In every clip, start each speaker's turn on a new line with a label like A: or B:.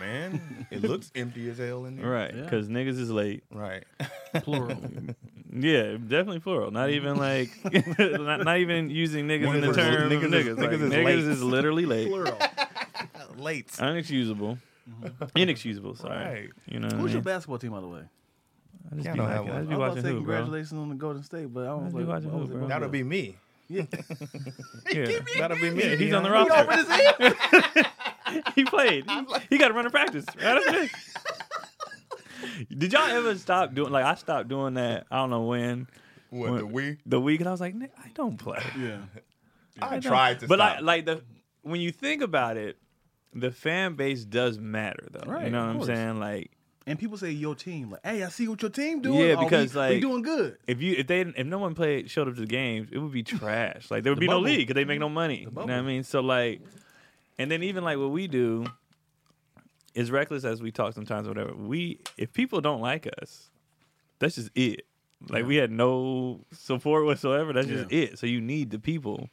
A: man. it looks empty as hell in there.
B: Right,
C: Yeah.
B: because niggas is late.
A: Right.
C: Plural.
B: Yeah, definitely plural. Not even like, not, not even using niggas in the
A: Niggas is-
B: term
A: niggas
B: niggas.
A: is-
B: Niggas, like,
A: niggas is
B: niggas
A: late.
B: is, literally late,
C: Plural. Uh,
A: Late.
B: unexcusable, inexcusable. Sorry,
A: Right.
B: you know. What
C: Who's
B: I
C: your
B: mean?
C: basketball team, by the way?
B: I just
A: Y'all
B: be,
A: don't
B: like,
A: have one.
B: I just be
C: I was about to
B: watching
C: say
B: who, bro.
C: congratulations on the Golden State, but I was
B: I'd be
C: like,
B: watching
C: what was
B: who,
C: it
B: bro?
C: about?
A: That'll be me.
B: Yeah.
A: That'll be me.
B: Yeah, he's on the
A: Deion.
C: You
B: roster.
C: over this head?
B: he played. he got to run a practice. Right after this. Did y'all ever stop doing? Like I stopped doing that. I don't know when
A: What the we?
B: the week, and I was like, "Nigga, I don't play.
C: Yeah.
A: I tried to
B: but
A: stop.
B: like, like the when you think about it, the fan base does matter, though. You
C: Right,
B: know
C: of
B: what I'm
C: course.
B: saying? Like
C: And people say your team, like, hey, I see what your team doing.
B: Yeah,
C: Oh, we-
B: because,
C: we
B: like-
C: doing good.
B: if you if they if no one played showed up to the games, it would be trash. Like there would
C: The
B: be
C: bubble. Mm-hmm.
B: no league because they make no money. You know what I
C: bubble.
B: mean? So like, and then even like what we do, as reckless as we talk sometimes, or whatever. We if people don't like us, that's just it. Like we had no support whatsoever. That's just
C: Yeah.
B: it. So you need the people.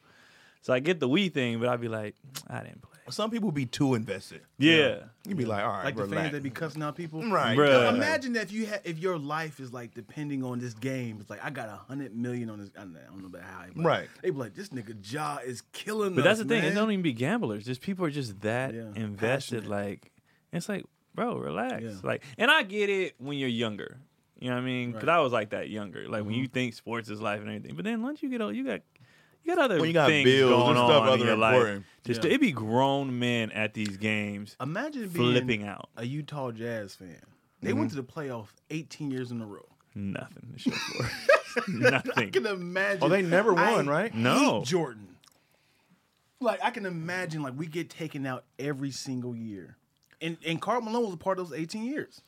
B: So I get the we thing, but I'd be like, I didn't play.
A: Some people be too invested.
B: Yeah,
A: You be like, all right,
C: Like the
A: relax.
C: fans that be cussing out people.
A: right.
B: Bruh.
C: Imagine if you had if your life is like depending on this game. It's like I got a hundred million on this. I don't know, I don't know about how. but
A: Right.
C: They be like, this nigga jaw is killing.
B: but
C: us,
B: that's the thing.
C: Man.
B: It don't even be gamblers. Just people are just that
C: Yeah.
B: invested. Like it's like, bro, relax.
C: Yeah.
B: Like, and I get it when you're younger. You know what I mean? Because
C: Right. Mm-hmm.
B: I was like that younger. Like when you think sports is life and everything, but then once you get old, you got you got other
A: When you got
B: things
A: bills
B: going
A: and
B: on
A: stuff
B: in
A: other
B: your life.
A: important.
B: Just
C: Yeah.
B: it be grown men at these games
C: Imagine being
B: flipping out.
C: a Utah Jazz fan.
A: Mm-hmm.
C: They went to the playoff 18 years in a row.
B: Nothing to show for. it. Nothing.
C: I can imagine.
A: Oh, they never
C: I
A: won, right?
B: No.
C: hate Jordan. Like I can imagine, like we get taken out every single year, and and Carl Malone was a part of those 18 years.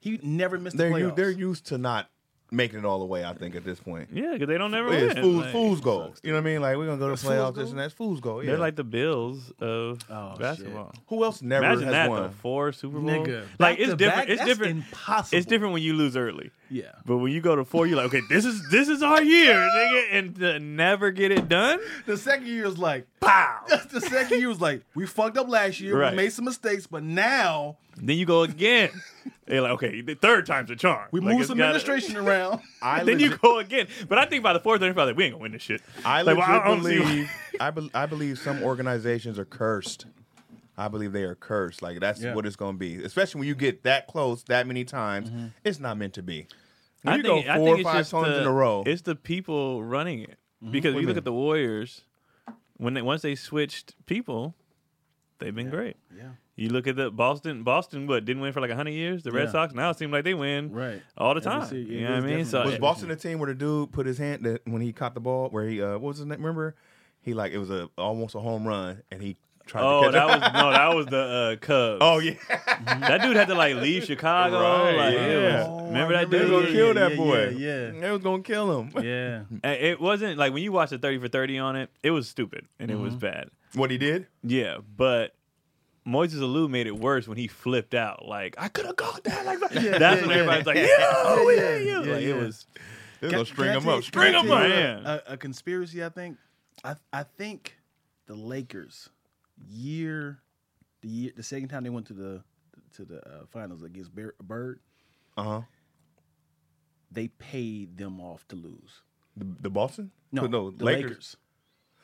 C: He never missed the
A: They're u-
C: playoffs.
A: they're used to not making it all the way. I think at this point,
B: Yeah, because they don't ever
A: it's
B: win.
A: fool's,
B: Like,
A: fool's goal. You know what I mean? Like we're gonna go to
C: fool's
A: playoffs. This
C: goal?
A: and that's fool's goal. Yeah.
B: They're like the Bills of
C: Oh, shit.
B: basketball.
A: who else never
B: Imagine
A: has
B: that
A: won?
B: though. Four Super Bowl.
C: Nigga,
B: Like
C: back
B: it's
C: to
B: different.
C: back,
B: it's
C: that's
B: different.
C: Impossible.
B: It's different when you lose early.
C: Yeah.
B: But when you go to four, you're like, okay, this is this is our year, nigga, and to never get it done.
C: The second year is like pow. the second year was like we fucked up last year.
B: Right.
C: We made some mistakes, but now
B: Then you go again. They're like, okay, the third time's a charm.
C: we
B: like,
C: moved
B: it's
C: some
B: gotta-
C: administration around.
A: I
B: Then you
A: legit-
B: go again. But I think by the fourth, they're probably like, we ain't gonna win this shit.
A: I
B: like,
A: legit
B: well, I don't see why-
A: believe I, be, I believe some organizations are cursed. I believe they are cursed. Like that's
C: Yeah.
A: what it's going to be. Especially when you get that close that many times,
B: Mm-hmm.
A: it's not meant to be. When
B: I
A: you
B: think,
A: go
B: I
A: four
B: think
A: or
B: it's
A: five
B: just
A: times
B: the,
A: in a row, Mm-hmm.
B: It's the people running it because if you look at the Warriors when they once they switched people, they've been great.
C: Yeah.
B: You look at the Boston. Boston, what didn't win for like hundred years. The Red
C: Yeah.
B: Sox now it seems like they win
C: Right.
B: all the
C: Every
B: time.
C: se- it
B: you know what I
C: is
B: mean? So
C: definitely-
A: was Boston the team where the dude put his hand that when he caught the ball where he uh, what was his name? Remember, he like it was a almost a home run and he tried
B: oh,
A: to catch
B: that
A: it.
B: was no, that was the uh, Cubs.
A: oh yeah,
B: that dude had to like leave Chicago.
A: Right,
B: like, it
A: yeah.
B: was-
C: Oh, I
B: remember that
C: remember
A: they was
B: dude?
A: gonna
C: Yeah,
A: kill
C: yeah,
A: that
C: yeah,
A: boy.
C: yeah, yeah.
A: they was gonna kill him.
C: Yeah.
B: And It wasn't like when you watched the thirty for thirty on it. It was stupid and it
C: Mm-hmm.
B: was bad.
A: What he did?
B: Yeah, but Moises Alou made it worse when he flipped out. Like I could have got that. Like that. that's
C: yeah,
B: when
C: yeah.
B: everybody's like, "Yeah,
C: Yeah,
B: yeah,
C: yeah,
B: yeah."
C: yeah,
B: like
C: yeah.
B: it was.
A: They're
C: Can-
A: gonna string
C: can I
A: him
C: tell you-
A: up. String
C: can I
A: him
C: tell
A: up.
C: you
B: up.
C: A, a- a conspiracy, I think. I I think the Lakers year the year the second time they went to the to the uh, finals against Bear, Bird,
A: Uh huh.
C: they paid them off to lose.
A: The, the Boston?
C: No,
A: no,
C: the Lakers.
A: Lakers.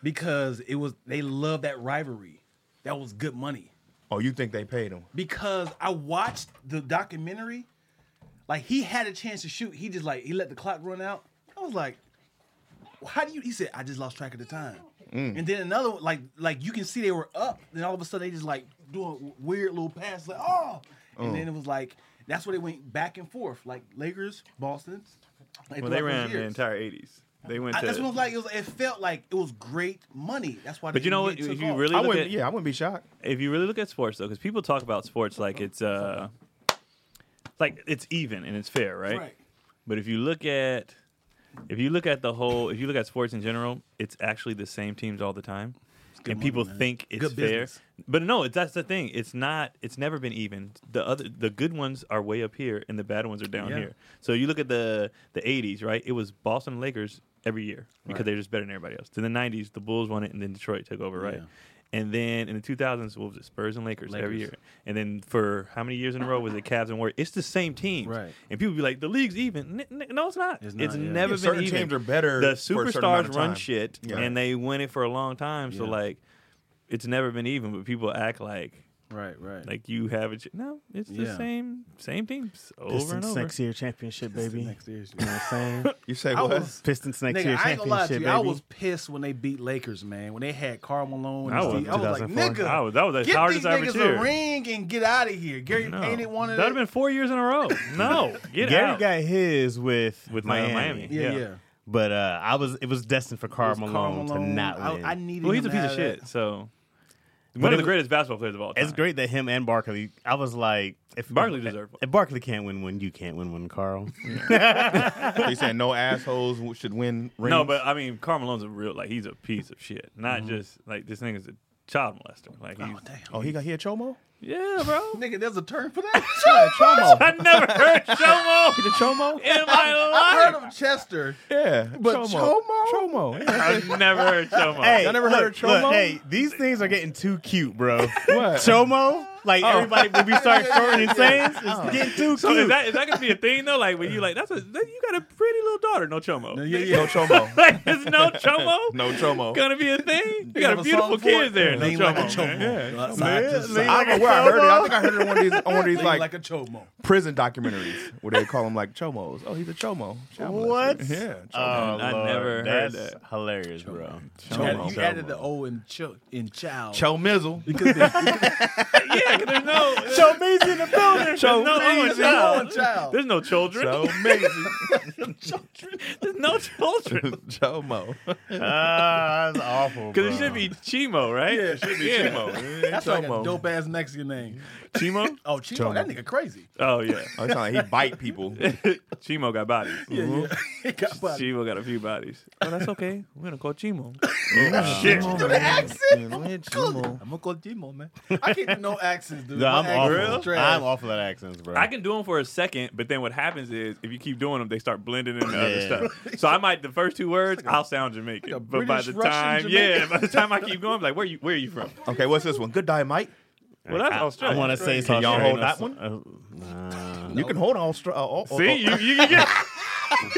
C: because it was they love that rivalry. That was good money.
A: Oh, you think they paid him?
C: Because I watched the documentary, like he had a chance to shoot. He just like he let the clock run out. I was like, how do you? He said, I just lost track of the time.
B: Mm.
C: And then another one, like like you can see they were up. Then all of a sudden they just like doing weird little passes, like oh.
B: Mm.
C: And then it was like that's where they went back and forth, like Lakers, Boston. Like,
B: Well, they
C: throughout those
B: ran the
C: years.
B: entire '80s. They went
C: I,
B: to.
C: that's what it was like. It, was, it felt like it was great money. That's why.
B: But
C: they-
B: you know what?
C: it took
B: If you
C: off.
B: really
A: I
B: look
A: wouldn't.
B: at
A: yeah, I wouldn't be shocked.
B: if you really look at sports though, because people talk about sports like it's uh like it's even and it's fair, right?
C: Right.
B: But if you look at if you look at the whole, if you look at sports in general, it's actually the same teams all the time, and
C: money,
B: people
C: man.
B: think it's
C: Good
B: fair.
C: business.
B: But no, it's- that's the thing. It's not. It's never been even. The other, the good ones are way up here, and the bad ones are down
C: Yeah.
B: here. So you look at the the '80s, right? It was Boston Lakers every year because they're just better than everybody else. Then the '90s, the Bulls won it, and then Detroit took over, right?
C: Yeah.
B: And then in the 2000s, what was it? Spurs and Lakers, every
C: Lakers.
B: year. And then for how many years in a row was it Cavs and Warriors? It's the same team.
C: Right.
B: And people be like, the league's even. N- n- no, it's not.
C: It's
B: It's,
C: not, yeah.
B: never
A: Yeah,
B: been
A: certain
B: even.
A: teams are better
B: The
A: for a certain amount
B: superstars
A: of
B: run
A: time.
B: shit,
A: Yeah.
B: and they win it for a long time. So
C: Yeah.
B: like, it's never been even. But people act like
C: Right, right.
B: like you have it. No, it's the
C: Yeah.
B: same same teams over
D: Pistons
B: and over.
D: next year championship, baby.
C: Next year's.
D: You know what I'm saying?
A: You say
C: I
A: what?
C: was-
D: Pistons next year
C: Nigga, I ain't gonna lie
D: championship,
C: to you.
D: baby.
C: I was pissed when they beat Lakers, man. When they had Carl Malone, and
B: I
C: I
B: was
C: was,
B: in
C: I was like,
D: 2004.
C: nigga,
B: I was- that was the
C: get
B: hardest
C: these
B: I ever
C: niggas
B: cheered.
C: a ring and get out of here. Gary
B: No.
C: Payne ain't one of
B: That'd have
C: them.
B: been four years in a row. No, get
D: Gary
B: out.
D: got his with
B: With, uh,
D: Miami,
B: Miami.
C: yeah, yeah.
B: yeah.
D: but uh, I was it was destined for Carl
C: It was
D: Malone,
C: Karl
D: to not win.
C: I, I needed.
B: well, he's
C: him
B: a
C: to
B: piece of
C: have
B: shit.
C: that.
B: So
D: But
B: one
D: it
B: of the
D: was-
B: greatest basketball players of all time.
D: it's great that him and Barkley. I was like, if
B: Barkley deserved one.
D: If Barkley can't win one, you can't win one, Carl.
A: you saying no assholes w- should win rings?
B: No, but I mean, Carmelone's a real like he's a piece of shit. Not just like this thing is a child molester. Like he's
C: Mm-hmm. Oh, damn.
A: oh, he got he a chomo.
B: yeah, bro.
C: Nigga, there's a term for that.
A: Yeah, chomo.
B: I never heard Shomo
A: The chomo.
B: in my
C: I
B: life.
C: heard of Chester.
A: Yeah,
C: But
A: Chomo. yeah.
B: I've never heard Shomo.
A: Y'all never heard of Chomo?
D: hey, these things are getting too cute, bro.
A: What?
D: Chomo, like
C: Oh.
B: Oh.
D: everybody when we start shortening sayings, it's getting too
B: so
D: cute.
B: is that is that gonna be a thing though? Like when you like that's a that, you got a pretty little daughter, no Chomo.
C: Yeah, yeah.
A: No chomo.
B: like there's no Chomo.
A: No chomo.
B: Gonna be a thing. You
C: They
B: got
C: have
B: a
C: song
B: beautiful
C: for it.
B: kid there. No
C: Lean
B: chomo.
C: like a
B: man.
C: chomo.
D: Man,
C: Side to
D: lean
A: I
C: side.
A: don't know where I heard it. I think I heard it in one of these, on one of these
C: Lean
A: like,
C: like a chomo.
A: prison documentaries where they call them like chomos. Oh, he's a chomo. Child molester.
D: what?
A: Yeah.
D: Oh,
A: chomo.
B: I
D: Lord,
B: never heard
D: that's
B: that.
D: hilarious, bro.
C: You
A: Chomo.
C: added- You added the O in cho in child.
A: Chomizzle.
C: Because they-
B: Yeah, 'cause there's no there's
D: Show me's in the building.
B: no own
C: there's no
B: child.
C: own child.
B: There's no children. There's no children.
A: chomo.
D: Ah, that's awful.
B: Because it
D: bro.
B: should be Chimo, right? Yeah, it should be Chimo.
C: That's like a dope ass Mexican name.
B: Chimo?
C: Oh, Chimo, that nigga crazy.
B: Oh, yeah.
A: Oh, it's not like he bite people.
B: Chimo got bodies. Mm-hmm.
C: Yeah, yeah.
D: Mm-hmm.
C: He got body.
B: Chimo got a few bodies. Oh, that's okay. We're going to call Chimo. Oh, shit.
C: Do the accent? I'm gonna call Chimo, man. I can't do no accents, dude.
D: No,
C: My
D: I'm
C: accent is
D: awful.
C: trash.
D: I'm awful at accents, bro.
B: I can do them for a second, but then what happens is if you keep doing them, they start blending into other
D: Yeah.
B: stuff. So I might the first two words, I'll sound Jamaican,
C: like a
B: but by
C: British
B: the
C: Russian
B: time, yeah,
C: Jamaican.
B: by the time I keep going, I'm like where you where are you from?
A: Okay, what's this one? Good day, mate.
B: Well, that's
D: I-
B: Australia.
D: I want to say
A: Can
D: something.
A: y'all hold that one?
D: Uh,
A: You can hold on. Stra- uh, oh, oh,
B: See
A: oh.
B: you, you, you get.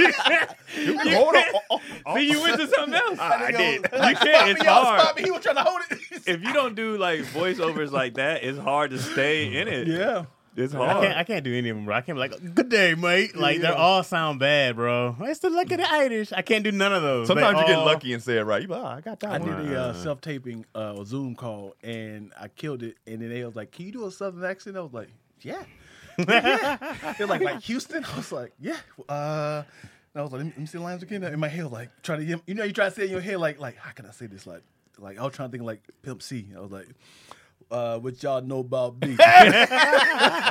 A: you can hold on. Oh, oh, oh.
B: See, you went to something else.
D: Ah.
A: I did.
B: You can't. It's
C: Y'all
B: hard.
C: stop me. He was trying to hold it.
B: if you don't do like voiceovers like that, it's hard to stay in it.
C: yeah.
B: it's
D: I
B: hard.
D: can't. I can't do any of them, bro. I can't be like, "Good day, mate." Like
C: Yeah.
D: they all sound bad, bro. I still look at the Irish. I can't do none of those.
A: Sometimes
D: They
A: you get
D: all-
A: lucky and say it right. You be, oh, I got
C: I
A: that
C: did
A: one.
C: a uh, self taping uh, Zoom call and I killed it. And then they was like, "Can you do a Southern accent?" I was like, "Yeah." yeah. They're like, "Like Houston?" I was like, "Yeah." Uh, and I was like, "Let me, let me see the lines again." In my head, like trying to, you know, you try to say in your head, like, like how can I say this? Like, like I was trying to think like Pimp C. I was like. Uh, what y'all know about me? I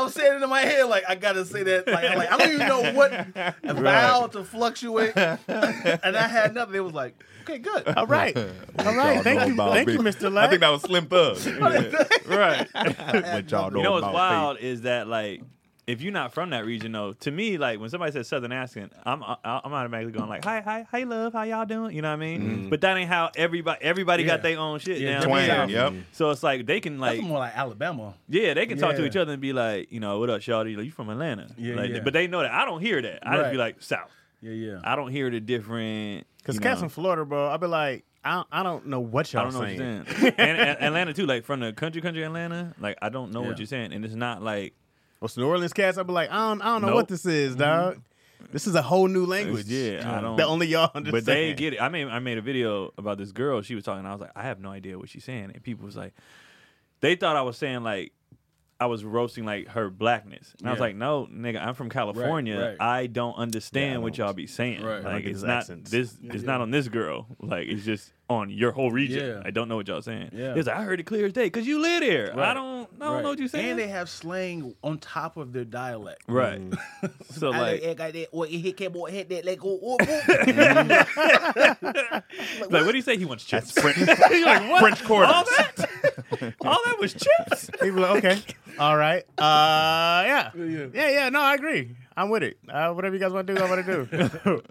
C: was saying it in my head, like I gotta say that. Like, I'm like I don't even know what vowel to fluctuate, and I had nothing. It was like, okay, good.
D: All right, all right.
A: Y'all know
D: Thank you,
A: about
D: thank
A: me.
D: you, Mr.
A: I
D: Lack.
A: think that was Slim Thug. Yeah.
B: Right.
A: What y'all
B: you know what's
A: about
B: wild is that like if you're not from that region though, to me like when somebody says Southern accent, I'm I- I'm automatically going like hi hi hey love how y'all doing you know what I mean? But that ain't how everybody everybody got
C: Yeah.
B: their own shit
C: Yeah,
B: down
A: Twang,
B: here.
A: yep.
B: So it's like they can like
C: That's more like Alabama.
B: yeah they can talk to
C: Yeah.
B: each other and be like you know what up y'all you know, you from Atlanta
C: Yeah,
B: Like,
C: yeah.
B: but they know that I don't hear that I just be
C: Right.
B: like South
C: Yeah, yeah.
B: I don't hear the different
D: Because
B: you
D: cats
B: know.
D: from Florida, bro, I'll be like, I don't, I don't know what y'all
B: I don't know
D: saying.
B: what you're saying. and, and Atlanta too, like from the country, country Atlanta, like I don't know
C: Yeah.
B: what you're saying, and it's not like
D: What's New Orleans cats? I'll be like, I don't, I don't know
B: Nope.
D: what this is, dog. This is a whole new language.
B: yeah, I don't-
D: That only y'all understand.
B: But they get it. I mean, I made a video about this girl. She was talking. I was like, I have no idea what she's saying. And people was like, they thought I was saying like I was roasting like her blackness. And I was
C: Yeah.
B: like, no, nigga, I'm from California.
C: right.
B: I don't understand
D: Yeah, I
B: what
D: don't-
B: y'all be saying.
C: Right. I don't
B: Like
D: get
B: it's
D: his
B: not
D: accents.
B: this. It's not on this girl. Like it's just on your whole region.
C: Yeah.
B: I don't know what y'all saying.
C: Yeah.
B: It's like, I heard it clear as day because you live there. I
C: Right.
B: don't. I don't know what you're saying.
C: And they have slang on top of their dialect.
B: right.
D: Mm.
B: so like. Like, what do you say? He wants chips.
D: French,
B: You're like, what?
D: French quarters.
B: All that, all that was chips.
D: People like, okay, all right, uh, yeah,
C: yeah.
D: yeah, yeah. No, I agree. I'm with it. Uh, whatever you guys want to do, I want to do.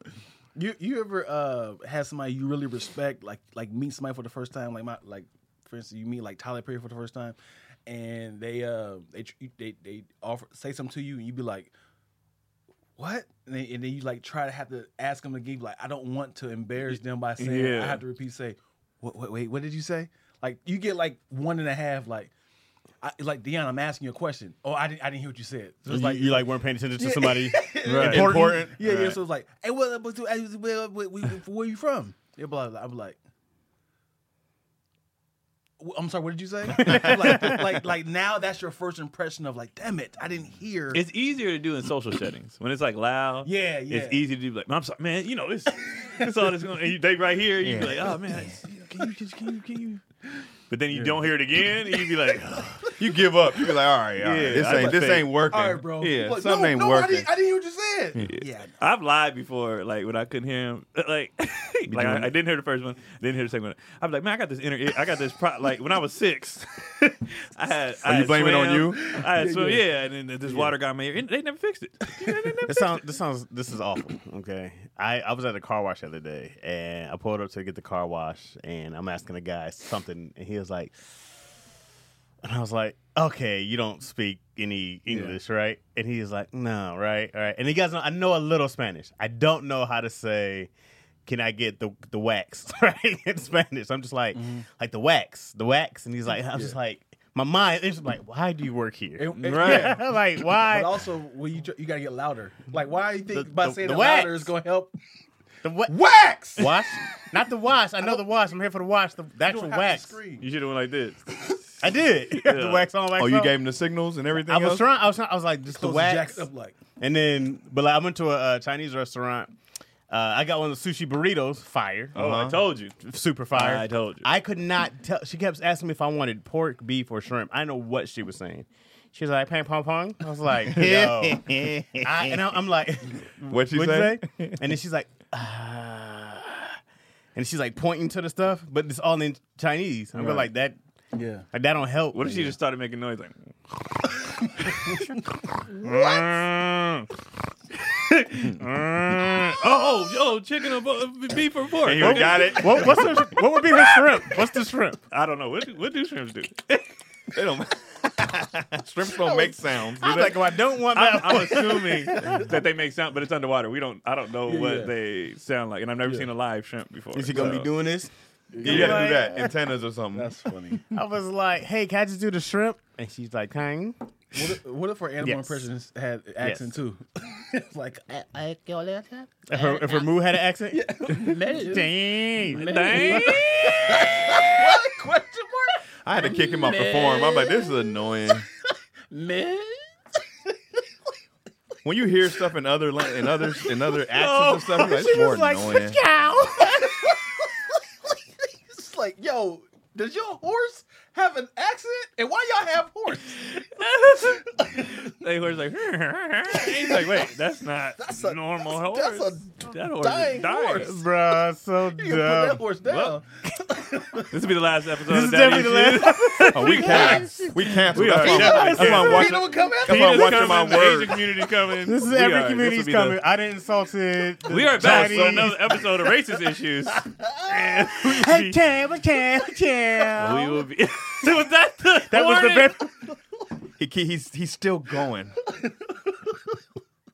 C: You you ever uh have somebody you really respect like like meet somebody for the first time like my like for instance you meet like Tyler Perry for the first time and they uh they tr- they they offer say something to you and you be like what and then, and then you like try to have to ask them again like I don't want to embarrass them by saying I
B: Yeah.
C: have to repeat say what wait wait what did you say like you get like one and a half like. I, like Dion, I'm asking you a question. Oh, I didn't, I didn't hear what you said. So it's
D: You,
C: like
D: you like weren't paying attention to somebody
B: Right.
D: important.
C: yeah, yeah.
D: Right.
C: So it's like, hey, what, what, what, what, what, what- where you from? Yeah, blah, blah, blah. I'm like, "Wh- I'm sorry, what did you say? like, like, like now that's your first impression of like, damn it, I didn't hear.
B: It's easier to do in social settings when it's like loud.
C: Yeah, yeah.
B: It's easy to do like, I'm sorry, man. You know, it's it's all that's going. And you, they right here. You be like, oh man, it's- can you just can you can you? But then you don't hear it again. And you be like,
A: You give up. You be like, all right, all right,
B: Yeah,
A: this
B: I
A: ain't this
B: think-
A: ain't working.
C: all right, bro.
A: Yeah,
C: Like,
A: something
C: no,
A: ain't
C: no, I
A: working.
C: didn't, I didn't hear what you said. Yeah.
B: I've lied before, like when I couldn't hear him. Like, like I, I didn't hear the first one, didn't hear the second one. i was like, man, I got this inner, ear- I got this. Pro-, like when I was six, I had. I
A: Are you
B: had
A: blaming it on
B: swam,
A: you?
B: I had swam, yeah, and then this water got in my ear. And they never fixed it. They never
D: This sounds. This sounds. This is awful. Okay, I, I was at a car wash the other day, and I pulled up to get the car wash, and I'm asking the guy something, and he was like, and I was like, okay, you don't speak any English, right? And he was like, no, right, all right. And he guys, know, I know a little Spanish. I don't know how to say. Can I get the the wax right in Spanish? I'm just like, like the wax, the wax, and he's like, I'm just like, my mind is like, why do you work here?
C: And- and-
B: Right.
C: yeah.
D: like, why?
C: But also, well, you tr- you gotta get louder. Like, why do you think
D: The-
C: by
D: the-
C: saying
D: the
C: it
D: wax.
C: louder is gonna help?
D: the wa-
C: Wax.
D: Wash? Not the wash. I know the wash. I'm here for the wash. The, the
C: You
D: actual
C: don't have to
D: wax.
C: scream.
B: You should have went like this.
D: I did. the
B: Yeah.
D: wax on, wax
A: Oh, you
D: off.
A: gave him the signals and everything.
D: I was
A: else?
D: trying. I was trying. I was like, just the
C: Close
D: wax.
C: jacket up like.
D: And then, but like, I went to a uh, Chinese restaurant. Uh, I got one of the sushi burritos. Fire.
B: Oh, I told you.
D: Super fire.
B: I told you.
D: I could not tell. She kept asking me if I wanted pork, beef, or shrimp. I know what she was saying. She was like, pang, pong, pong. I was like, yo. I, and I, I'm like,
A: What you
D: What'd
A: say?
D: you say? and then she's like, ah. and she's like pointing to the stuff, but it's all in Chinese. I'm like that.
C: Yeah.
D: Like, that don't help.
B: What if she just started making noise like? oh, yo, chicken or bo- beef or pork?
A: You got it.
D: What, what's the, what would be her shrimp? What's the shrimp?
B: I don't know. What do, what do shrimps do?
A: They don't. Shrimps don't make sounds.
D: I'm like, oh, I don't want
B: I'm,
D: that.
B: I'm assuming that they make sound, but it's underwater. We don't. I don't know what
C: yeah.
B: they sound like, and I've never seen a live shrimp before.
D: Is she gonna
B: so-
D: be doing this?
A: You gotta do that. Antennas or something.
C: That's funny.
D: I was like, hey, can I just do the shrimp? And she's like, hang.
C: What if, what if her animal
D: Yes.
C: impressions had accent
D: Yes.
C: too? it's like,
D: If her, if her moo had an accent, dang.
B: Dang.
C: what? Question mark?
A: I had to kick him off the forum. I'm like, this is annoying.
C: Man.
A: When you hear stuff in other la- in other in other accents and stuff, you're like, it's
D: She
A: more
D: was like,
A: annoying.
D: cow.
C: It's like, yo, does your horse have an accent? And why y'all have horse?
B: They horse like, he's like, wait, that's not
C: That's a-
B: normal
C: that's-
B: horse.
C: that's a
B: that
C: dying horse.
D: Bruh,
C: You
D: so
C: can put that
D: dumb.
C: horse down.
B: Well, This will be the last episode. of
D: This is
B: Daddy
D: definitely the
B: Issues.
D: last.
A: Oh, we canceled. We canceled.
B: We
A: That's
B: are
A: why I'm-
B: definitely
A: that's why I'm
B: canceled.
C: He
A: watching.
C: don't come after
A: Come on,
B: Peter's
A: watching
B: coming,
A: my
B: the
A: word.
B: Asian community's coming.
D: This is
B: We
D: every
B: are- this will
D: community's
B: be
D: coming.
B: the-
D: I didn't insulted.
B: we are back with
D: Chinese.
B: another episode of Racist Issues. And we will
D: Hey,
B: be-
D: cow, cow, cow.
B: we will be. was that the
D: That was the
B: warning?
D: best.
A: He, ke- he's he's still going.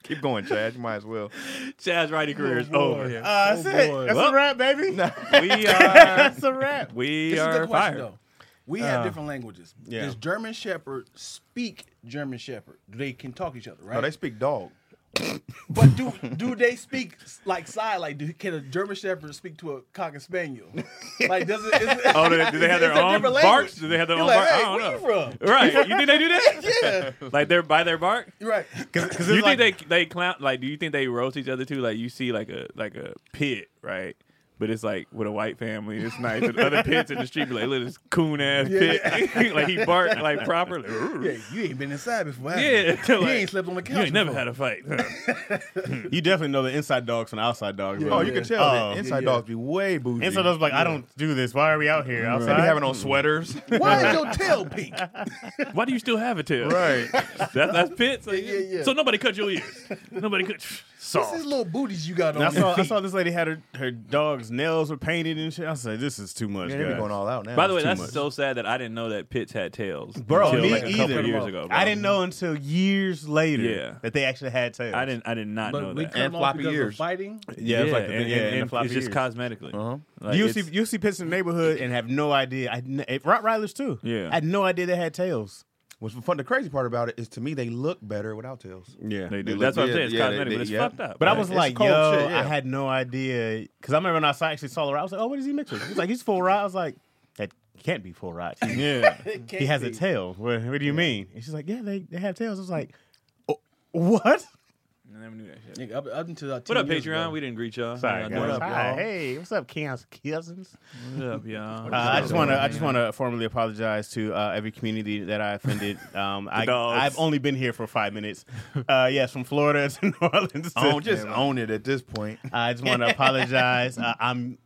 A: Keep going, Chad. You might as well.
B: Chad's writing career
C: Oh,
B: is over.
D: Uh, that's it. That's
B: Well-
D: a wrap, baby.
B: Oh, We are.
D: That's a wrap.
B: We
C: This
B: are
C: is a good question,
B: fired.
C: though. We have different languages.
D: yeah.
C: Does German Shepherd speak German Shepherd? They can talk each other, right?
A: No, Oh, they speak dog.
C: But do do they speak like side? Like, do, can a German Shepherd speak to a cock and spaniel? Like, does it? Is it
B: Oh, do they, do they have their
C: It's a
B: own
C: different language.
B: barks? Do they have their
C: You're
B: own
C: like,
B: bark?
C: hey,
B: I don't
C: where
B: know.
C: you from?
B: Right? You think they do that?
C: yeah,
B: Like they're by their bark?
C: you're right.
D: Cause
B: you think they they clown like do you think they roast each other too? Like you see like a like a pit, right? But it's like with a white family, it's nice. And other pits in the street be like, look at this coon ass pit. like he barked like properly.
C: Yeah, you ain't been inside before. have you?
B: Yeah.
C: you
B: Like,
C: ain't slept on the couch.
B: You ain't never
C: before.
B: had a fight. huh?
D: you definitely know the inside dogs from the outside dogs.
A: Oh,
D: bro.
A: you can tell.
D: Oh.
A: that inside
C: Yeah, yeah.
A: dogs be way bougie.
D: Inside dogs like, I don't do this. Why are we out here
A: They
D: outside?
A: be having on sweaters.
C: Why is your tail pink?
B: Why do you still have a tail?
A: right.
B: That, that's pits. Like,
C: yeah, yeah.
B: So nobody cut your ears. Nobody cut.
C: What's these little booties you got on?
D: And I
C: your
D: saw, I
C: feet?
D: saw this lady had her, her dog's nails were painted and shit. I said, this is too much,
A: Yeah, they be
D: guys.
A: going all out now.
B: By the way,
A: It's too
B: that's
A: much.
B: so sad that I didn't know that Pitts had tails.
D: Bro,
B: until,
D: me
B: like, a couple
D: either.
B: of years ago. Bro.
D: I didn't know until years later
B: Yeah.
D: that they actually had tails.
B: I didn't. I did not know
C: But we
B: that.
C: cut
A: And
C: them off
A: floppy
C: because
A: ears.
C: of fighting.
D: Yeah, it's like the,
B: and,
D: yeah,
B: and-
D: and the
B: and
D: floppy
B: it's just
D: ears.
B: cosmetically.
A: Uh-huh.
B: Like,
D: you
B: it's-
D: see, you see pits in the neighborhood and have no idea. I kn- eh, Rottweilers too.
B: Yeah.
D: I had no idea they had tails.
A: What's fun? The crazy part about it is, to me, they look better without tails.
D: Yeah,
B: they do.
A: look
B: That's what I'm
A: good.
B: saying. It's
A: Yeah, they-
B: cosmetic,
A: they-
B: but it's
A: yeah.
B: fucked up.
D: But I
B: Like,
D: was
A: it's
D: like,
A: cold
D: yo,
A: shit, yeah.
D: I had no idea because I remember when I saw, actually saw her, I was like, oh, what is he mixing? He's like, he's full rot. I was like, that can't be full rot.
B: yeah.
C: It
D: he
C: can't
D: has
C: be.
D: a tail. What, what do you mean? And she's like, yeah, they, they have tails. I was like, oh, what?
B: I never knew that shit.
C: Nigga, up, up until about
B: What up,
C: 10 years
B: Patreon?
C: ago.
B: We didn't greet y'all.
D: Sorry,
B: How
D: guys.
B: y'all doing?
A: What up,
D: Hi,
A: y'all?
D: hey, what's up, Chaos Cousins?
B: What up, y'all?
D: Uh, I just want to I just want to formally apologize to uh, every community that I offended. Um, I,
B: dogs.
D: I've only been here for five minutes. Uh, yes, from Florida to New Orleans. to-
A: Own, just own it at this point.
D: I just want to apologize. Uh, I'm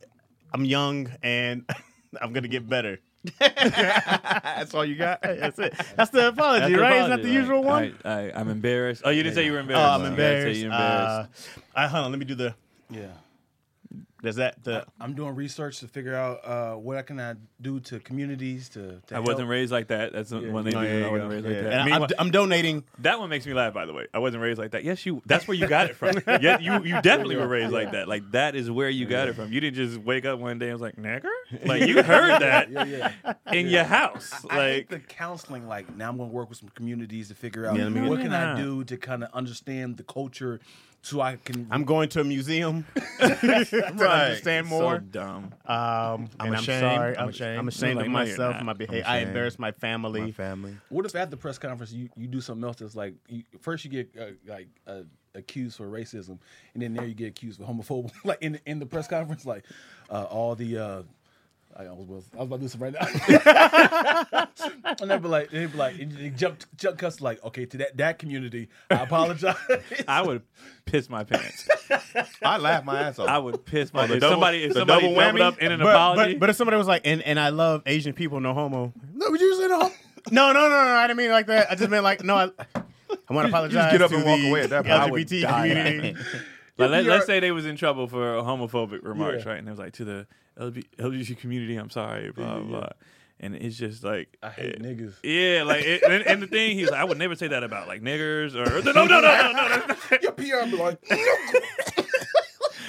D: I'm young and I'm gonna get better.
A: That's all you got.
D: That's it. That's the apology,
B: That's the
D: right? It's
B: apology,
D: not the
B: like,
D: usual one.
B: I, I, am embarrassed. Oh, you didn't say you were
D: oh,
B: embarrassed.
D: I'm
B: You gotta say
D: embarrassed.
B: you're
D: Uh,
B: embarrassed.
D: I, hold on, let me do the.
C: Yeah.
D: Does that the?
C: I'm doing research to figure out uh, what I can I do to communities to.
D: Uh,
C: to
B: I wasn't
C: help.
B: raised like that. That's the
C: Yeah.
B: one they do.
D: Oh, there
B: I
D: you
B: wasn't
D: go.
B: raised
A: Yeah.
B: like
D: And
B: that.
D: I-
B: Meanwhile-
D: I'm, I'm donating.
B: That one makes me laugh. By the way, I wasn't raised like that. Yes, you. That's where you got it from. yeah, you. You definitely were raised like that. Like that is where you got it from. You didn't just wake up one day and was like, "Nigger," like you heard that
C: Yeah, yeah.
B: in your house.
C: I think
B: Like
C: the counseling, like now I'm going to work with some communities to figure out
D: Yeah, let me
C: what
B: get-
C: can
B: Yeah.
C: I do to kind of understand the culture, so I can.
D: I'm going to a museum to understand
B: So
D: more.
B: dumb.
D: um, and I'm
A: ashamed.
D: Sorry.
A: I'm ashamed.
D: I'm ashamed
B: Like,
D: of
B: no, you're
D: myself,
B: not.
D: my
B: I'm
D: behavior. I
A: ashamed.
D: embarrassed my family.
A: My family.
C: what if at the press conference you, you do something else that's like you, first you get uh, like uh, accused for racism, and then there you get accused for homophobia, like in in the press conference, like uh, all the. Uh, I was, was I was about to do some right now. and they'd be like, they'd be like, and they jump, jump cuts like, okay, to that that community, I apologize.
B: I would piss my pants.
A: I laugh my ass off.
B: I would piss my.
A: the
B: if
A: double-
B: somebody, if
A: the
B: somebody
A: double
B: doubled
A: whammy?
B: up in an
D: but,
B: apology,
D: But, but if somebody was like, and, and I love Asian people, no homo. No, but you said no. No, no, no, no. I didn't mean it like that. I just meant like, no, I, I want to
A: You
D: apologize.
A: just get up
D: to
A: and walk
D: the
A: away at that point. I would
D: LGBT
A: die
D: community.
B: Like, let,
C: You're-
B: us say they was in trouble for homophobic remarks,
C: Yeah.
B: right? And it was like to the LB, LGBT community, I'm sorry, blah blah. And it's just like
C: I hate
B: eh,
C: niggas.
B: Yeah, like it, and, and the thing he's like, I would never say that about like niggers or no no no no no no.
C: Your PR be like,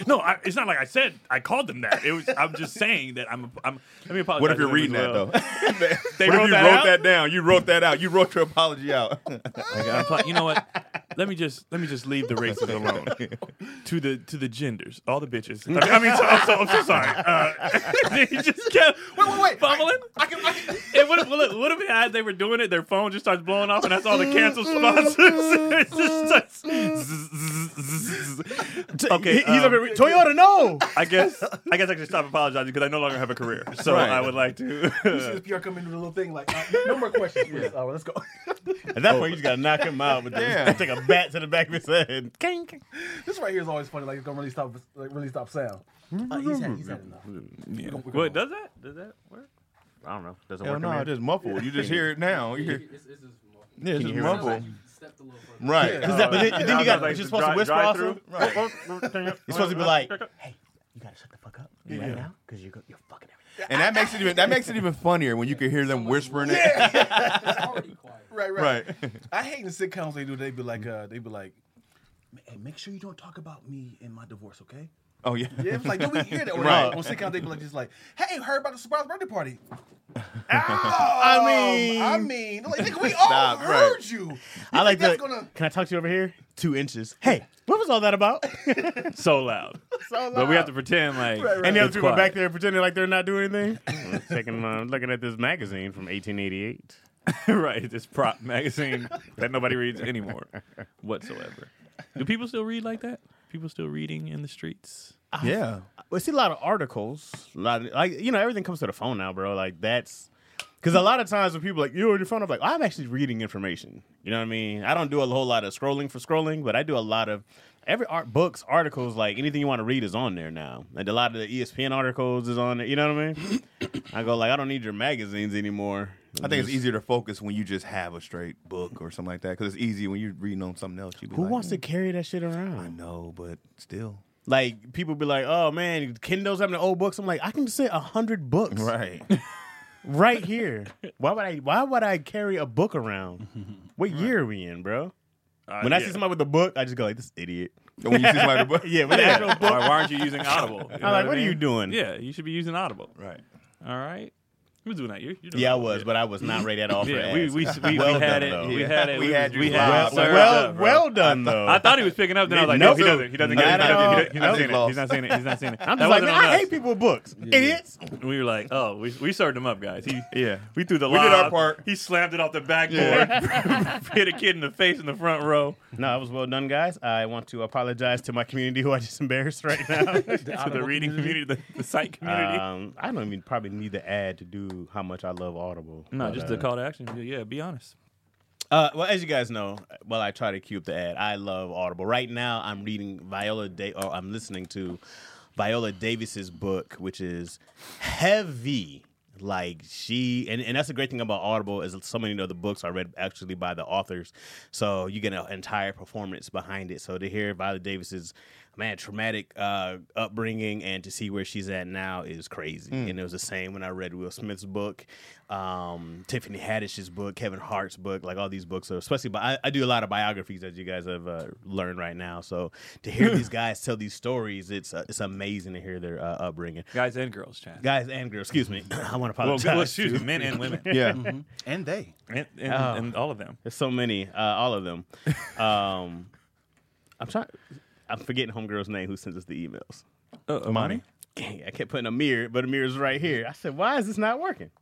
B: no I, it's not like I said I called them that. It was I'm just saying that I'm I'm. Let me apologize.
A: What if
B: to
A: you're
B: them
A: reading
B: as well.
A: that though?
B: They
A: what if
B: wrote
A: you
B: that
A: wrote
B: out?
A: that down? You wrote that out. You wrote your apology out.
B: Like, I'm pl- you know what? Let me just let me just leave the races alone. to the to the genders, all the bitches. I mean, I mean so, I'm, so, I'm so sorry. Uh, he just kept wait,
C: wait, wait.
B: fumbling.
C: I can, I can.
B: And what if, what if, what if as they were doing it, their phone just starts blowing off, and that's all the canceled sponsors. it just starts. zzz, zzz, zzz, zzz. Okay,
D: He- he's
B: um,
D: up here, Toyota, no.
B: I guess I guess I should stop apologizing because I no longer have a career. So
A: Right.
B: I would like to.
C: This PR come into the little thing like, uh, no more questions. please. Uh, let's go.
D: At that point, you just got to knock him out with the,
A: Yeah.
D: take a bat to the back of his head.
C: This right here is always funny. Like it's gonna really stop, like really stop sound. Uh, he's, had, he's had enough.
B: Yeah. What does that? Does that work?
D: I don't know. Doesn't
A: Hell no, it's just muffled. You just hear it now. You hear,
E: It's, it's just more.
A: yeah, it's
D: you
A: just
D: hear it?
A: muffled.
E: Stepped a little further.
A: Right.
D: Is that- but then, then you got.
B: Like
D: you're
B: the
D: supposed to
B: dri-
D: whisper
B: drive-thru?
D: also. You're supposed to be like, hey, you gotta shut the fuck up right now because you're go- you're fucking everything.
A: And that makes it even that makes it even funnier when you can hear them whispering it.
E: It's already quiet.
C: Right, right,
A: Right.
C: I hate in sitcoms they do. They be like, uh, they be like, hey, make sure you don't talk about me and my divorce, okay?
A: Oh yeah.
C: Yeah, it's like, do we hear that? Or
A: Right.
C: On sitcoms they be like, just like, hey, heard about the surprise birthday party? Oh,
D: I mean,
C: I mean, like, nigga, we all
A: Stop,
C: heard
A: right.
C: you.
D: I like
C: that's
D: that.
C: gonna-
D: Can I talk to you over here? Two inches. Hey, what was all that about?
B: So loud. But we have to pretend like
C: Right, right.
D: And the other
B: it's
D: people
B: quiet.
D: back there pretending like they're not doing anything. Taking, uh, looking at this magazine from 1888.
B: right, this prop magazine that nobody reads anymore whatsoever. Do people still read like that? People still reading in the streets?
A: Yeah.
D: We see a lot of articles. A lot of, like you know, everything comes to the phone now, bro. Like that's because a lot of times when people are like you on your phone, I'm like, "Oh, I'm actually reading information. You know what I mean? I don't do a whole lot of scrolling for scrolling, but I do a lot of every art books, articles, like anything you want to read is on there now. And E a lot of the ESPN articles is on there. You know what I mean? I go like, I don't need your magazines anymore.
A: I think it's easier to focus when you just have a straight book or something like that because it's easy when you're reading on something else. You be
D: Who
A: like,
D: wants to
A: "Mm,
D: carry that shit
A: I
D: around?
A: know, but still,
D: Like people be like, "Oh man, Kindle's having the old books." I'm like, I can just say a hundred books
A: right?
D: right here. why would I? Why would I carry a book around? What year are we in, bro?
B: Uh,
D: When I
B: yeah.
D: see somebody with a book, I just go like, "This idiot."
A: when you see somebody, but
D: Yeah, with an
B: Yeah.
D: actual
B: Why,
D: book.
B: why aren't you using Audible? You know
D: I'm like, "What are
B: I
D: you
B: mean?
D: doing?"
B: Yeah, you should be using Audible.
A: right.
B: All right. Who was doing that? You? you doing
D: Yeah, I
B: that.
D: was, but I was not ready at all for
B: Yeah,
D: that.
B: we we, we,
D: Well
B: we had
D: done,
B: it.
D: though.
B: We
A: Yeah.
B: had it.
A: We had you
B: we had
A: live.
B: it
D: well,
B: served
D: well,
B: up, bro.
D: well done though.
B: I thought he was picking up. Then I was like,
D: Nope.
B: nope. he doesn't. He doesn't
D: Not
B: get it. He
D: at
B: doesn't-
D: all.
B: he doesn't- He's not seeing it. He's not seeing it. He's not seeing it.
D: I'm
B: That
D: just like,
B: wasn't
D: man,
B: on
D: I
B: us.
D: hate people with books, idiots.
B: We were like, oh, we, we served him up, guys. He
A: Yeah.
B: We threw the
A: We did our
B: lob.
A: part.
B: He slammed it off the backboard,
A: Yeah.
B: hit a kid in the face in the front row.
D: No, that was well done, guys. I want to apologize to my community who I just embarrassed right now.
B: to the reading community, the, the site community.
D: um, I don't even probably need the ad to do how much I love Audible.
B: no,
D: But,
B: just
D: uh,
B: the call to action. Yeah, be honest.
D: Uh, well, as you guys know, well, I try to cue up the ad. I love Audible. Right now, I'm reading Viola da- or I'm listening to Viola Davis's book, which is heavy. Like she, and, and that's the great thing about Audible is so many of the books are read actually by the authors, so you get an entire performance behind it. So to hear Viola Davis's man traumatic uh, upbringing and to see where she's at now is crazy.
B: Hmm.
D: And it was the same when I read Will Smith's book, um, Tiffany Haddish's book, Kevin Hart's book. Like all these books are especially. But I, I do a lot of biographies, as you guys have uh, learned right now. So to hear these guys tell these stories, it's uh, it's amazing to hear their uh, upbringing.
B: Guys and girls, chat.
D: Guys and girls, excuse me. I want to
B: well,
D: apologize.
B: good- well, excuse
D: to-
B: me, men and women.
A: Yeah.
D: Mm-hmm.
C: And they.
B: And, and,
D: Oh.
B: and all of them.
D: There's so many, uh, all of them. Um, I'm trying. I'm forgetting homegirl's name who sends us the emails.
B: Uh, Amani?
D: Dang, I kept putting a mirror, but a mirror's right here. I said, why is this not working?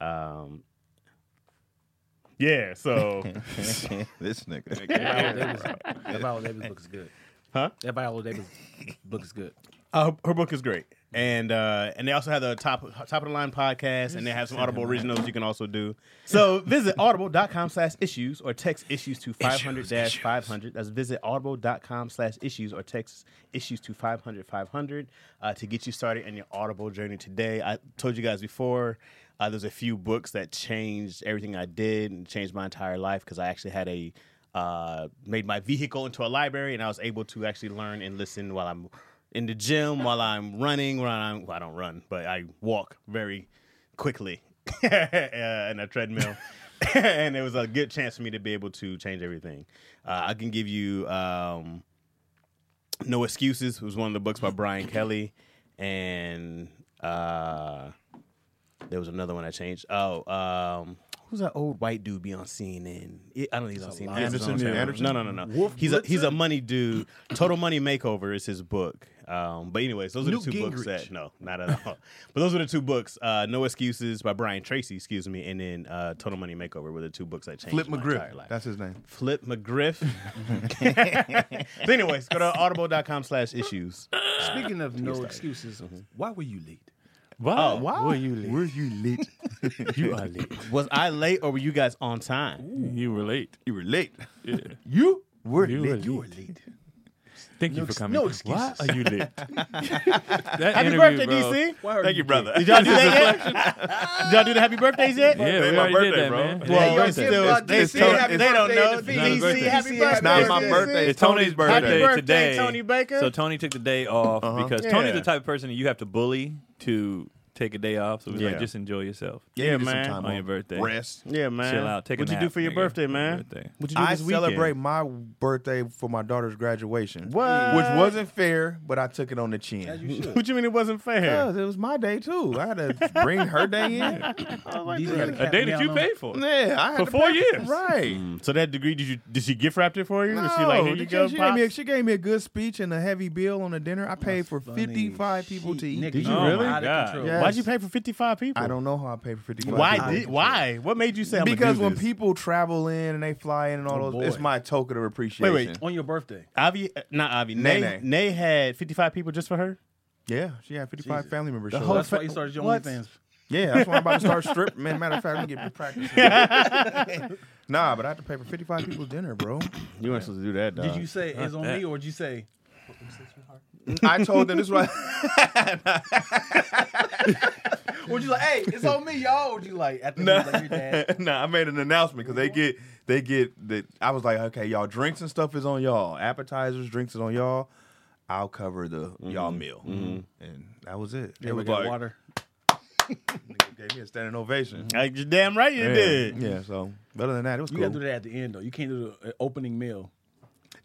D: Um, yeah, so
A: this nigga.
C: Viola Davis, that Viola Davis book is good.
D: Huh?
C: That Viola Davis book is good.
D: uh, her- her book is great, and uh, and they also have the top top of the line podcast, and they have some Audible originals you can also do. So visit audible.com slash issues or text issues to 500 500. That's visit audible.com slash issues or text issues to 500 500 uh, to get you started in your Audible journey today. I told you guys before. Uh, there's a few books that changed everything I did and changed my entire life because I actually had a uh, made my vehicle into a library and I was able to actually learn and listen while I'm in the gym, while I'm running, while I'm well, I don't run, but I walk very quickly uh, in a treadmill. and it was a good chance for me to be able to change everything. Uh, I can give you um, No Excuses was one of the books by Brian Kelly, and uh, there was another one I changed. Oh, um, who's that old white dude be on CNN? It- I don't think he's on CNN.
A: Anderson,
D: He's on
A: yeah,
D: CNN.
A: Anderson?
D: No, no, no, no. he's a he's a money dude. Total Money Makeover is his book. Um, but anyways, those are
C: Newt
D: the two books
C: Gingrich.
D: that no, not at all. but those were the two books. Uh, no Excuses by Brian Tracy, excuse me, and then uh, Total Money Makeover were the two books that changed
A: Flip
D: my entire
A: McGriff.
D: life.
A: That's his name.
D: Flip McGriff. but anyways, go to audible.com slash issues.
C: Speaking of no excuses, why were you late?
B: Wow.
D: Oh, Were you
A: Were you lit?
B: You are late.
D: Was I late or were you guys on time?
B: You were late.
A: you were late.
B: Yeah.
A: You were
B: You
A: lit.
B: were
A: You were
B: lit.
A: late.
B: Thank you
C: No
B: for
C: ex-
B: coming.
C: no
B: Why
C: excuses.
B: are you late?
D: Happy birthday, DC.
C: Why are
A: Thank you, brother.
D: Did y'all do that yet? Did y'all do the happy birthdays yet?
B: Yeah,
A: Birthday,
B: we
A: my
B: already
A: birthday,
B: did that,
A: bro.
B: man.
A: Well,
D: Well,
C: Hey,
D: they
C: yo, give
D: still,
C: God
D: they
C: DC
D: still,
A: happy
D: they don't
C: birthday
D: know.
C: to
D: DC,
B: Tony's birthday.
D: happy birthday.
C: It's
A: It's not my
C: Happy
A: birthday.
B: It's Tony's
D: Happy
B: birthday
D: birthday, Uh-huh.
B: today.
D: Tony Baker.
B: So Tony took the day off because Tony's
D: Yeah.
B: the type of person that you have to bully to take a day off. So we
D: Yeah.
B: like, just enjoy yourself.
A: Yeah,
D: Yeah,
A: you get some
D: man.
A: time
B: On your
A: off.
B: birthday.
A: Rest.
D: Yeah, man.
B: Chill out. Take a
D: What'd you do
B: nap,
D: for your
B: nigga.
D: birthday, man?
B: Birthday.
D: What'd you do
A: I
D: this weekend?
A: celebrate my birthday for my daughter's graduation.
D: What?
A: Which wasn't fair, but I took it on the chin.
C: As you should.
D: What you mean it wasn't fair?
A: Because it was my day too. I had to bring her day in.
C: These had
B: A
C: cap
B: day that
C: down
B: you
C: on-
B: paid for.
A: Yeah, I had
B: For
A: to
B: four
A: pay-
B: years.
A: Right.
D: So that degree, did you did she gift wrap it for you?
A: No,
D: Or she like, here you
A: she,
D: go,
A: she, gave
D: pops?
A: me a, she gave me a good speech and a heavy bill on a dinner. I paid for
C: funny.
A: 55 people to
C: She-
A: eat.
C: nigga,
D: Did you
B: Oh
D: really?
B: my
C: Out of
B: God.
C: control.
A: Yeah.
D: Why'd you pay for fifty five people?
A: I don't know how I paid for 55 people.
D: Why did? Why? What made you say? I'm
A: Because
D: gonna
A: when
D: do this?
A: people travel in and they fly in and all
C: Oh,
A: those, it's
C: boy.
A: my token of appreciation.
C: On your birthday.
D: Avi, uh, not Avi,
A: Nay,
D: Nay,
A: Nay.
D: Nay had fifty five people just for her.
A: Yeah, she had 55
C: Jesus.
A: family members.
D: The
A: show
D: whole
A: up.
C: That's why you started your
D: What?
C: OnlyFans.
A: yeah, that's why I'm about to start stripping. Man, matter of fact, I'm getting practice. nah, but I had to pay for 55 people's dinner, bro. Uh,
D: You weren't supposed to do that,
C: Did you say it's on me or did you say
A: I told them this was.
C: Would you like, hey, it's on me, y'all? Would you like, at the
A: No,
C: end, like your dad?
A: I made an announcement because they get they get that. I was like, okay, y'all drinks and stuff is on y'all. Appetizers, drinks is on y'all. I'll cover the
D: Mm-hmm.
A: y'all meal, and that was it. They
C: Here we
A: was
C: got
A: like-
C: water.
A: gave me a standing ovation.
D: Like, you're damn right you
A: Yeah.
D: did.
A: Yeah, so better than that, it was
C: You
A: cool.
C: gotta do that at the end though. You can't do the uh, opening meal.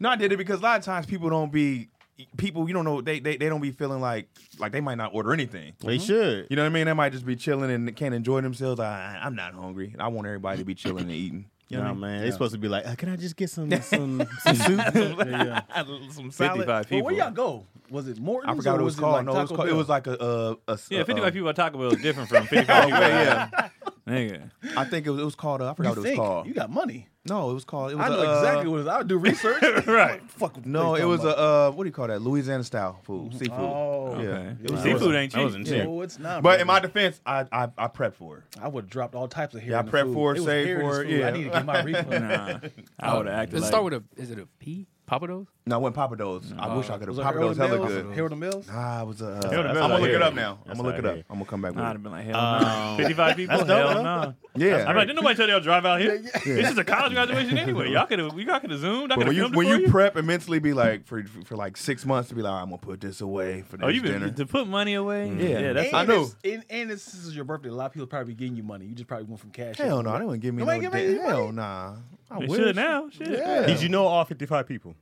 A: No, I did it because a lot of times people don't be people. You don't know they they, they don't be feeling like like they might not order anything.
D: They
C: Mm-hmm.
D: should.
A: You know what I mean? They might just be chilling and can't enjoy themselves. I, I'm not hungry. I want everybody to be chilling and eating. You know
D: Nah,
A: what
D: man. They supposed to be like, uh, can I just get some some, some soup?
C: Yeah.
A: I mean? Some
B: Fifty-five
C: Well,
B: people.
C: where y'all go? Was it Morton's?
A: I forgot what
C: or
A: it was called.
C: It
A: no,
C: like
A: it was
C: Taco
A: called. It
C: Bell?
A: was like a uh, a
B: yeah,
A: uh,
B: fifty-five people at Taco Bell is different from
D: Oh,
B: fifty-five people.
A: yeah,
B: at- Nigga.
A: I think it was, it was called. Uh, I forgot
C: You
A: what
C: think?
A: it was called.
C: You got money.
A: No, it was called. It was
C: I know
A: a, uh,
C: exactly what it is. I'll do research. right. Fuck. what
A: No, it
C: they talking
A: was a
C: about.
A: uh, what do you call that? Louisiana style food, seafood.
C: Oh.
A: yeah.
B: Okay.
A: It was-
B: Seafood ain't
D: That wasn't
B: cheap.
D: cheap.
C: No, it's not.
A: But
C: brother.
A: in my defense, I I, I prepped for it.
C: I would have dropped all types of hair.
A: Yeah, I
C: in the
A: prepped
C: food.
A: for it,
C: was
A: saved
C: hair in this
A: for it,
C: food.
A: yeah.
C: I need to get my refund.
B: Nah, I would have acted.
E: Let's
B: like,
E: start with a. Is it a P? Papados?
A: No, I went Papa Do's. I wish I could have.
C: Was it
A: Papa Do's
C: Harold
A: hella
C: and Mills?
A: good.
C: Harold and Mills.
A: Nah, it was uh,
D: Harold and
A: I'm
D: Mills
A: gonna
D: out
A: look
D: here.
A: it up now. I'm
D: That's
A: gonna look
D: out
A: it up.
D: here.
A: I'm gonna come back with
B: I'd have
A: it.
B: been like, hell no. Fifty-five people,
D: dope,
B: hell
D: though.
B: no.
A: Yeah.
B: I'm like, didn't nobody tell y'all drive out here? This is a college graduation anyway. Y'all could have, y'all could have zoomed. I
A: But when
B: could have
A: you
B: filmed
A: when
B: it for
A: you
B: you.
A: prep and mentally be like for for, for like six months to be like I'm gonna put this Mm. away for
B: oh,
A: next
B: you
A: dinner.
B: been to put money away?
A: Yeah.
B: yeah that's
A: I
C: And
A: know.
C: it's- And, and it's, this is your birthday. A lot of people probably be getting you money. You just probably went from cash.
A: Hell no, they wouldn't give me
C: Nobody
A: no.
C: give
A: da-
C: you money?
A: Hell nah. I
B: They
A: wish.
B: should now. Shit.
A: Yeah.
D: Did you know all 55 people?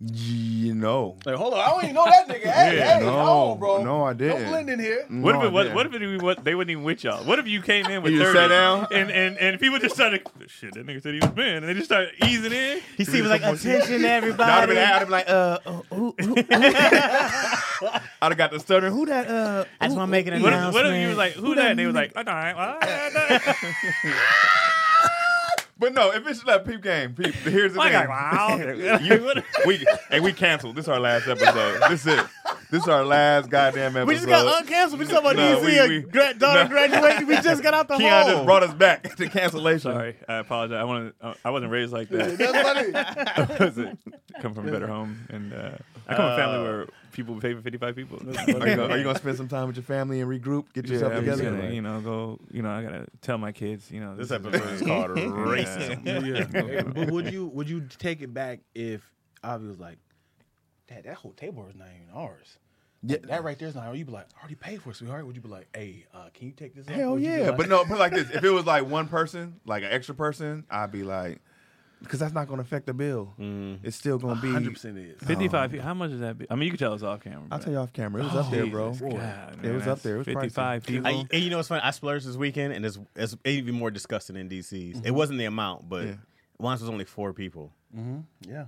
A: You know.
C: Like, hold on, I don't even know that nigga. Hey,
B: Yeah,
C: hey,
A: no,
C: hold on, bro.
A: no, I didn't.
C: Don't blend in here.
B: What
A: No,
B: if it
A: I
B: was?
A: didn't.
B: What if it, was- they wouldn't even with y'all? What if you came in with
A: You just
B: thirty
A: sat down?
B: and and and people just started shit? That nigga said he was man, and they just started easing in.
D: He seemed like, attention, everybody.
A: I'd have been, I'd have been like, uh, oh, ooh, ooh, ooh. I'd have got the stutter. Who that? Uh,
D: I just want to make an
B: What if, what if you was like, who that? And they was like, all right, well, I
A: but no, if it's like peep game, peep. Here's the
B: got
A: thing. You- we and we canceled. This is our last episode. This is it. This is our last goddamn episode.
D: We just got uncanceled. We just about
A: No,
D: to
A: we-
D: see a
A: we-
D: gra- daughter
A: no.
D: graduating. We just got out the
A: Keon
D: hall.
A: just brought us back to cancellation.
B: Sorry, I apologize. I wanted, I wasn't raised like that.
C: That's funny.
B: I come from a better home, and uh, I come from a family where people pay for fifty-five people.
A: Are you, gonna, are you gonna spend some time with your family and regroup, get
B: Yeah,
A: yourself
B: I'm just
A: together?
B: gonna, you know, go. You know, I gotta tell my kids. You know,
D: this
B: is-
D: episode is called racism.
C: yeah. but would you would you take it back if I was like, Dad, that whole table is not even ours.
A: Yeah.
C: That right there is not ours. You'd be like, I already paid for it, sweetheart. Would you be like, hey, uh, can you take this? off?"
A: Hell
C: Would you be
A: yeah!
C: like-
A: But no, but like this, if it was like one person, like an extra person, I'd be like, because that's not gonna affect the bill.
B: Mm-hmm.
A: It's still gonna be.
C: 100% is.
B: Fifty-five. people. How much is that? Be? I mean, you can tell us off camera.
A: Oh. I'll
B: but-
A: tell you off camera. It was up there, bro.
B: Oh, Jesus God,
A: it
B: man,
A: was up
B: that's
A: there. It was pricey.
B: Fifty-five people.
D: I, and you know what's funny? I splurged this weekend, and it's, it's even more disgusting in DC's. It wasn't the amount, but
A: Mm-hmm. Yeah.
D: once was only four people,
C: Yeah.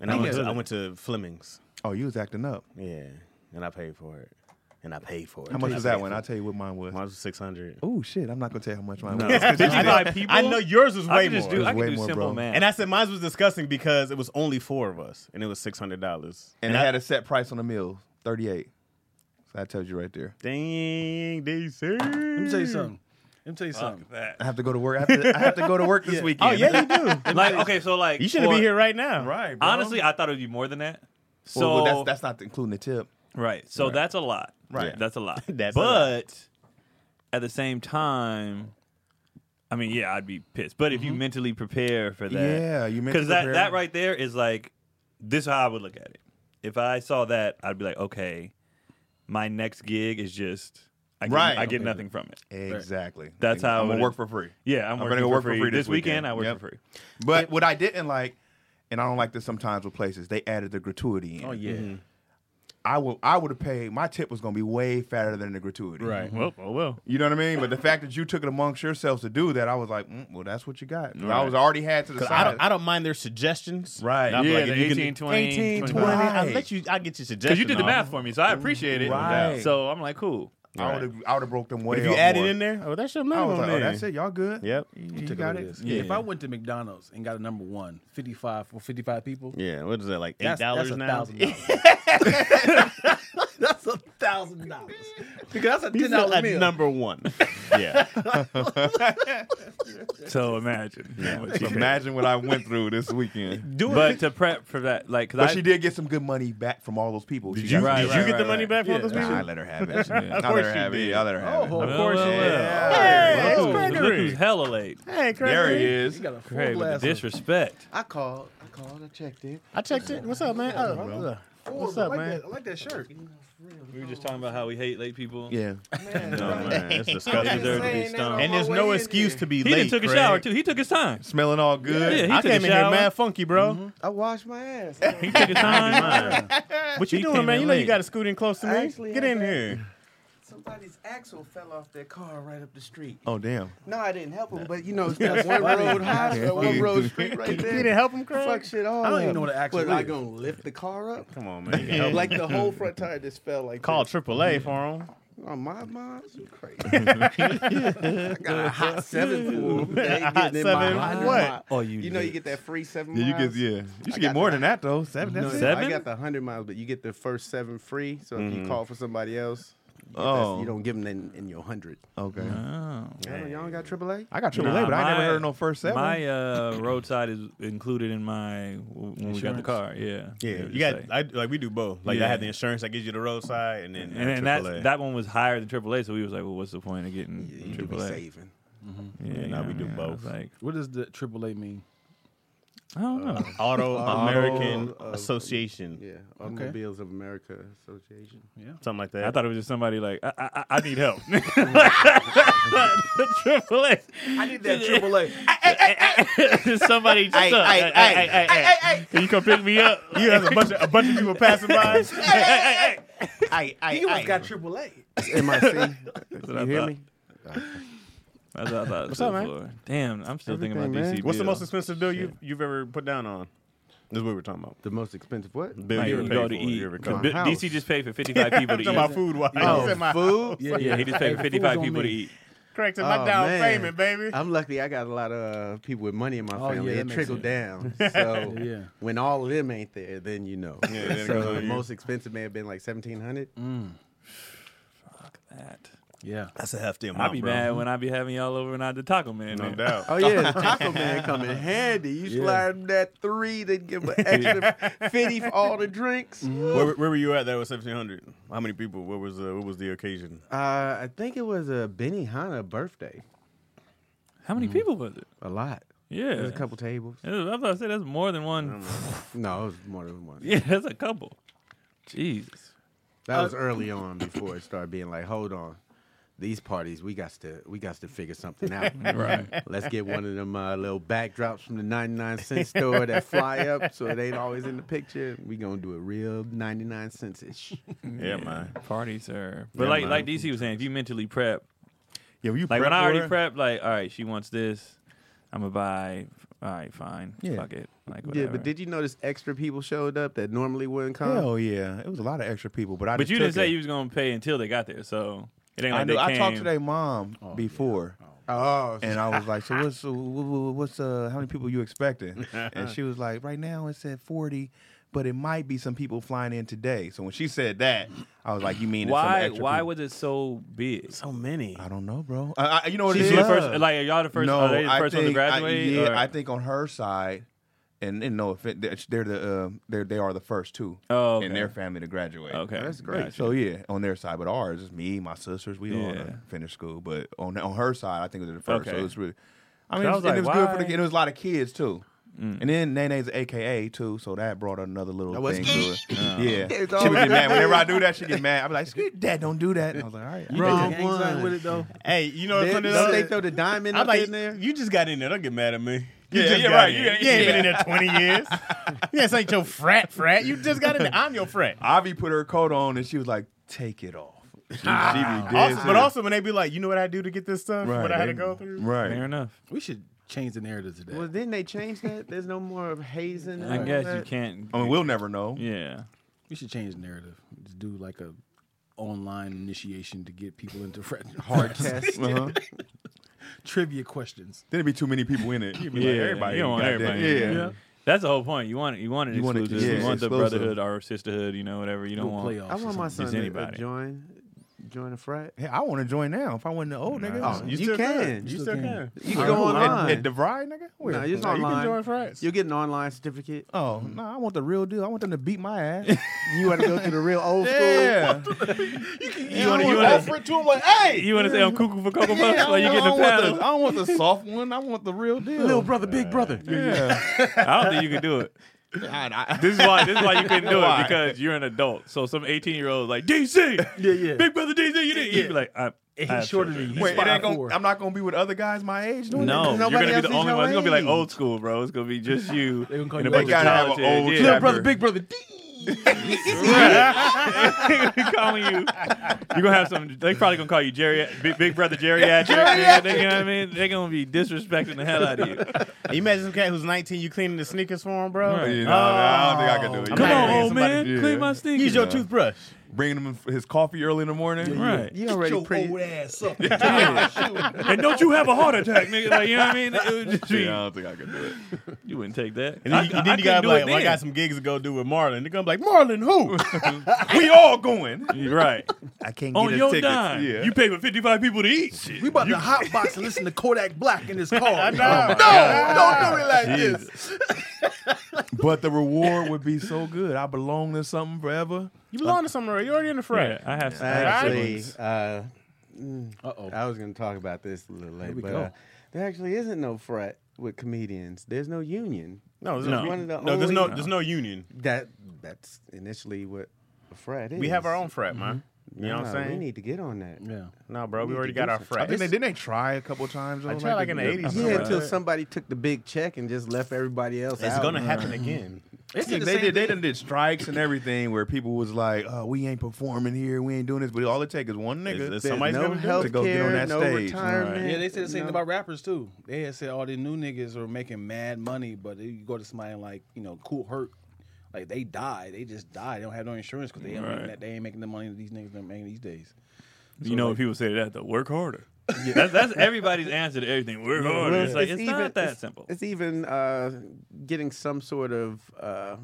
D: and I went,
B: Yeah.
D: to, I went to Fleming's.
A: Oh, you was acting up.
D: Yeah, and I paid for it, and I paid for it.
A: How much
D: And I
A: was
D: paid
A: that
D: for
A: one?
D: it.
A: I'll tell you what mine was.
D: Mine was six hundred.
A: Oh shit! I'm not gonna tell you how much mine was.
B: Fifty-five people.
D: I know yours was
B: I
D: way
B: can just
D: more.
B: do.
A: was
B: I
A: way
B: can do
A: more,
B: simple
A: bro.
B: math.
D: and I said mine was disgusting because it was only four of us, and it was six hundred dollars.
A: And it had a set price on the meal, thirty-eight. So that tells you right there.
D: Dang, DC.
C: Let me tell you something. Let me tell you something.
A: I have to go to work. I have to, I have to go to work this
C: Yeah.
A: weekend.
D: Oh yeah, you do.
B: like okay, so like
D: You should have
B: for-
D: been here right now.
A: right. Bro.
B: Honestly, I thought it would be more than that. So
A: well, that's that's not including the tip.
B: right. So that's a lot.
A: Right.
B: That's a lot.
D: That's a
B: but at the same time, I mean, yeah, I'd be pissed. But if you mentally prepare for that,
A: Mm-hmm. Yeah, you
B: because
A: mentioned
B: that that right there is like this is how I would look at it. If I saw that, I'd be like, okay, my next gig is just I get,
A: Right.
B: I get nothing from it.
A: Exactly.
B: That's how
A: I'm
B: it
A: gonna work
B: is.
A: for free.
B: Yeah, I'm,
A: I'm
B: working
A: gonna go
B: for
A: work for free
B: this
A: this weekend.
B: I work
A: Yep.
B: for free.
A: But what I didn't like, and I don't like this sometimes with places, they added the gratuity in.
C: Oh, yeah.
D: Mm-hmm.
A: I would I would have paid my tip was gonna be way fatter than the gratuity.
C: Right.
B: Well, oh well.
A: You know what I mean? But the fact that you took it amongst yourselves to do that, I was like, mm, well, that's what you got. I was already had to the
D: 'Cause
A: side.
D: I don't, I don't mind their suggestions.
A: Right.
D: I'll be
B: Yeah,
D: like,
B: the
D: if you can do
B: 18, 20,
D: 18, 20,
B: 25.
D: I'll let you. I get your suggestions.
B: Because you did the math for me, so I appreciate it.
A: Right.
B: So I'm like, cool.
A: I would have I would have broke them way.
D: But if you
A: up
D: add
A: more.
D: it in there, oh, that's your
A: I
D: number.
A: was like,
D: man.
A: oh, that's it. Y'all good?
D: Yep.
A: You,
C: Take a
A: got
C: look at
A: it.
C: this. If
D: Yeah.
C: I went to McDonald's and got a number one, 55 for 55 people,
D: Yeah. What is that? Like eight
C: that's, that's
D: dollars
C: a
D: now.
C: thousand dollars. That's a thousand dollars because that's a
D: He's
C: ten
D: still
C: dollar
D: at
C: meal.
D: number one. Yeah.
B: So imagine. what you pay.
A: Imagine what I went through this weekend.
B: but to prep for that, like,
A: But
B: because
A: she did get some good money back from all those people. Did
B: you- Right,
D: Did you
B: right,
D: get the
B: right,
D: money
B: right.
D: back from all
B: Yeah.
D: those
A: Nah, I
D: people?
A: let her have it.
B: Of
A: I let her
D: course you
A: have it.
D: did.
A: I let her have
C: Oh,
A: it.
B: Of
C: Well,
B: course,
A: well,
B: yeah.
D: well. Hey,
B: Look
D: it's
B: who's- Look
D: Gregory.
B: who's hella late.
D: Hey, Craig.
A: There he
C: You
A: is.
C: got a full
B: Craig with the
C: glass. of-
B: disrespect.
C: I called. I called. I checked it.
D: I checked it. What's up, man? Oh, uh, what's
C: I
D: up,
C: like
D: man?
C: That, I like that shirt.
B: We were just talking about how we hate late people.
A: Yeah.
D: No, man. It's
B: They
D: disgusting.
B: deserve to be
F: Saying that
B: stoned.
F: on
D: And
F: my
D: there's
F: way
D: no
F: in
D: excuse
F: there.
D: to be
B: He
D: late.
B: didn't took a
D: Craig.
B: shower too. He took his time.
A: Smelling all good.
B: Yeah, he
D: I
B: took
D: came
B: a
D: in here
B: shower. Mm-hmm.
D: mad funky, bro.
F: I washed my ass.
B: He took his time.
D: What you
B: He
D: doing,
B: came
D: man?
B: in
D: You know you
B: late.
D: got to scoot in close to me.
F: Actually,
D: Get
F: I
D: in
F: got-
D: here.
F: Somebody's axle fell off their car right up the street.
A: Oh damn.
F: No, I didn't help him, but you
C: Oh,
F: know, it's that one road hospital, one road street right
D: You
F: there.
D: didn't help him, Craig?
F: Fuck shit all
C: I don't even
F: up.
C: know what an axle
F: What, I
C: is.
F: gonna lift the car up?
D: Come on, man. You can help him.
F: Like the whole front tire just fell like
D: Call AAA for him.
F: that. Oh, my mom, you crazy. I got a hot seven for they
D: Hot
F: getting in
D: seven,
F: my Honda.
D: what?
F: My-
B: Oh, you
F: you know, you
B: lit.
F: get that free seven.
A: Yeah, you
F: miles.
A: get yeah. You should
F: got
A: get more
F: the-
A: than that though. Seven. That's it.
F: I
B: Seven?
F: got the hundred miles, but you get the first seven free. So if you call for somebody else, you get that-
A: Oh.
F: you don't give them in, in your hundred.
A: Okay.
B: Oh.
F: Y'all y'all don't got AAA.
A: I got AAA,
B: Nah,
A: but I never
B: my-
A: heard no first seven.
B: My uh, roadside is included in my when we got the car. Yeah,
D: Yeah,
B: It
D: you
B: was
D: got I, like we do both. Like
B: Yeah.
D: I had the insurance that gives you the roadside, and then
B: and then
D: AAA.
B: that that one was higher than AAA, so we was like, well, what's the point of getting
F: Yeah, you could be
B: AAA?
F: saving.
B: Yeah,
D: Yeah,
B: you
D: nah,
B: know
D: we
B: what I
D: do
B: mean? I was
D: both.
B: Like,
C: What does the AAA mean?
B: I don't
D: Uh,
B: know.
D: Auto American
F: uh,
D: Association,
F: Yeah, Automobiles of America Association.
D: something like that.
B: I thought it was just somebody like I, I, I- I need help. AAA.
C: I need that AAA.
B: somebody just up.
F: hey,
B: Hey, hey, hey, hey, Can you come pick me up?
D: you have a bunch of a bunch of people passing by.
F: Hey, hey,
C: You almost got AAA.
F: MIC.
B: what I
F: you hear
B: thought.
F: me?
B: That's what I thought. What's
D: up, man?
B: Damn, I'm still thinking
F: Everything,
B: about
F: man.
B: DCB.
D: What's the
B: though.
D: most expensive bill you you've ever put down on? This is what we were talking about.
F: The most expensive what?
D: Bill
B: Like,
D: you
B: you
D: ever
B: go
D: paid
B: to
D: for, you
B: eat.
D: ever
B: 'Cause
D: cooked.
B: B-
F: house.
B: DC just paid for 55 people to
D: I'm talking about
B: eat.
D: food wise.
F: Oh,
D: my,
F: food.
B: Yeah, he just paid for 55 people to eat.
D: Correct. my
F: Oh,
D: down
F: man.
D: payment, baby.
F: I'm lucky. I got a lot of uh, people with money in my
C: Oh,
F: family.
C: yeah, that
F: it
C: makes
F: trickled down. So
C: Yeah.
F: when all of them ain't there, then you know.
D: Yeah, then it goes
F: so
D: on
F: the
D: you.
F: most expensive may have been like seventeen hundred.
B: That.
C: Yeah.
D: That's a hefty amount,
B: I'll be mad when I be having y'all over and I the taco man.
D: No
B: there.
D: doubt.
F: Oh yeah, the Taco Man come in handy. You
C: Yeah.
F: slide him that three, then give him an extra fifty for all the drinks.
B: Mm-hmm.
D: Where, where were you at? That was 1700. How many people? What was uh, what was the occasion?
F: Uh, I think it was a Benny Hanna birthday.
B: How
A: Mm-hmm.
B: many people was it?
F: A lot.
B: Yeah.
F: There's a couple tables.
B: It was- I was about to say that's more than one.
F: No, it was more than one.
B: Yeah, that's a couple. Jesus.
F: That was early on before it started being like, hold on, these parties we got to we got to figure something out.
B: Right.
F: Let's get one of them uh, little backdrops from the ninety nine cent store that fly up, so it ain't always in the picture. We gonna do it real ninety nine cents ish.
D: Yeah, man.
B: Parties are. But
D: Yeah,
B: like
D: man.
B: like DC was saying, if you mentally prep,
A: yeah, you prep
B: like when I
A: for
B: already
A: it?
B: prepped, like, all right, she wants this. I'm going to buy. All right, fine. Fuck it. Like,
F: Yeah,
B: whatever.
F: but did you notice extra people showed up that normally wouldn't come?
A: Hell yeah, it was a lot of extra people, but I.
B: uh-huh. But
A: just
B: you
A: took
B: didn't say
A: it.
B: you was gonna pay until they got there, so it ain't like
A: I, knew,
B: they
A: I
B: came.
A: talked to their mom before,
F: Oh,
A: and I was like, "So what's so wh- wh- what's uh how many people you expecting?" and she was like, "Right now it said forty, but it might be some people flying in today." So when she said that, I was like, "You mean it's some
B: Why?
A: extra
B: Why
A: people?
B: was it so big?
D: So many.
A: I don't know, bro. I, I, you know what
B: She's
A: it is?
B: the first. Like, are y'all the first?
A: no,
B: are they the
A: I
B: first
A: think
B: one to graduate?
A: I, yeah,
B: or-
A: I think on her side, and, and no offense, they're- they're the uh, they're they are the first two
B: Oh, okay.
A: in their family to graduate.
B: okay,
F: That's great.
B: gotcha.
A: So yeah, on their side, but ours is me, my sisters. We all
B: Yeah.
A: done finished school, but on on her side, I think it was the first.
B: Okay.
A: So it's really, I
B: So
A: mean,
B: I
A: it
B: was
A: was, and it was
B: like,
A: good for the
B: why? Mm.
A: and it was a lot of kids too. And then Nene's an AKA too, so that brought another little
F: That was-
A: thing to it.
F: It's
A: Yeah, she would
F: always-
A: get mad whenever I do that. She get mad. I'm like, "Scoot, Dad, don't do that. And I was like, all right,
F: Wrong
C: Gang sign
F: one.
C: with it though.
D: Hey, you know what's
F: They,
D: funny?
F: don't
D: though?
F: they throw the diamond
D: I'm
F: up
D: like,
F: in there?
D: you just got in there. Don't get mad at me. You
A: Yeah,
D: just
A: yeah,
D: got
A: right.
D: in.
A: You-
D: You, ain't been in there 20 years. yeah, this ain't your frat, frat. You just got in there. I'm your frat.
A: Ivy put her coat on and she was like, "Take it off." She, she be dead
D: Also, but
A: serious.
D: also, when they be like, you know what I do to get this stuff?
A: Right,
D: what I had
A: they-
D: to go through?
B: fair
A: right?
B: enough.
C: We should change the narrative today.
F: Well, didn't they change that? There's no more of hazing. and
B: I
F: all
B: guess you
F: that?
B: can't.
A: I mean, we'll never know.
B: yeah,
C: We should change the narrative. Just do like a online initiation to get people into frat-
F: Hard test.
A: Uh-huh.
C: trivia questions.
A: There'd be too many people in it. You'd be
B: Yeah,
A: like, everybody,
B: you don't want
A: goddamn-
B: everybody in
A: Yeah.
B: it. That's the whole point. You want it. You want it
A: You want it to
B: exclusive.
A: be
B: you want the
A: exclusive.
B: brotherhood or sisterhood. You know, whatever. You don't
C: Little
B: want.
C: playoffs
F: I
C: or
F: want my
C: something.
F: son
B: Just
F: to uh,
B: anybody.
F: join, join a frat.
A: Hey, I want to join now. If I wasn't the old nigga,
F: Oh, you
D: You
F: can. You
D: still
C: still
D: can.
F: You can go
A: at,
F: online.
A: at DeVry, nigga. Where?
F: No,
D: No,
F: you're
D: you can
F: online.
D: join frats.
F: You'll get an online certificate.
A: Oh no, I want the real deal. I want them to beat my ass.
F: You want to go through the real old school.
A: yeah,
B: You want to. You want
C: Offer
B: to.
C: it to him like, hey,
B: You want to say I'm cuckoo for cocoa puffs
A: Yeah,
B: while you
A: I
B: get the
A: don't want the-
B: paddle?
A: I don't want the soft one. I want the real deal.
F: Little brother, big brother.
A: Yeah.
B: I don't think you can do it. This is why. This is why you couldn't do it because you're an adult. So some 18 year old like DC,
C: Yeah, yeah.
B: Big Brother DC, you didn't. You'd be like, I,
C: And
B: I
C: he's
B: have
C: shorter
B: children.
C: than you.
A: Wait, it ain't
C: Four.
A: gonna, I'm not gonna be with other guys my age doing it.
B: No, you're gonna
F: nobody
B: be
F: else
B: the
F: is
B: only
F: your
B: one. It's gonna be like
F: age.
B: old school, bro. It's gonna be just you.
C: They gonna call
B: and
C: you
B: a bunch
A: They gotta
B: of
A: have
B: college
A: an old
B: kids.
A: chapter.
F: Little brother, big brother.
B: Right. They calling you. You're gonna have some. They probably gonna call you Jerry, Big, big Brother geriatric. nigga. They- you know what I mean? They're gonna be disrespecting the hell out of you.
D: You imagine some cat who's 19, you cleaning the sneakers for him, bro?
B: Right.
A: You know, I don't think I can do it.
D: I'm
B: Come
D: not
B: on,
D: gonna
B: old man,
A: Yeah.
B: clean my sneakers.
D: Use your toothbrush.
A: Bringing him his coffee early in the morning.
B: Right.
F: You already
C: Your
F: pretty.
C: old ass up.
B: and don't you have a heart attack, nigga? Like, you know what I mean? It would just be,
A: Yeah, I don't think I can do it.
B: You wouldn't take that.
D: And then, you,
B: I- I-
D: then
B: I
D: you gotta
B: couldn't
D: be
B: do
D: like,
B: it
D: well, I
B: then.
D: got some gigs to go do with Marlon. They're gonna be like, Marlon, who?
A: we all going.
B: You're right.
A: I can't
B: On your
A: ticket.
B: dime, you pay for 55 people to eat. Shit.
C: We about to hot box and listen to Kodak Black in his car. Oh
D: I know.
C: No, don't do it like this.
A: but the reward would be so good. I belong to something forever.
D: You belong to something already. You're already in the frat.
B: Right. I have to.
F: Actually, uh,
C: Uh oh.
F: I was going to talk about this a little later,
C: we
F: but
C: go.
F: uh, there actually isn't no frat with comedians. There's no union.
D: No, there's
B: No.
D: no,
F: One of the
D: no,
B: Oh,
D: there's no,
F: only-
D: there's no union.
F: That that's initially what a frat is.
D: We have our own frat, man. You know
F: No,
D: what I'm saying?
F: We need to get on that.
C: Yeah.
D: no, bro, we
F: need
D: already
F: to
D: got
F: do
D: our
F: something.
A: I
D: frat.
A: think they
D: It's-
A: didn't they try a couple times. though?
D: I tried, like, in the 80s.
F: Yeah,
D: Right.
F: until somebody took the big check and just left everybody else
D: It's
F: out.
D: gonna happen again.
C: It's
A: Yeah, they did. They done did strikes and everything where people was like, oh, "We ain't performing here. We ain't doing this." But all it takes is one nigga.
D: It's- it's
F: There's
D: Somebody's
F: no
D: gonna do
F: health
A: it. To go get on that
F: no
A: stage.
F: retirement.
C: Yeah, they said the same
F: no-
C: thing about rappers too. They had said all the new niggas are making mad money, but if you go to somebody like you know Cool Hurt, like they die. They just die. They don't have no insurance because they ain't making
B: Right.
C: that. They ain't making the money that these niggas are making these days.
B: You know, when people say that, though, work harder. That's, that's everybody's answer to everything. Work harder.
F: Well,
B: It's like, it's,
F: even-
B: not that
F: it's-
B: simple.
F: It's even uh, getting some sort of uh,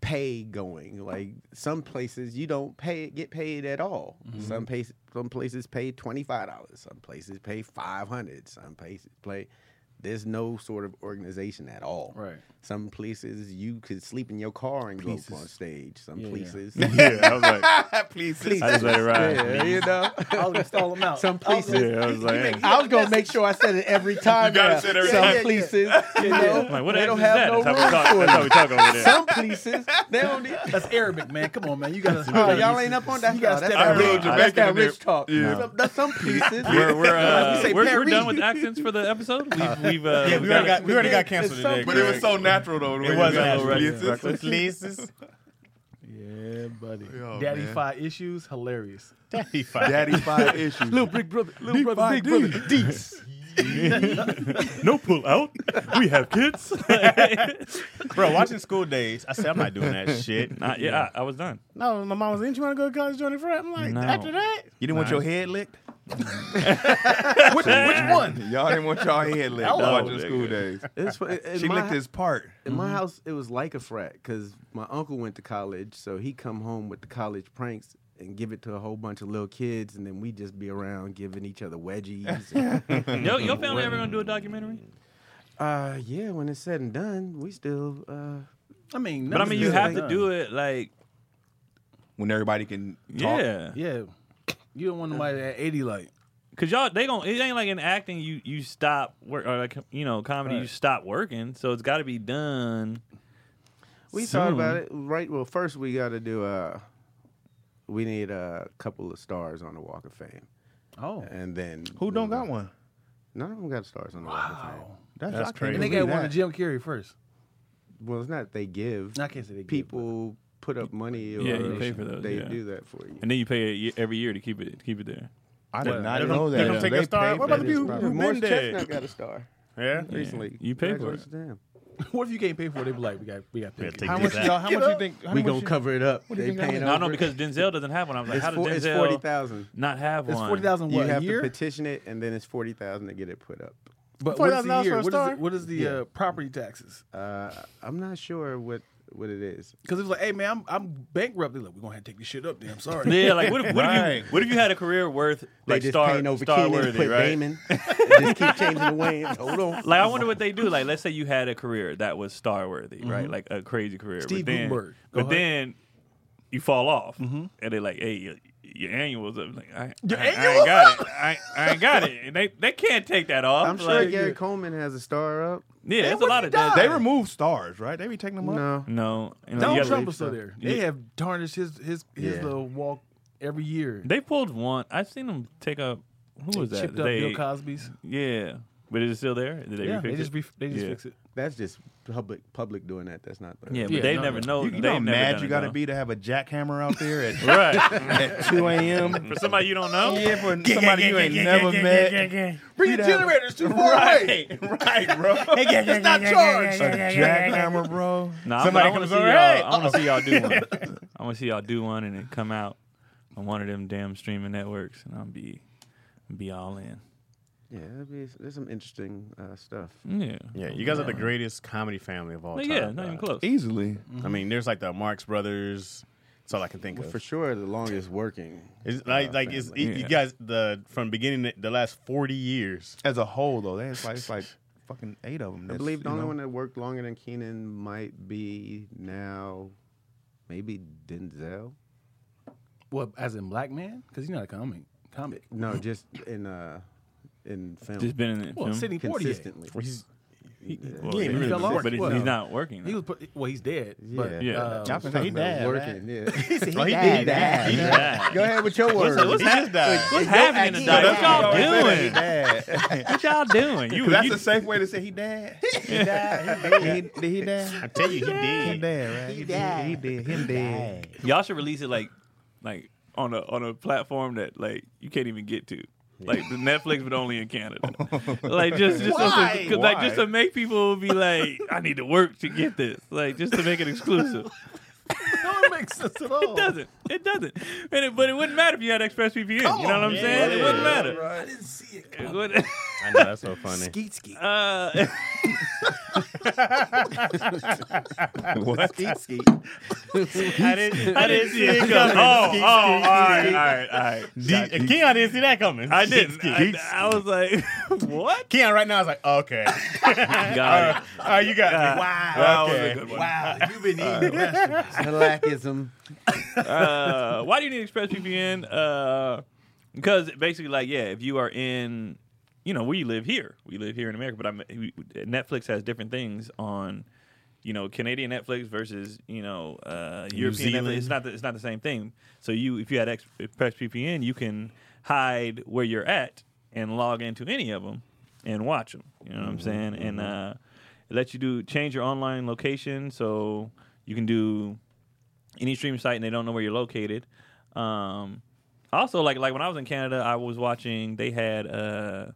F: pay going. Like some places, you don't pay get paid at all.
B: Mm-hmm.
F: Some pay, some places pay twenty five dollars. Some places pay five hundred. Some places play. There's no sort of organization at all.
C: Right.
F: Some places you could sleep in your car and go up on stage. Some
C: Yeah, yeah.
F: places,
B: yeah, I was like,
A: please,
B: I just let it ride.
F: yeah, you know.
C: I was gonna stall them out.
F: Some places,
B: Yeah, I was like,
F: I was gonna make sure I said it every time.
A: gotta
F: now.
A: say it every
F: Some
A: time.
F: yeah, places, you know,
B: I'm like, what
F: they
B: the
F: don't
B: heck
F: have
B: is
F: no
B: that? That's how we
F: room
B: talk.
F: for
B: That's how we talk
F: it.
B: over there.
F: Some places, they don't. need-
C: That's Arabic, man. Come on, man. You gotta.
F: Oh, y'all ain't up on that.
C: You gotta
F: Oh, that's
C: step
F: that
C: out.
A: real
F: rich, that's
A: Jamaican
F: that
A: in there.
F: rich talk.
A: Yeah.
F: Some, that's some places.
B: we're, we're,
F: Like
B: uh,
F: we say,
B: we're, we're
F: Paris.
B: done with accents for the episode. We've, we've uh,
D: Yeah, we already
B: done
D: got,
B: it.
D: we already got
F: There's
D: canceled
F: some-
D: today.
A: But it was so natural though. The way
D: It
A: you
D: was
A: got
D: natural.
A: those places.
D: Reckless leases.
C: Yeah, buddy.
A: Yo,
C: Daddy
A: man.
C: five issues, hilarious.
D: Daddy five.
A: Daddy five issues.
C: Little big brother, little brother,
A: five
C: big brother, Deets.
B: no pull out. We have kids.
D: Bro, watching school days, I said I'm not doing that shit.
B: Not, yeah, I, I was done.
D: No, my mom was in. You want to go to college, join the frat? I'm like,
B: No.
D: after that,
A: You didn't want your head licked.
C: Which, which one?
A: Y'all didn't want y'all head licked.
B: Hello,
A: Watching
B: nigga.
A: school days.
F: It's fu- in
A: She
F: my
A: licked
F: hou-
A: his part. Mm-hmm.
F: In my house, it was like a frat because my uncle went to college, so he come home with the college pranks and give it to a whole bunch of little kids, and then we just be around giving each other wedgies. and-
B: Yo, your family ever gonna do a documentary?
F: uh, yeah, when it's said and done, we still. Uh,
C: I mean,
B: But I mean, you
F: Yeah.
B: have to do it like,
A: When everybody can talk.
B: yeah.
C: Yeah, you don't want nobody at eighty like.
B: Cause y'all, they gon' It ain't like in acting. You you stop work or like you know comedy. You
C: Right.
B: stop working. So it's got to be done.
F: We
B: soon.
F: thought about it. Right. Well, first we got to do a. We need a couple of stars on the Walk of Fame,
C: Oh,
F: and then
A: Who don't got one?
F: None of them got stars on the Walk of Fame.
C: wow.
A: That's,
D: That's
A: I can't
D: crazy.
C: And they
A: believe
C: got one
A: that.
C: to Jim Carrey first.
F: Well, it's not they give.
C: No, I can't say they give,
F: people put up money or
B: Yeah, you pay for those,
F: they
B: yeah.
F: do that for you.
B: And then you pay it ye- every year to keep it keep it there.
A: I did not
D: They don't-
A: know
D: they
A: that.
D: don't take a star?
A: pay
D: What
A: for
D: about the
A: that.
D: people who-
F: Probably.
D: been
F: Morris
D: there.
F: Chestnut got a star
D: yeah.
F: recently.
B: You pay for it.
F: Congratulations to him.
C: but- What if you can't pay for it? They be like, we got, we got to
D: Yeah,
C: pick
D: take
C: it.
A: How
D: Get
A: much
D: that.
A: y'all? How
C: Get
A: much you
C: up.
A: think? How
F: We
A: much
F: gonna
A: you-
F: cover it up.
A: do
F: They
A: you think
F: paying
A: I'm-
B: No,
F: over.
B: no, because Denzel doesn't have one. I was like,
F: it's,
B: how did
F: for, it's
B: Denzel
F: forty thousand.
B: not have
C: It's
B: one?
C: forty thousand
F: You
C: what a
F: have to
C: year?
F: petition it, and then it's forty thousand to get it put up. But
D: Forty
F: what's
D: thousand
F: the
D: dollars for
F: year?
D: a
F: What is
D: star?
F: it? What is
C: the uh, property taxes.
F: the? Uh, I'm not sure what what it is.
C: Because it was like, hey man, I'm, I'm bankrupt. They're like, we're gonna have to take this shit up. Then I'm sorry.
B: Yeah, like what if, what, if
A: Right.
B: you, what if you had a career worth like
F: they just
B: star
F: paint over
B: star
F: Keenan,
B: worthy,
F: put
B: right?
F: Damon. just keep changing the Wayans. Hold on.
B: Like I wonder what they do. Like let's say you had a career that was star worthy, right? Like a crazy career.
C: Mm-hmm. Steve
B: but then,
C: Gutenberg. Go
B: But
C: ahead. Mm-hmm.
B: then you fall off, and they're like, "Hey, your, your annuals up." Like I,
C: Your
B: I, I
C: annuals
B: ain't got it. I, I ain't got it. And they they can't take that off.
F: I'm sure
B: Like,
F: Gary Coleman has a star up.
B: yeah, there's a lot of
C: die.
B: that.
A: They remove stars, right? They be taking them up.
F: No.
B: No, you know, you
C: Donald
B: gotta-
C: Trump was still there. They
B: Yeah.
C: have tarnished his his his
F: Yeah.
C: little walk every year.
B: They pulled one. I've seen them take up. Who was that?
C: Chipped up
B: They-
C: Bill Cosby's.
B: yeah, but is it still there? Did they
C: yeah,
B: refix
C: they
B: it?
C: just ref- they just
B: Yeah.
C: fix it.
F: That's just public public doing that. That's not. The,
B: yeah, but
C: Yeah,
B: they
C: no,
B: never know.
A: You, you
B: they
A: know how
B: never
A: mad
B: done
A: you
B: it,
A: got to
B: no.
A: be to have a jackhammer out there at,
B: Right.
A: at 2 a.m.
B: For somebody you don't know?
A: Yeah, for somebody you ain't never met.
C: Bring
A: We'd
C: the
A: have-
C: generators too far away.
A: right, bro.
C: It's not charged.
A: A jackhammer, bro.
B: Nah,
A: Somebody
B: I wanna
A: comes
B: see uh,
A: over,
B: y'all,
A: "Hey,
B: I want to see y'all do one. I want to see y'all do one and it come out on one of them damn streaming networks and I'll be be all in.
F: Yeah, that'd be, there's some interesting uh, stuff.
B: Yeah.
D: Yeah, you guys are the greatest comedy family of all
B: Like,
D: time.
B: yeah, not even
D: dog.
B: close.
A: Easily.
D: I mean, there's like the Marx Brothers. That's all I can think
F: Well,
D: of.
F: for sure, the longest working.
D: It's like like it's,
F: family.
D: it- you
B: Yeah.
D: guys the from beginning to the last forty years.
A: As a whole, though, they- it's like, it's like fucking eight of them.
F: I believe the only one that worked longer than Keenan might be now, maybe Denzel.
C: What as in black man? Because he's not a comic. Comic.
F: No, just in uh in film
B: Just been in it.
C: Well, Sidney Poitier.
F: consistently.
D: He,
B: Well,
D: he ain't
B: yeah,
D: really
C: fell off.
B: but he's,
C: Well,
B: he's not working.
C: He was put, well. He's dead. But,
F: Yeah.
B: Yeah.
C: um,
A: Y'all think
F: Talking
A: he
F: about
A: died, right?
F: working. Yeah. he
D: Oh, he
F: died.
D: did.
F: He
B: He's
F: died.
B: back.
F: Go ahead with your words.
D: What's happening?
B: What's happening
F: He
B: tonight? What y'all
F: died.
B: doing?
A: Dad.
B: What y'all doing? You,
A: That's
B: you
A: the safe way to say he dad. He dad. Did he, did he dad?
D: I tell you, he
A: Him
D: did.
A: dad, right? He, dad. He did. Him dad.
B: Y'all should release it like like on a on a platform that like you can't even get to. Like the Netflix, but only in Canada. Like just, just so-
C: Why?
B: 'cause, like just
A: Why?
B: to make people be like, I need to work to get this. Like just to make it exclusive.
C: don't make sense at all.
B: It doesn't. It doesn't. And it, but it wouldn't matter if you had ExpressVPN. You know
C: Come
B: what
C: on,
B: I'm
C: man.
B: saying? It wouldn't
D: Yeah,
B: matter.
C: I didn't see it.
B: It would-
D: I know that's so funny.
C: Skeet skeet.
B: uh,
A: What?
D: I didn't. I didn't see it coming.
B: oh, oh, all
D: Skeet,
B: right, all
D: skeet,
B: right, all right.
D: skeet. D- Keon didn't see that coming.
B: I
D: Skeet,
B: didn't.
D: skeet.
B: I, I was like, what?
D: Keon right now is like, okay,
B: Got it.
D: all right, you got me.
C: Wow.
B: That was a
D: Okay.
B: good one.
C: Wow, you've Ah, been eating the rest of us.
F: Blackism.
B: uh, why do you need ExpressVPN? Uh, because basically, like, yeah, if you are in, you know, we live here, we live here in America, but I'm, we- Netflix has different things on, you know, Canadian Netflix versus you know uh, European
D: Zealand.
B: Netflix. It's not the, it's not the same thing. So you, if you had Ex- ExpressVPN, you can hide where you're at and log into any of them and watch them. You know what I'm saying? And uh, it lets you do change your online location, so you can do any stream site and they don't know where you're located. Um, also, like like when I was in Canada, I was watching. They had uh,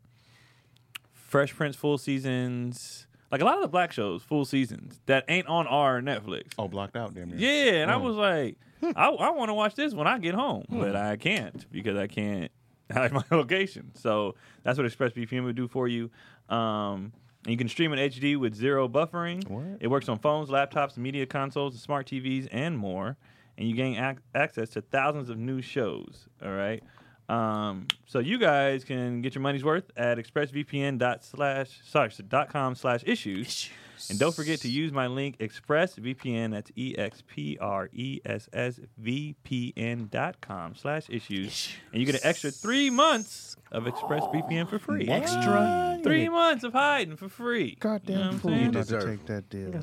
B: Fresh Prince full seasons, like a lot of the black shows, full seasons that ain't on our Netflix.
A: Oh, blocked out, damn near.
B: Yeah, and I was like, I, I want to watch this when I get home, but I can't because I can't hide my location. So that's what ExpressVPN would do for you. Um, and you can stream in HD with zero buffering.
A: What?
B: It works on phones, laptops, media consoles, and smart TVs, and more. And you gain ac- access to thousands of new shows. All right. Um, so you guys can get your money's worth at expressvpn.com slash sorry, dot com slash issues. And don't forget to use my link expressvpn. That's e x p r e s s v p n dot com slash issues, and you get an extra three months of ExpressVPN for free.
A: Extra
B: three months of hiding for free.
A: Goddamn
B: You know what I'm
A: fool
B: saying?
A: not
F: deserve.
A: to take that deal.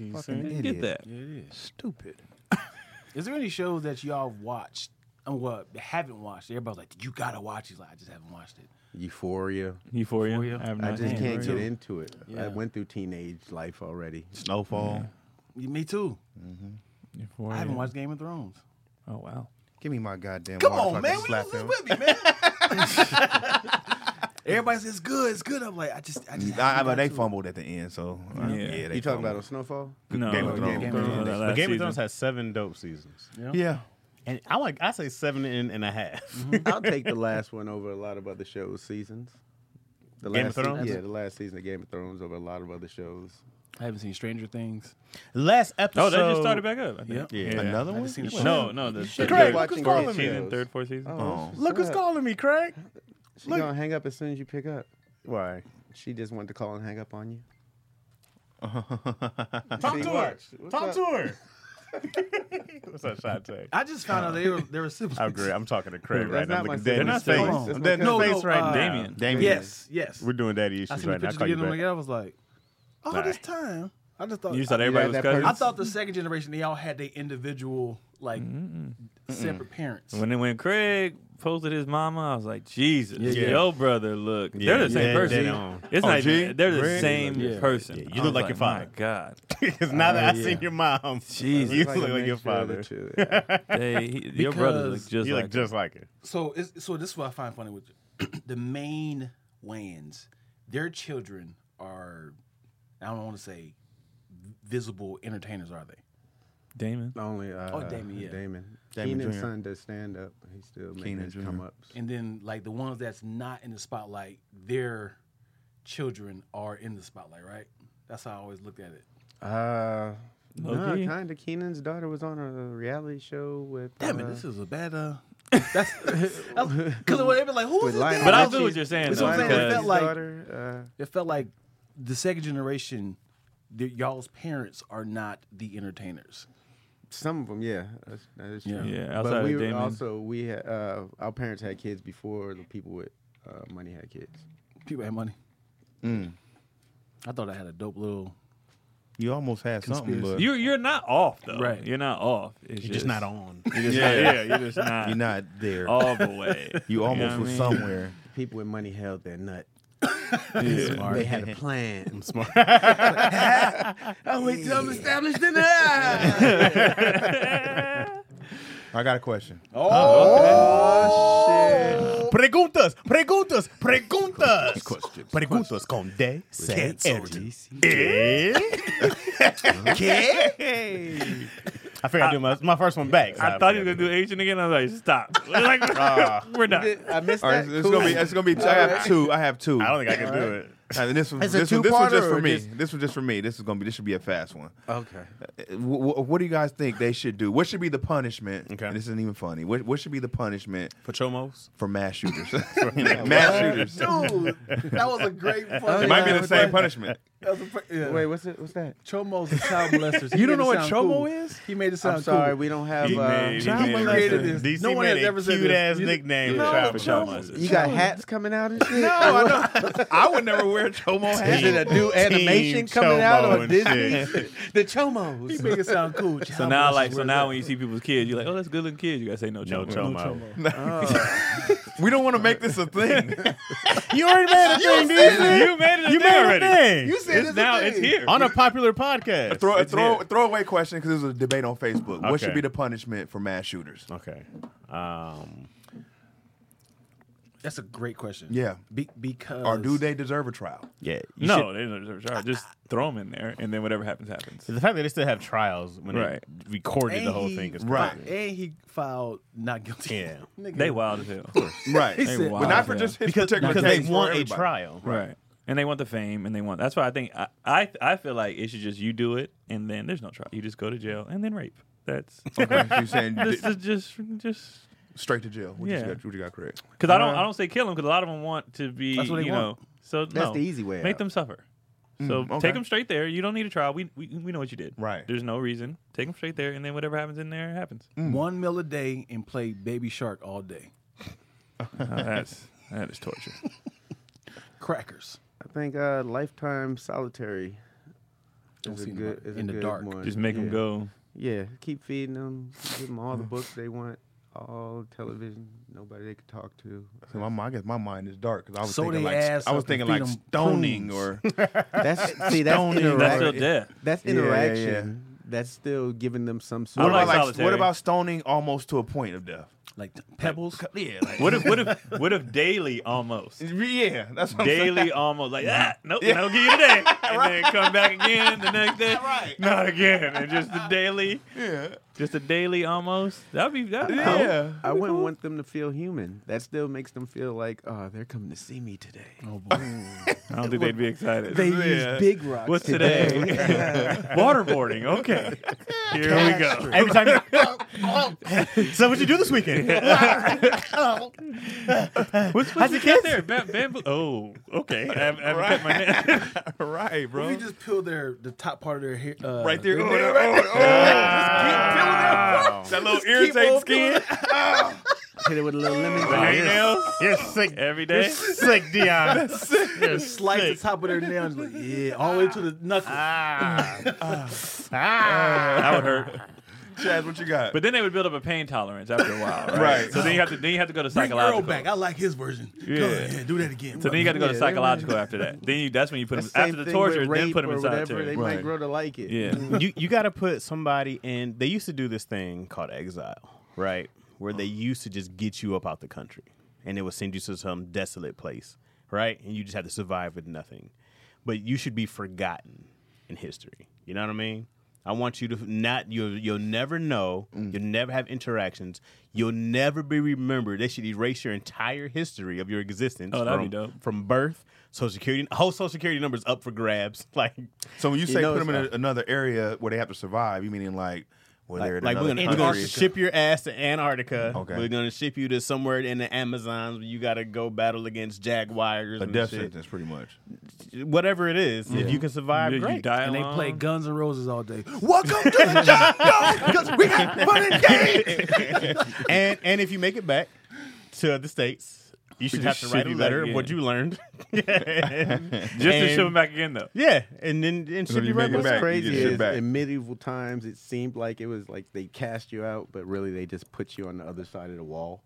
B: Yeah,
A: Fucking
B: You
A: idiot.
B: get that.
A: Stupid.
C: Is there any shows that y'all watched? Um, well, haven't watched. Everybody's like, you gotta watch. He's like, I just haven't watched it.
F: Euphoria.
B: Euphoria. I, have
F: I
B: not
F: just
B: seen
F: can't
B: Euphoria.
F: get into it. I
C: Yeah.
F: went through teenage life already.
A: Snowfall.
C: Yeah, Me too.
B: Euphoria.
C: I haven't watched Game of Thrones.
B: Oh wow.
A: Give me my goddamn.
C: Come
A: water so
C: on,
A: I can
C: man. We
A: slap
C: was this
A: him.
C: with me, man. Everybody says it's good, it's good. I'm like, I just, I just.
A: I, I,
C: haven't
A: but
C: got
A: they
C: to it.
A: fumbled at the end, so uh,
B: Yeah.
A: yeah.
B: You
A: they
F: You talking about on
A: fumbled.
F: Snowfall?
B: No,
A: Game of Thrones.
B: Game
A: Game of
B: Thrones.
A: Thrones.
B: Last
D: But Game of
B: season.
D: Thrones has seven dope seasons,
A: Yeah,
D: and I like I say seven and, and a half.
F: I'll take the last one over a lot of other shows seasons. The
D: Game
F: last
D: of Thrones?
F: Se- yeah, the last season of Game of Thrones over a lot of other shows.
E: I haven't seen Stranger Things.
D: Last episode.
B: Oh, they just started back up. I think.
E: Yep.
D: Yeah.
A: Another one?
C: seen
B: Yeah. No, no, the, the
F: should
B: third
F: be watching
B: fourth
F: game
B: season,
F: shows.
B: third, fourth season.
A: Oh.
D: Look who's calling me, Craig.
F: She's gonna hang up as soon as you pick up.
D: Why?
F: She just wanted to call and hang up on you.
D: Talk
F: See,
D: to her.
F: watch. What's
D: Talk
F: up?
D: to her. What's that shot take?
C: I just found out they were they were siblings.
D: I agree. I'm talking to Craig right
F: That's
D: now.
F: not my
D: Look at dead in his
B: sister. They're
D: face.
B: not
F: siblings.
D: I'm
F: That's
D: dead in
F: my
D: his
C: cousin.
D: face right
C: No, no, uh,
D: now.
B: Damien.
A: Damien.
C: Yes, yes.
D: We're doing
C: I
D: daddy issues
C: seen
D: right
C: the
D: now.
C: pictures
D: I'll call you
C: together
D: back.
C: again. I was like, oh,
D: Alright.
C: this time. I just thought
B: You thought everybody
F: Yeah,
B: was
F: that
B: cousins.
C: I thought the second generation they all had their individual like separate parents.
B: When when Craig posted his mama, I was like, Jesus,
D: yeah.
B: yo brother, look,
D: Yeah,
B: they're the same
D: yeah,
B: person.
D: they don't.
B: It's
A: Oh,
B: not.
A: G?
B: even They're the
A: Really?
B: same
E: Yeah.
B: person.
D: Yeah, you
B: I
D: look
B: was
D: like your
B: my
D: father.
B: God,
D: Because now that I've
E: yeah.
D: seen your mom,
B: Jesus.
D: you
F: It's
D: look
F: a
D: like your
F: mixture of the
D: father.
F: two, yeah.
B: they, he, your brother
C: Because-
B: look just
D: You
B: like.
D: look just like her.
C: So it's, so this is what I find funny with the main Wans, their children are I don't want to say visible entertainers, are they?
B: Damon.
F: Only uh,
C: Oh, Damon, yeah.
F: Damon.
A: Damon
F: Keenan's
A: Jr..
F: son does stand up. He's still making
A: Keenan
F: his
A: Jr..
F: come ups.
C: And then like the ones that's not in the spotlight, their children are in the spotlight, right? That's how I always looked at it.
F: Uh,
B: Low
F: no,
B: key.
F: kind of. Keenan's daughter was on a reality show with.
C: Damn
F: uh,
C: it, this is a bad uh that's because they'd be like, who is
F: with
C: this?
F: Lionel
C: dad?
B: But I
F: Richie's-
B: do what you're saying,
F: with
C: though,
F: Lionel
C: because-
F: Richie's
C: Felt like-
F: daughter, uh,
C: it felt like the second generation, the, y'all's parents are not the entertainers.
F: Some of them, yeah, that's, that is true.
C: Yeah.
B: Yeah, outside
F: but
B: of
F: we were
B: Damon.
F: also we had, uh, our parents had kids before the people with uh, money had kids.
C: People had money. I thought I had a dope little.
A: You almost had something,
C: Conspiracy.
A: but
B: You're you're not off though.
C: Right.
B: You're not off. It's
D: You're just not on.
B: You're just
A: Yeah.
B: not, yeah. You're just
A: you're
B: not
A: not there.
B: all the way.
A: you almost
B: Oh. know what I
A: was
B: mean?
A: somewhere.
F: People with money held their nut.
B: Yeah.
F: They had a plan.
D: Smart.
F: oh, wait till I'm established in there.
A: I got a question.
C: Oh,
D: Preguntas, preguntas, preguntas. Preguntas con D. C. R. Eh? Okay. I figured I'd do my, my first one back. so
B: I thought he was
D: figured
B: gonna do Asian again. I was like, stop. Like, we're not.
F: I missed
A: All right,
F: that.
A: it's, it's
F: Cool.
A: gonna be. It's gonna be. I have two. I have two.
D: I don't think I can do it.
A: And this one,
F: It's a
A: this one, this was
F: two-parter
A: just
F: or
A: for me.
F: just-
A: This was just for me. This is gonna be. This should be a fast one.
F: okay.
A: w- w- what do you guys think they should do? What should be the punishment?
D: Okay.
A: And this isn't even funny. What, what should be the punishment
D: For Chomos?
A: for mass shooters? mass Oh, shooters.
C: Dude, that was a great point.
A: It might be the same punishment.
F: Wait, what's it? What's that?
C: Chomo's the child molesters.
A: You don't know what chomo
C: is? He made it sound
F: I'm sorry,
C: cool.
F: we don't have.
D: He
F: Uh,
D: made-
A: Child
D: he made-
A: molester.
D: DC
C: No one
D: made
C: has
D: a
C: ever said
D: cute
C: this.
D: ass
C: You-
D: nickname
B: No,
D: for
B: for
D: child
B: Chomos.
F: you got hats coming out and shit.
A: No, I, know. I would never wear a chomo
F: Is
A: hat.
F: it a new
D: Team
F: animation coming out
D: Chomo
F: on
D: and
F: Disney?
D: shit.
F: the
C: He
F: Chomos.
C: made it sound cool.
B: So now, like, so now when you see people's kids, you're like, oh, that's good looking kids. You gotta say no,
D: No
B: chomo.
D: Chomo.
A: We don't want to make this a thing.
D: You already made a thing, dude.
B: You made it.
D: You made a thing.
F: You said
B: It's now. It's here.
D: On a popular podcast.
A: throw,
D: It's
A: throw,
D: here.
A: throwaway question because there's a debate on Facebook. What should
D: Okay.
A: be the punishment for mass shooters?
D: Okay. Um,
C: That's a great question.
A: Yeah.
C: Be- because
A: Or do they deserve a trial?
D: yeah. you should-
B: No, they don't deserve a trial. Just throw them in there, and then whatever happens, happens.
D: The fact that they still have trials when
B: Right.
D: they recorded
C: and
D: the whole
C: he
D: thing is
A: Right.
D: crazy.
C: And he filed not guilty.
D: Yeah.
C: Nigga.
B: They wild as hell.
A: Right.
C: He said-
A: But not for just his
D: Because,
A: particular
D: because they
A: case, for
D: want a
A: everybody.
D: trial.
B: right. And they want the fame, and they want. That's why I think I, I I feel like it should just you do it, and then there's no trial. You just go to jail and then rape. That's
A: Okay, you're saying
B: this
A: di-
B: is just just
A: straight to jail. What,
B: Yeah.
A: you, got, what you got, Craig?
B: because I don't I don't say kill them because a lot of them want to be
C: That's what they
B: you know. So no,
F: the easy way
B: Make
F: out.
B: them suffer. So take 'em
A: okay.
B: take them straight there. You don't need a trial. We, we we know what you did.
A: Right.
B: There's no reason. Take them straight there, and then whatever happens in there happens.
C: One meal a day and play Baby Shark all day.
B: Uh, that's that is torture.
C: Crackers.
F: I think uh, lifetime solitary is a
C: see no-
F: good is a
C: in the
F: good
C: dark.
F: one.
B: Just make
F: yeah.
B: them go.
F: Yeah, keep feeding them, give them all
B: Mm.
F: the books they want, all the television, nobody they could talk to.
A: So my, mi- I guess my mind is dark because I was
C: Sew
A: thinking
C: they
A: like
C: ass
A: I was
C: up and
A: thinking
C: feed
A: like
C: 'em
A: stoning
C: prunes.
A: or
F: That's see that's interaction.
B: That's still death.
F: That's
A: Yeah, yeah, yeah.
F: interaction. That's still giving them
B: I
F: some
A: what
F: sort
B: like
A: about
F: of
A: like,
B: solitary.
A: what about stoning almost to a point of death?
C: Like th- pebbles.
A: Yeah,
B: What if what if what if daily almost
A: yeah, that's what
B: daily almost like ah nope i that'll get you today and then come back again the next day
A: Right.
B: not again and just the daily
A: I'm saying.
B: Just a daily almost. That'd be that.
A: Yeah.
F: I wouldn't want them to feel human. That still makes them feel like, oh, they're coming to see me today.
E: Oh boy.
B: I don't think they'd be excited.
F: They
A: Yeah.
F: use big rocks.
B: What's
F: today.
B: today? Waterboarding. Okay. Here we go.
D: Every time
A: Oh,
D: you So what you do this weekend?
B: What's, what's the cat there? Ba- bamboo. Oh, okay. I haven't, I haven't cut my neck.
A: right, bro.
C: We just peel their the top part of their hair. Uh,
A: right there.
C: their-
A: Oh, oh, oh,
D: Wow.
A: That little irritating skin.
F: Hit it with a little lemon.
A: Oh,
D: Wow,
F: grass.
D: you're- You're sick.
B: Every day?
D: You're sick, Dion. You're
C: Slice the
D: sick.
C: top of their nails, like, yeah, all the way to the knuckle.
D: Ah. Ah.
B: That would hurt.
A: Chaz, what you got?
B: But then they would build up a pain tolerance after a while, right?
A: Right.
B: So then you have to then you have to go to
C: Bring Earl
B: psychological.
C: back. I like his version. Go
B: Yeah.
C: ahead, do that again.
B: So then you got to go to
F: Yeah, they
B: psychological
F: might-
B: after that. Then you that's when you put
F: That's
B: them
F: the same
B: after the
F: thing
B: torture.
F: with
B: Then
F: rape
B: put them
F: or
B: inside
F: whatever. They
B: too.
A: Right.
F: might grow to like it.
B: Yeah.
D: you you got to put somebody in. They used to do this thing called exile, right? Where
B: Uh-huh.
D: they used to just get you up out the country, and they would send you to some desolate place, right? And you just had to survive with nothing. But you should be forgotten in history. You know what I mean? I want you to not you'll you'll never know.
B: Mm.
D: You'll never have interactions. You'll never be remembered. They should erase your entire history of your existence.
B: Oh, that'd be
D: from,
B: dope.
D: From birth, social security, whole social security numbers up for grabs. Like
A: so when you say
F: know
A: put them in
F: it's-
A: a, another area where they have to survive, you meaning like where they're
D: Like,
A: in
D: like we're
A: another
D: gonna, we're gonna
A: country?
D: ship your ass to Antarctica.
A: Okay.
D: We're gonna ship you to somewhere in the Amazons where you gotta go battle against jaguars
A: A
D: and
A: death
D: shit.
A: sentence, pretty much.
D: Whatever it is, if you can survive,
B: You-
D: great.
B: You die
C: and they
B: alone.
C: play
D: uh-huh.
C: Guns N' Roses all day.
F: Welcome to the jungle, because we got fun and games.
D: And and if you make it back to the states, you should have
B: just
D: to
B: ship
D: write a
B: you back
D: letter of what
B: in.
D: you learned.
B: just to ship them back again though.
D: Yeah, and then and ship
A: you
D: you right
A: make it back.
D: back.
F: What's
A: you
F: crazy
A: get shit
F: is
A: back.
F: in medieval times, it seemed like it was like they cast you out, but really they just put you on the other side of the wall.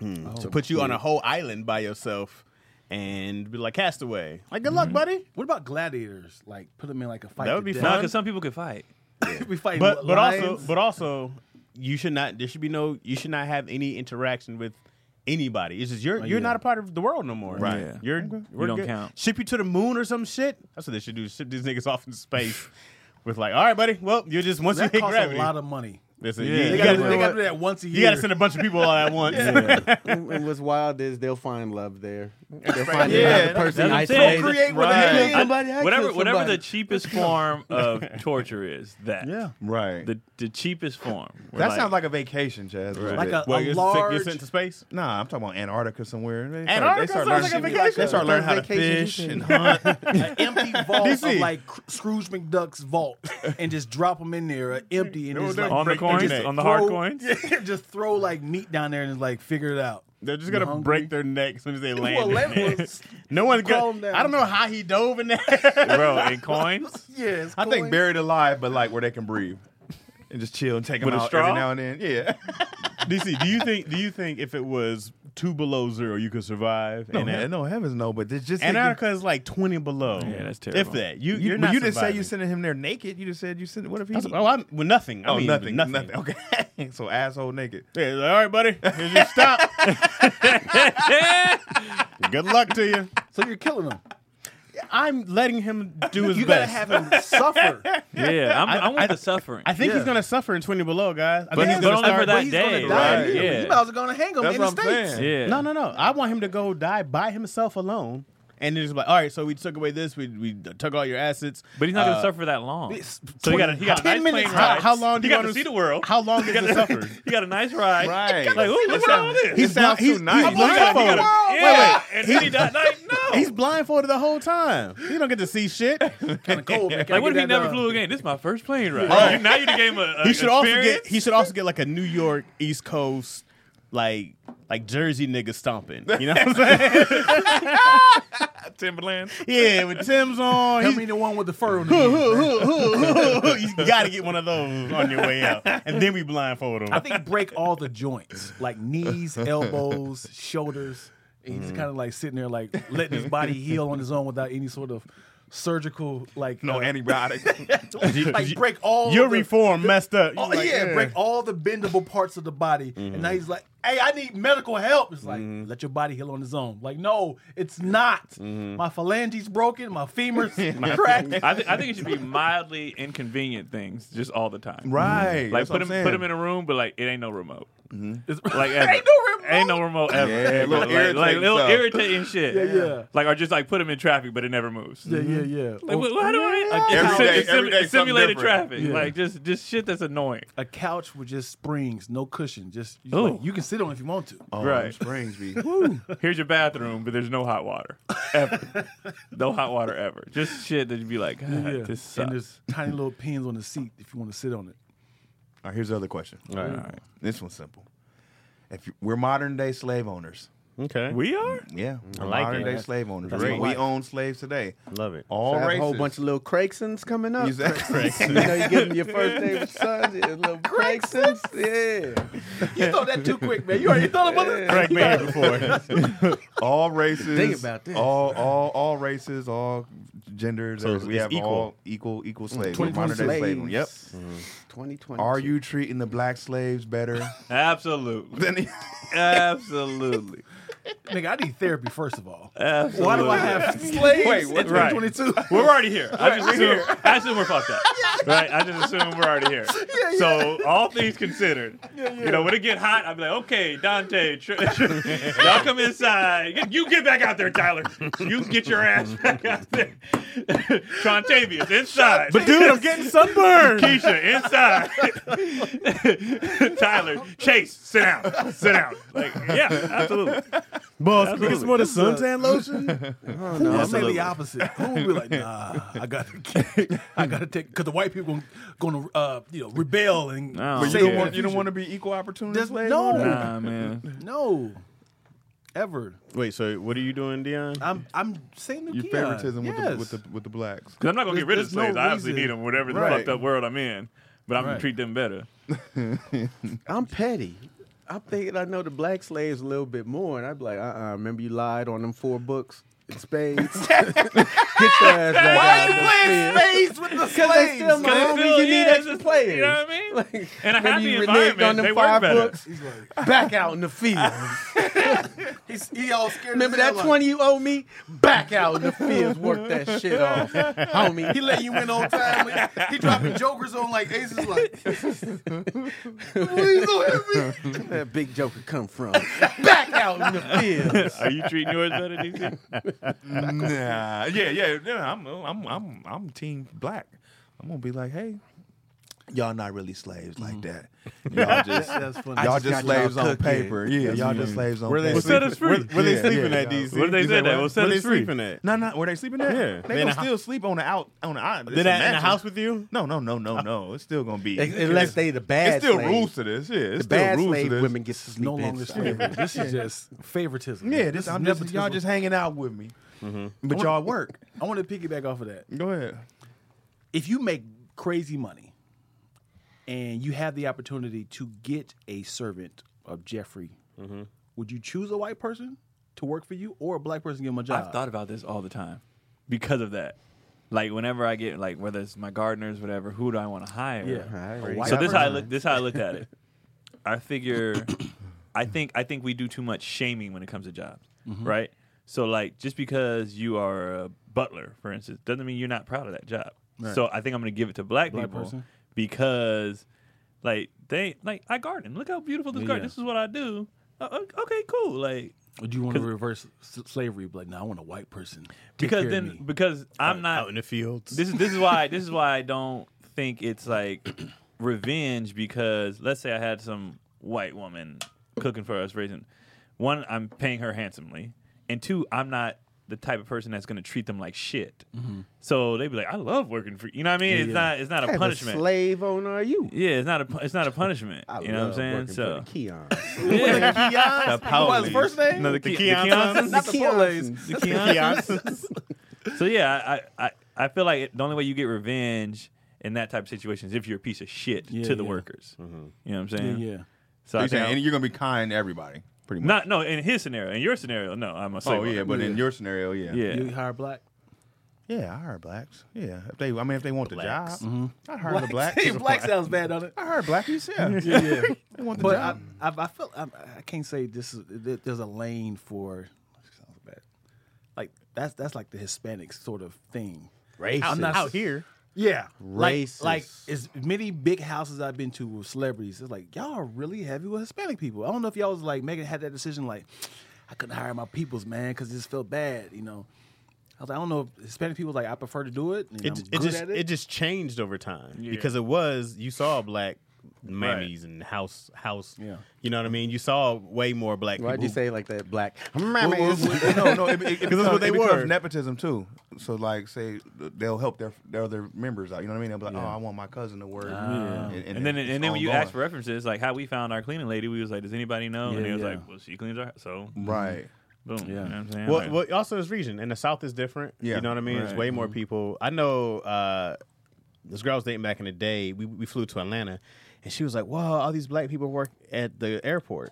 D: to put you on a whole island by yourself and be like castaway. Like good luck,
A: Mm-hmm.
D: buddy.
C: What about gladiators? Like put them in like a fight.
D: That
C: to
D: would be
C: death.
B: No,
D: fun.
B: because some people could fight.
C: we fighting
D: but but
C: lions.
D: also but also you should not there should be no you should not have any interaction with anybody it's just you're
C: yeah.
D: you're not a part of the world no more
A: Right.
B: Yeah.
D: you're we're
B: don't
D: good.
B: count.
D: ship you to the moon or some shit that's what they should do ship these niggas off into space with like all right buddy well you're just once
C: that
D: you hit
C: costs
D: gravity
C: a lot of money.
D: Listen,
B: Yeah.
D: you- you,
C: They
D: gotta,
C: got to
D: you
C: do that once a year.
D: gotta send a bunch of people all at once
F: and, and what's wild is they'll find love there. They'll find
A: Yeah,
F: another
A: that-
F: person.
B: that's what I'm
F: isolated.
B: saying.
A: Procreate with
B: Right.
A: a
B: I-
F: somebody, I
B: whatever
F: killed
B: whatever the
F: somebody.
B: cheapest form of torture is, that
A: Right.
B: the the cheapest form. We're
A: that sounds like a vacation, Chaz. a little
C: Like
A: bit.
C: a-
D: Well,
C: A
D: you're, sent,
C: large-
D: you're sent to space
A: Nah, I'm talking about Antarctica somewhere. They
D: Antarctica
A: start,
D: sounds
A: they
D: like a
A: start learning,
D: vacation.
A: They start learning how to
F: Vacation.
A: fish and hunt.
C: an empty vault
D: DC.
C: of like Cr- Scrooge McDuck's vault, and just drop them in there, uh, empty, and just
D: they're
C: like
B: on the
D: break their
B: coins,
D: neck.
B: on the hard
C: throw-
B: coins.
C: Yeah, just throw like meat down there and just like figure it out.
D: they're just gonna
C: hungry?
D: break their necks as soon as they land
C: Well,
D: in
C: that
D: there.
C: was-
D: no one's going
F: Calm down.
D: I don't know how he dove in there
B: Bro, and coins?
C: yeah, it's
A: I think
C: cool.
A: buried alive, but like where they can breathe and just chill and take them
B: With a
A: out
B: straw?
A: every now and then. Yeah.
D: DC, do you think do you think if it was two below zero you could survive?
A: No,
D: And
A: he-
D: that-
A: no heavens no, but it's just
D: Antarctica is like twenty below.
B: Yeah, that's
D: If
B: terrible.
D: that you
A: You,
D: you're
A: but
D: not
A: you didn't say you
D: surviving.
A: sending him there naked. You just said you send. What if he?
D: That's- Oh, I'm well, nothing. I
A: oh,
D: mean,
A: nothing,
D: nothing.
A: nothing. Okay, so asshole naked.
D: Yeah, like, all right, buddy. Here's your stop. Good luck to you.
C: so. You're killing them.
D: I'm letting him do his
C: You gotta
D: best.
C: have them suffer.
B: Yeah, I'm, I, want the suffering.
D: I think he's
C: Yeah.
D: gonna suffer in twenty below, guys. I
B: But
D: think
B: he's gonna
D: start-
B: suffer that
C: he's
B: day.
C: gonna die.
A: right?
C: anyway.
B: Yeah.
C: You might as well gonna hang them
A: That's
C: in the
A: what I'm
C: states.
A: saying.
B: yeah.
D: No, no, no. I want him to go die by himself alone. And it's like, all right, so we took away this, we, we took all your assets.
B: But he's not going to
D: Uh,
B: suffer that long.
C: it's
B: So he got a, he got a
C: 10
B: nice plane
C: minutes
B: ride.
D: How, how long do
B: He
D: you
B: got
D: want
B: to
D: him-
B: see the world.
D: How long is it suffer?
B: He got a nice ride.
A: Right.
B: Like, ooh,
A: It
B: look at
A: sound-
B: all this.
A: He
D: He's
A: sounds
D: bl- he's-
A: too nice.
D: he's blind-
B: He got a-
D: blindfolded.
B: Yeah. And then he died. Like, no.
D: He's blindfolded the whole time. He don't get to see shit.
C: Kind of cold. man. Can I
B: like, what if he
C: get that,
B: never
C: uh,
B: flew again? This is my first plane ride.
D: Right.
B: You- Now you the game a, a
D: he should also
B: experience?
D: get. He should also get like a New York East Coast, like like Jersey nigga stomping. You know what I'm saying?
B: Timberland.
D: yeah, with Tim's on.
C: I
D: He's,
C: mean, the one with the fur on the end.
D: you got to get one of those on your way out, and then we blindfold him.
C: I think break all the joints, like knees, elbows, shoulders. And he's just kind of like sitting there, like letting his body heal on his own without any sort of surgical, like
A: No
C: uh,
A: antibiotic.
C: like break all
D: Your
C: the, Oh,
D: reform messed up. You
A: Oh,
C: all-
D: like,
C: yeah, break all the bendable parts of the body, and now he's like, hey, I need medical help. It's like, let your body heal on its own. Like, no, it's not. My phalanges broken, my femurs cracked.
B: I, th- I think it should be mildly inconvenient things just all the time.
A: Right.
B: Like
A: That's what
B: put
A: I'm
B: him
A: saying. Mm-hmm.
B: put him in a room, but like it ain't no remote.
C: It's-
B: Like ever.
C: ain't no remote.
B: Ain't no remote ever.
A: Yeah, a little
B: like,
A: irritating
B: like little
A: stuff.
B: irritating shit.
C: Yeah, yeah.
B: Like or just like put him in traffic, but it never moves.
C: yeah, yeah, yeah.
B: Like,
C: Or
B: wh- why do I?
A: Every
B: It's
A: day-
B: it's
A: every day something
B: simulated
A: different.
B: traffic.
C: Yeah.
B: Like just just shit that's annoying.
C: a couch with just springs, no cushion. Just you,
B: Ooh.
C: like, you can sit on it if you want to.
A: Oh,
B: Right.
A: Springs be.
B: Here's your bathroom, but there's no hot water ever. no hot water ever. Just shit that you'd be like, God, this
C: and
B: sucks.
C: there's tiny little pins on the seat if you want to sit on it.
A: All right, here's the other question.
D: All right.
A: This one's simple. If you, we're modern day slave owners,
D: Okay.
B: We are.
A: yeah, we're
D: Mm. like
A: modern
D: it.
A: day
D: That's-
A: slave owners.
D: that's
A: We,
D: my
A: we
D: life.
A: own slaves today.
D: Love it.
A: All
F: I have
A: races.
F: a whole bunch of little Craigsons coming up.
A: Exactly.
F: you know, you give them your first name with sons, yeah, little Craigsons. Yeah.
C: You thought that too quick, man. You already thought about it.
D: Craig made it before.
A: all races.
F: Think about this.
A: All all all races, all genders.
D: So
A: everything. we
D: it's
A: have
D: equal.
A: all equal equal slaves. We're
C: 20
A: modern day slave owners. Yep.
F: 2020.
A: Are you treating the black slaves better
B: Absolutely.
A: than the
B: Absolutely.
C: Nigga, I need therapy first of all.
B: Absolutely.
C: Why do I have slaves
A: Wait, what-
C: at
B: right.
C: 2022?
B: We're already here. I just assume, I assume we're fucked up. Right? I just assume we're already here. So all things considered, you know, when it get hot, I'll be like, okay, Dante, tr- tr- y'all come inside. Get- You get back out there, Tyler. You get your ass back out there. Trontavious, inside. But
D: Dude, I'm getting sunburned.
B: Keisha, inside. Tyler, Chase, sit down. Sit down. Like, yeah, absolutely.
D: Boss, get some of the suntan lotion.
F: Oh,
C: Who
F: no,
C: would
F: I'm
C: say
F: a-
C: the opposite? Who would be like, nah, I gotta, I gotta take, because the white people gonna, uh, you know, rebel and
B: No.
A: But you
B: Say
A: don't
B: more
A: want you don't want to be equal opportunity
C: That's-
A: slave?
C: no.
A: owner?
B: Nah, man.
C: no, ever.
D: Wait, so what are you doing, Dion?
C: I'm, I'm saying the
A: Your
C: Keon.
A: favoritism with, the,
C: Yes.
A: with the with the blacks.
B: Because I'm not going to get rid of
C: There's- there's
B: slaves.
C: no
B: I obviously
C: reason.
B: need them, whatever the
A: Right.
B: fucked up world I'm in. But I'm going
C: Right.
B: to treat them better.
F: I'm petty. I'm thinking I know the black slaves a little bit more, and I'd be like, uh uh remember you lied on them four books in Spades? Get your ass back out there.
C: Face with the
F: Because they still
C: slaves.
F: my
B: Because
F: homies, you need
B: yeah,
F: extra
B: it's-
F: players.
B: You know what I mean?
F: Like,
B: in a
F: remember
B: happy
F: you reneged
B: environment,
F: on them
B: they work
F: five
B: better.
F: books, back out in the field.
C: He's, he all scared.
F: Remember
C: as hell,
F: that
C: like,
F: 20 you owe me? Back out in the fields, work that shit off, homie.
C: He let you in on time. He- He dropping jokers on like aces. Like, please don't hit me.
F: Where that big joker come from? Back out in the fields.
B: Are you treating yours better, DC?
A: Nah, yeah, yeah, yeah. I'm I'm I'm I'm team black. I'm gonna be like, hey, y'all not really slaves like that. Y'all just
C: That's funny.
A: y'all
F: just
A: just,
F: got y'all
A: slaves on
F: cooking.
A: paper. Yeah, y'all just slaves on
D: Where they
A: paper.
B: Well, set
D: sleeping-
B: us free.
D: Where, where they
A: Yeah,
D: sleeping
A: yeah.
D: at, DC?
B: What did they
D: You
B: say
D: said
B: that?
D: what?
B: Well, set
D: Where they
B: us free.
D: sleeping at?
A: No, no, were they sleeping
D: Yeah.
A: there?
D: They
A: They
D: in
A: gonna
D: a hou-
A: still sleep on the out on the out.
D: Did that in the house with you?
A: No, no, no, no, no. It's still gonna be.
F: Unless they the bad
A: it's still
F: slaves.
A: rules to this. Yeah, it's
F: The
A: still
F: bad
A: rules
F: slave
A: to this.
F: women get to sleep
C: no longer
F: inside.
C: slavery. This is just favoritism.
A: Yeah, this, I'm just
C: nepotism.
A: y'all just hanging out with me, but y'all at work.
C: I want to piggyback off of that.
A: Go ahead.
C: If you make crazy money, and you have the opportunity to get a servant of Jeffrey, would you choose a white person to work for you or a black person to give him a job?
B: I've thought about this all the time Uh, because of that. Like whenever I get like whether it's my gardeners, whatever, who do I want to hire?
C: yeah.
F: already
C: A
B: So
C: white
B: this how I
C: person.
B: look. This how I looked at it. I figure, I think I think we do too much shaming when it comes to jobs, right? So like just because you are a butler, for instance, doesn't mean you're not proud of that job. So I think I'm going to give it to black, people
C: person.
B: because like they like I garden. Look how beautiful this garden.
C: Yeah.
B: This is what I do. Uh, uh, okay, cool. Like
C: Would you want to reverse s- slavery? Be like, no, I want a white person. Take
B: because
C: care of
B: then
C: me."
B: because I'm not
D: Out in the fields.
B: this is this is why this is why I don't think it's like revenge because let's say I had some white woman cooking for us raising one I'm paying her handsomely and two I'm not the type of person that's going to treat them like shit. So they'd be like I love working for you. You know what I mean? it's
C: Mm-hmm. yeah.
B: not it's not
F: What
B: a
F: kind of
B: punishment.
F: slave owner are you?
B: yeah, it's not a pu- it's not a punishment.
F: I
B: you know
F: love
B: what I'm saying?
F: working
B: So
F: for the Keon.
B: yeah.
C: Keon,
B: Powleys.
C: his first name?
B: No, the, Ke- the
D: Keonsons?
B: Keonsons?
C: Not the Forlays.
F: Keonsons.
B: The Keonsons? so yeah, I, I I feel like it, the only way you get revenge in that type of situation is if you're a piece of shit
C: Yeah,
B: to the
C: yeah.
B: workers. You know what I'm
C: Yeah,
B: saying?
C: yeah.
B: So I
A: You're
B: think
A: saying, and
B: I'll-
A: you're gonna be kind to everybody, pretty much.
B: not no in his scenario, in your scenario, no, I'm a slave
A: oh yeah,
B: owner.
A: but in your scenario, yeah,
B: yeah.
C: You hire black?
A: Yeah, I hire blacks. Yeah, if they, I mean, if they want
D: Blacks.
A: the job,
B: Mm-hmm.
A: I hire the black.
C: Hey, black sounds bad, don't it?
A: I hire blackies. Yeah, yeah, yeah. they want the
C: But I,
A: job.
C: I, I feel I, I can't say this is th- there's a lane for sounds bad. Like that's that's like the Hispanic sort of thing.
F: Racist.
C: I'm not-
D: out here.
C: Yeah, like
F: Racist.
C: like as many big houses I've been to with celebrities, it's like y'all are really heavy with Hispanic people. I don't know if y'all was like Megan had that decision, like I couldn't hire my peoples, man, because it just felt bad, you know. I was like, I don't know if Hispanic people like I prefer to do it. And
D: It,
C: I'm
D: ju- it
C: good
D: just
C: at
D: it.
C: it.
D: just changed over time because it was you saw black mammies and house house.
C: Yeah.
D: You know what I mean? You saw way more black
F: Why'd
D: people.
F: you say it like that? Black.
A: Well, well, well, no, no, it, it, it
D: that's
A: becomes-
D: what they
A: it becomes
D: were.
A: nepotism too. So like, say they'll help their their other members out. You know what I mean? They'll be like, oh, I want my cousin to work.
B: Ah. And, then
A: it's
B: and then when you
A: ongoing.
B: ask for references, like how we found our cleaning lady, we was like, "Does anybody know?" and
C: Yeah,
B: he was
C: yeah.
B: like, "Well, she cleans our house." so
A: right,
B: boom." Yeah. You know what I'm saying?
D: Well,
B: Like,
D: well, also this region and the South is different.
A: Yeah.
D: you know what I mean. There's
A: Right.
D: way
B: Mm-hmm.
D: more people. I know uh, this girl I was dating back in the day. We we flew to Atlanta, and she was like, "Wow, all these black people work at the airport,"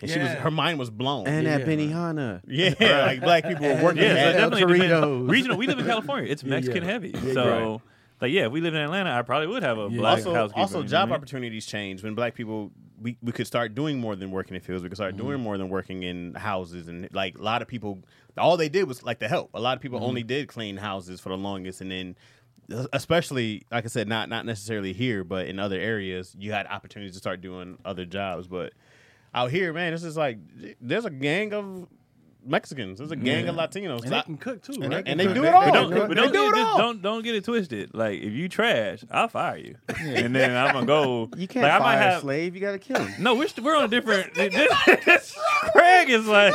D: and she was
C: Yeah.
D: her mind was blown.
F: And at
C: Yeah.
F: Benihana.
D: yeah, like black people were working.
B: yeah, so
D: at
B: it definitely depends.
F: Doritos.
B: Regional. We live in California. It's Mexican heavy, so like yeah, if we live in Atlanta, I probably would have a black
D: also,
B: housekeeper.
D: also
B: you know
D: job
B: what I mean?
D: opportunities change when black people we, we could start doing more than working in fields we could start doing more than working in houses and like a lot of people all they did was like to help a lot of people only did clean houses for the longest and then especially like i said not not necessarily here but in other areas you had opportunities to start doing other jobs but out here man this is like there's a gang of mexicans there's a gang of latinos
C: and they can cook too,
D: and,
C: right?
D: they, and they do it
A: But
D: all
B: But
A: don't-
B: don't,
D: They
B: but don't,
D: do
B: get,
D: it
B: just
D: all.
B: don't don't get it twisted. Like if you trash, I'll fire you, and then I'm gonna go.
F: You can't
B: like, I
F: fire
B: might
F: a
B: have.
F: slave. You gotta kill him.
B: No, we're st- we're on a different. this- Craig is like,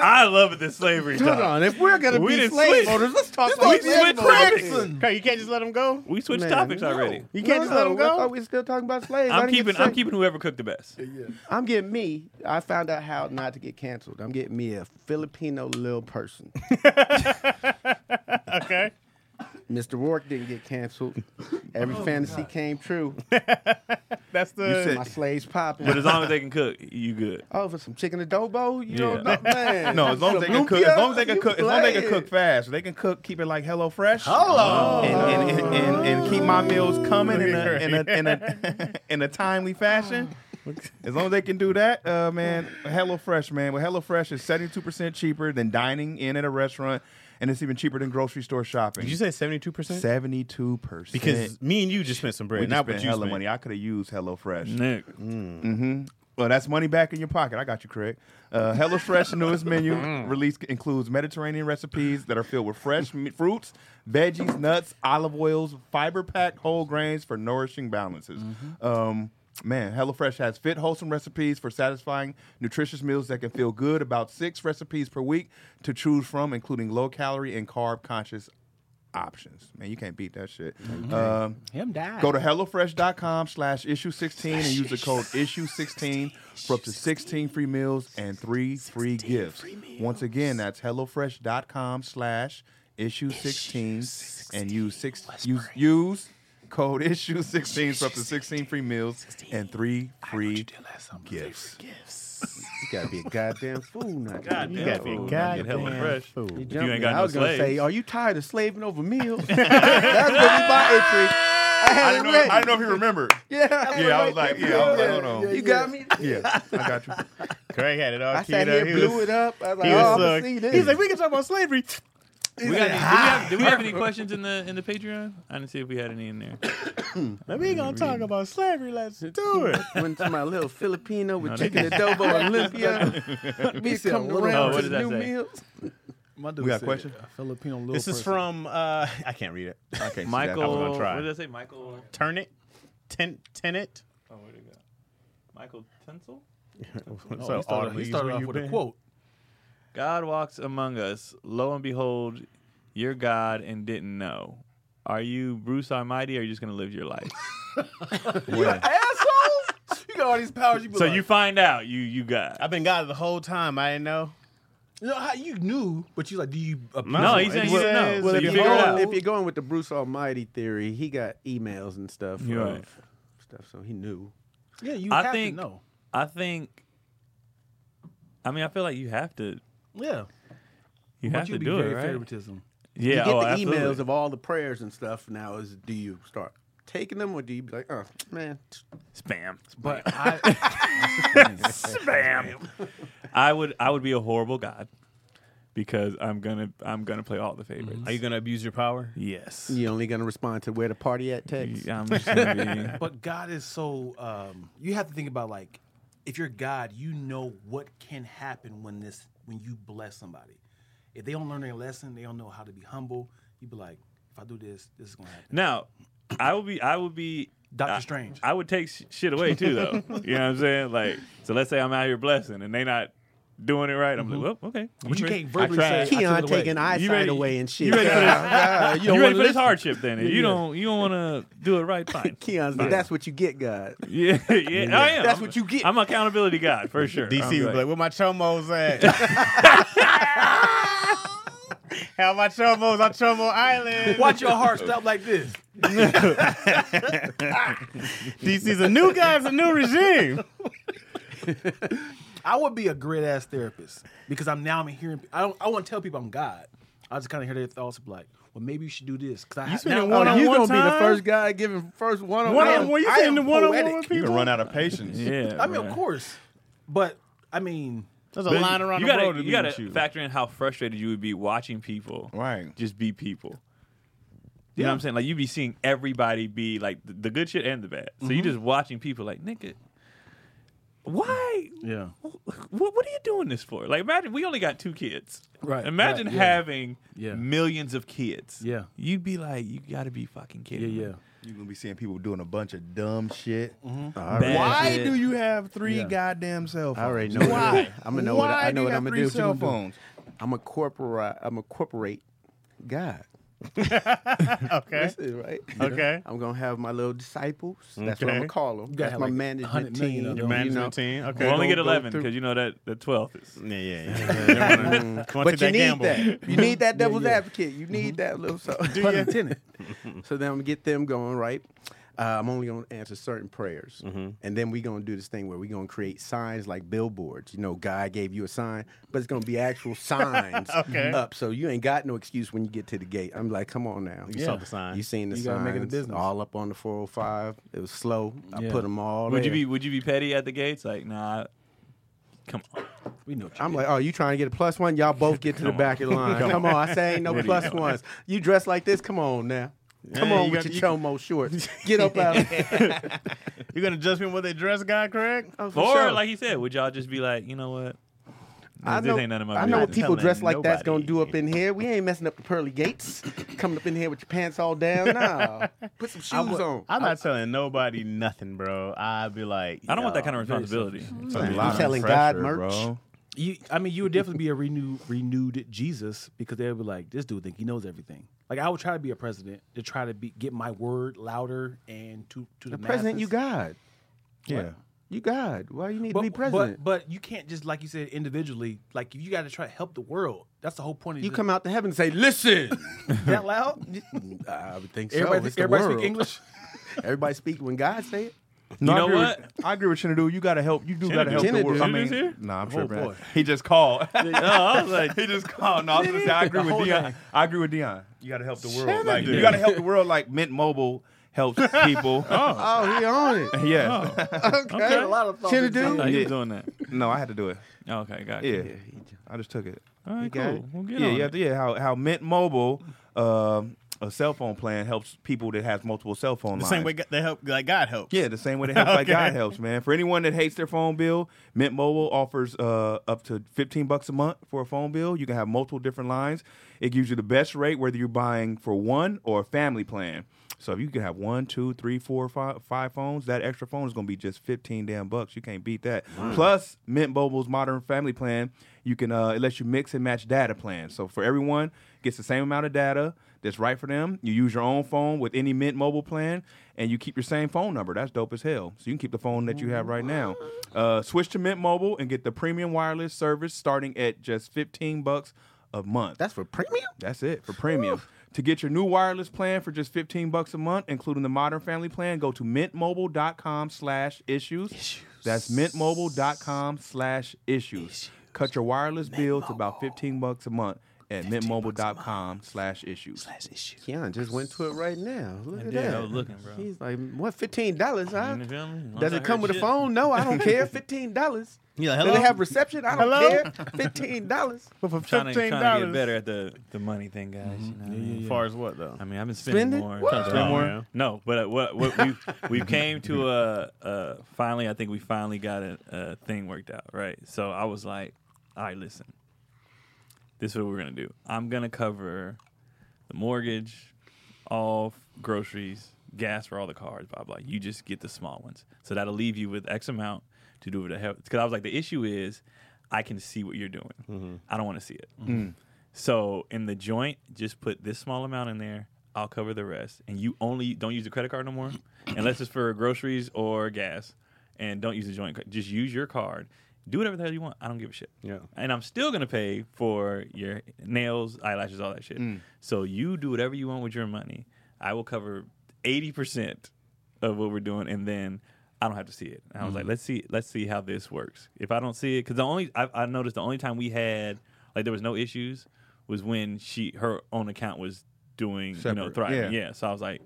B: I love this slavery talk.
F: If we're gonna
B: We didn't switch.
F: let's talk
B: We switched topics.
D: Okay, you can't just let them go
B: We switched
F: Man,
B: topics
F: no.
B: already.
D: you can't just let them
F: I
D: go
F: thought we were still talking about slaves. I
B: I'm
F: didn't get
B: keeping I'm
F: sick.
B: keeping whoever cooked the best.
F: I'm getting me. I found out how not to get canceled. I'm getting me a Filipino little person.
D: okay
F: Mr. Rourke didn't get canceled. Every
B: Oh,
F: fantasy came true.
D: That's the
A: You said-
F: My slaves popping.
B: But as long as they can cook, you good.
F: Oh, for some chicken adobo, you don't
B: Yeah.
F: know, man.
A: No, as long as they can cook, as long as they can cook, as long as they can cook fast, they can cook, keep it like Hello Fresh. Hello, and and, and, and, and keep my meals coming in a in a in a, in a timely fashion. As long as they can do that, uh, man, Hello Fresh, man. Well, Hello Fresh is seventy two percent cheaper than dining in at a restaurant, and it's even cheaper than grocery store shopping.
D: Did you say seventy two percent?
A: seventy two percent?
D: Because me and you just spent some bread.
A: we just
D: not
A: spent
D: what you
A: hella
D: spent.
A: money. I could have used Hello Fresh.
B: Nick.
A: Well, that's money back in your pocket. I got you, Craig. Uh, HelloFresh newest menu
C: Mm.
A: release includes Mediterranean recipes that are filled with fresh meat, fruits, veggies, nuts, olive oils, fiber-packed whole grains for nourishing balances.
C: Mm-hmm.
A: Um, man, HelloFresh has fit, wholesome recipes for satisfying, nutritious meals that can feel good. About six recipes per week to choose from, including low-calorie and carb-conscious options. Man, you can't beat that shit. Um,
C: Him die.
A: Go to HelloFresh.com slash issue 16 and use the code issue 16 for up to 16 free meals and three free gifts. Once again, that's HelloFresh.com slash issue 16 and use six use, use code issue 16 for up to 16 free meals and three free gifts.
F: You gotta be a goddamn fool now.
D: You gotta be
B: Get hella fresh.
D: fool.
B: If you ain't got
F: I
B: no
F: was gonna
B: slaves.
F: say, are you tired of slaving over meals? That's gonna be my entry. I had
A: I
F: it
A: didn't, know,
F: ready.
A: I didn't know if he remembered.
F: Yeah,
A: Yeah, I was like, yeah, I was like, hold on.
F: You got me.
A: Yeah, I got you.
D: Craig had it all.
F: I sat
D: keyed
F: here,
D: up. He
F: blew
D: was-
F: it up. I was like,
D: He
F: oh,
D: was
F: I'm gonna
D: uh,
F: see this.
D: He's like, we can talk about slavery.
B: We got any, do, we have, do we have any questions in the in the Patreon? I didn't see if we had any in there.
D: we gonna talk about slavery. Let's do it.
F: went to my little Filipino with chicken adobo Olympia. We
C: said
F: come
C: little-
B: Oh,
F: around
B: what
F: to
B: did that
F: new
B: say?
F: meals.
C: My dude
A: We got a
C: said
A: question?
C: a Filipino little.
D: This is
C: person.
D: from uh, I can't read it.
A: I can't see that.
B: Michael,
D: gonna try.
B: what did I say?
C: Oh,
B: Michael.
D: Turn it, ten, ten it.
B: Oh, where'd it go? Michael Tinsel.
C: Oh,
D: So
C: he started,
D: Autumn,
C: he started
D: where
C: off
D: you
C: with a
D: been?
C: quote.
B: God walks among us. Lo and behold, you're God and didn't know. Are you Bruce Almighty? Or are you just gonna live your life?
C: asshole. You got all these powers. You be
B: so
C: like,
B: you find out you you got.
D: I've been God the whole time. I didn't know.
C: you know how you knew, but you like, do you?
B: No, he's
D: It
B: saying you didn't know.
D: says-
B: so
F: Well, if,
B: you
F: you
B: figure it out.
F: go- if you're going with the Bruce Almighty theory, he got emails and stuff.
B: You're
F: of
B: right.
F: Stuff, so he knew.
C: yeah, you
B: I
C: have
B: think-
C: to know.
B: I think. I mean, I feel like you have to.
C: Yeah,
B: You
C: but
B: have
C: you
B: to
C: be
B: do
C: very
B: it, right?
C: favoritism.
B: Yeah,
F: you get
B: oh,
F: the
B: absolutely.
F: emails of all the prayers and stuff. Now is do you start taking them or do you be like, oh man,
B: Spam.
E: But I,
B: Spam. I would I would be a horrible god because I'm gonna I'm gonna play all the favorites.
D: Are you gonna abuse your power?
B: yes.
F: you only gonna respond to where the party at text?
B: I'm just gonna be
C: But God is so. Um, you have to think about like, if you're God, you know what can happen when this when you bless somebody. If they don't learn their lesson, they don't know how to be humble. You be like, if I do this, this is gonna happen.
B: now. I would be I would be
C: Doctor
B: I-
C: Strange.
B: I would take sh- shit away too, though. you know what I'm saying? Like, so let's say I'm out here blessing and they not doing it right. I'm like, well, okay.
C: But you
B: ready?
C: can't
B: I
C: verbally
B: tried.
C: say- I took
F: Keon
C: it away.
F: taking
C: You
F: eyesight
B: ready-
F: away and shit.
B: you ready for this?
F: Yeah, yeah, you
B: You, ready
F: don't
B: for
F: wanna
B: this
F: listen.
B: hardship? Then if you don't you don't want to do it right. Fine.
F: Keon's like,
B: Fine.
F: that's what you get, God.
B: yeah, yeah, I am.
F: That's
B: I'm-
F: what you get.
B: I'm an accountability god for sure.
D: DC
B: I'm
D: would be
B: like-
D: like, where my chomos at? How my chomos on Chomo Island?
C: Watch your heart stop like this.
D: DC's a new guy, it's a new regime.
C: I would be a great ass therapist because I'm now I'm hearing. I don't. I want to tell people I'm God. I just kind of hear their thoughts of like, well, maybe you should do this because I ha-
D: spending
C: now-
D: one-
F: Oh, you
D: One-on-one
F: gonna be the
D: time?
F: first guy giving first one on
D: One
C: I
D: on
C: am-
D: one, you
C: I
D: saying the
C: am
D: one on one
C: poetic.
A: You can
D: people?
A: run out of patience.
B: yeah.
C: I mean, of
B: bruh.
C: course, but I mean,
D: There's a line around
B: you
D: the
B: gotta,
D: road to
B: you
D: be
B: gotta
D: with you.
B: factor in how frustrated you would be watching people
A: Right.
B: just be people. You know what I'm saying? Like you'd be seeing everybody be like the, the good shit and the bad. So you just watching people like nigga. Why?
C: yeah,
B: What What are you doing this for? Like imagine we only got two kids.
E: Right,
B: Imagine
E: right, yeah.
B: having
E: Yeah.
B: millions of kids.
E: Yeah.
B: You'd be like, you gotta be fucking kidding. me.
A: You're gonna be seeing people doing a bunch of dumb shit.
B: Bad
A: Why
B: shit.
A: do you have three
E: Yeah.
A: goddamn cell phones?
F: I already know what
A: Why?
F: it is. I'ma know what I-
A: Why
F: I know
A: do
F: what
A: you have
F: I'ma
A: three
F: do. What you
A: Cell
F: gonna do?
A: phones.
F: I'm a corporate. I'm a corporate God.
D: Okay.
F: That's it, right?
D: Okay.
F: I'm gonna have my little disciples. That's what I'm
D: Okay.
F: gonna call them.
C: gotta
F: That's
C: have
F: my
C: like
F: management
C: 100 million
F: team.
C: of
F: you
C: them.
D: Management
F: know.
D: team.
B: We'll
D: Okay.
B: only
F: Go-
B: get
F: go
B: 11
F: through-
B: because you know that the 12th is.
D: Yeah, yeah. yeah.
F: But you need that. You need that devil's advocate. You need that little so.
C: pun intended.
F: so then I'm gonna get them going right. Uh, I'm only gonna answer certain prayers, and then we're gonna do this thing where we're gonna create signs like billboards. You know, God gave you a sign, but it's gonna be actual signs
D: Okay.
F: up, so you ain't got no excuse when you get to the gate. I'm like, come on now,
D: You saw the sign.
F: You seen the
C: You gotta
F: signs
C: make it a business.
F: all up on the 405. It was slow. I
E: Yeah.
F: put them all.
B: Would you
F: there.
B: be Would you be petty at the gates? Like, nah. Come on.
C: We know. What you
F: I'm like, oh, you trying to get a plus one? Y'all both get to the back of the line. Come on, I say ain't no plus ones. You dress like this? Come on now. Come
D: Yeah,
F: on
D: you
F: with
D: got-
F: your chomo shorts. Get up out.
D: You're gonna judge me on what they dress, guy, Craig?
F: Oh, for
B: Or
F: sure.
B: like you said, would y'all just be like, you know what?
F: I
B: this
F: know,
B: ain't none of my
F: I know what
B: business.
F: people
D: Telling
F: dressed like that's gonna
D: nobody.
F: do up in here. We ain't messing up the pearly gates. Coming up in here with your pants all down. Nah, put some shoes on.
D: I'm not telling nobody nothing, bro. I'd be like,
B: I don't want that
D: yo,
B: kind of responsibility.
A: That's a lot of
F: selling God
A: pressure,
F: merch?
A: bro.
C: You, I mean, you would definitely be a renewed, renewed Jesus because they would be like, this dude think he knows everything. Like, I would try to be a president to try to be, get my word louder and to to the,
F: The president,
C: masses.
F: you God.
A: Yeah.
F: You God. Why you need
C: But,
F: to be president?
C: but but you can't just like you said individually. Like you got to try to help the world. That's the whole point. Of
F: you
C: just-
F: come out to heaven and say, "Listen."
C: that loud.
F: I would think so.
C: Everybody,
F: Oh, It's the
C: everybody
F: world.
C: speak English.
F: Everybody speak when God say it.
A: No,
B: You know
A: I agree
B: what?
A: With, I agree with Shinadu. You gotta help. You do gotta help
F: Shinadu.
A: the world. I
F: Shinadu's
A: mean,
B: here?
A: nah, I'm
C: Oh,
A: tripping.
C: boy.
A: He just called.
B: oh, I was like,
A: he just called. No, I was gonna say I agree with
C: whole
A: Dion.
C: thing.
A: I agree with Dion. You gotta help the world.
D: Shinadu.
A: Like you gotta help the world. Like Mint Mobile helps people. oh.
F: Oh, he on it.
A: Yes.
C: There are a lot of thoughts.
F: Should've
B: I
F: do.
B: thought you
A: Yeah.
B: were doing that.
A: No, I had to do it.
B: Oh, okay, got
A: Yeah.
B: you.
A: I just took it.
B: All right,
F: got
B: cool.
F: it.
B: We'll get
A: yeah,
B: on
A: you
B: it.
A: have to, yeah. How how Mint Mobile, um, a cell phone plan helps people that have multiple cell phone
D: The
A: lines.
D: same way they help, like God helps.
A: Yeah, the same way that helps like God helps, man. For anyone that hates their phone bill, Mint Mobile offers uh, up to fifteen bucks a month for a phone bill. You can have multiple different lines. It gives you the best rate whether you're buying for one or a family plan. So if you can have one, two, three, four, five, five phones, that extra phone is going to be just fifteen damn bucks. You can't beat that. Plus, Mint Mobile's modern family plan, you can uh, it lets you mix and match data plans. So for everyone, gets the same amount of data that's right for them. You use your own phone with any Mint mobile plan, and you keep your same phone number. That's dope as hell. So you can keep the phone that you have right now. Uh, switch to Mint Mobile and get the premium wireless service starting at just fifteen bucks a month.
F: That's for premium.
A: That's it for premium. To get your new wireless plan for just 15 bucks a month, including the Modern Family plan, go to mintmobile.com slash issues. That's mintmobile.com slash issues. Cut your wireless bill to about 15 bucks a month. at mintmobile.com slash issues.
F: Keon just went to it right now. Look at
B: did. I
F: that.
B: was looking, bro.
F: He's like, what? Fifteen dollars? Huh?
B: You feel me? Once
F: Does
B: I
F: it come
B: heard
F: with a
B: shit-
F: phone? No, I don't care. Fifteen dollars.
D: Yeah,
F: Do they have reception? I don't
D: Hello?
F: care. Fifteen dollars.
D: But for
B: Trying to, trying to
D: fifteen
B: get
D: dollars.
B: better at the, the money thing, guys. You know what I mean?
D: As far as what though?
B: I mean, I've been spending
F: Spending?
B: more.
F: What?
B: Oh,
D: Spend more?
B: yeah. No, but uh, what, what we we came to a, a finally. I think we finally got a, a thing worked out, right? So I was like, all right, listen, this is what we're gonna do. I'm gonna cover the mortgage, all f- groceries, gas for all the cars, blah blah. You just get the small ones, so that'll leave you with X amount to do whatever. Because I was like, the issue is, I can see what you're doing. I don't want to see it. So in the joint, just put this small amount in there. I'll cover the rest, and you only don't use the credit card no more, unless it's for groceries or gas, and don't use the joint. card. Just use your card. Do whatever the hell you want. I don't give a shit.
D: Yeah.
B: And I'm still gonna pay for your nails, eyelashes, all that shit.
A: Mm.
B: So you do whatever you want with your money. I will cover eighty percent of what we're doing, and then I don't have to see it. And I was
A: Mm.
B: like, let's see, let's see how this works. If I don't see it, because the only I, I noticed the only time we had like there was no issues was when she her own account was doing you know
A: Separate,
B: thriving.
A: yeah.
B: Yeah. So I was like,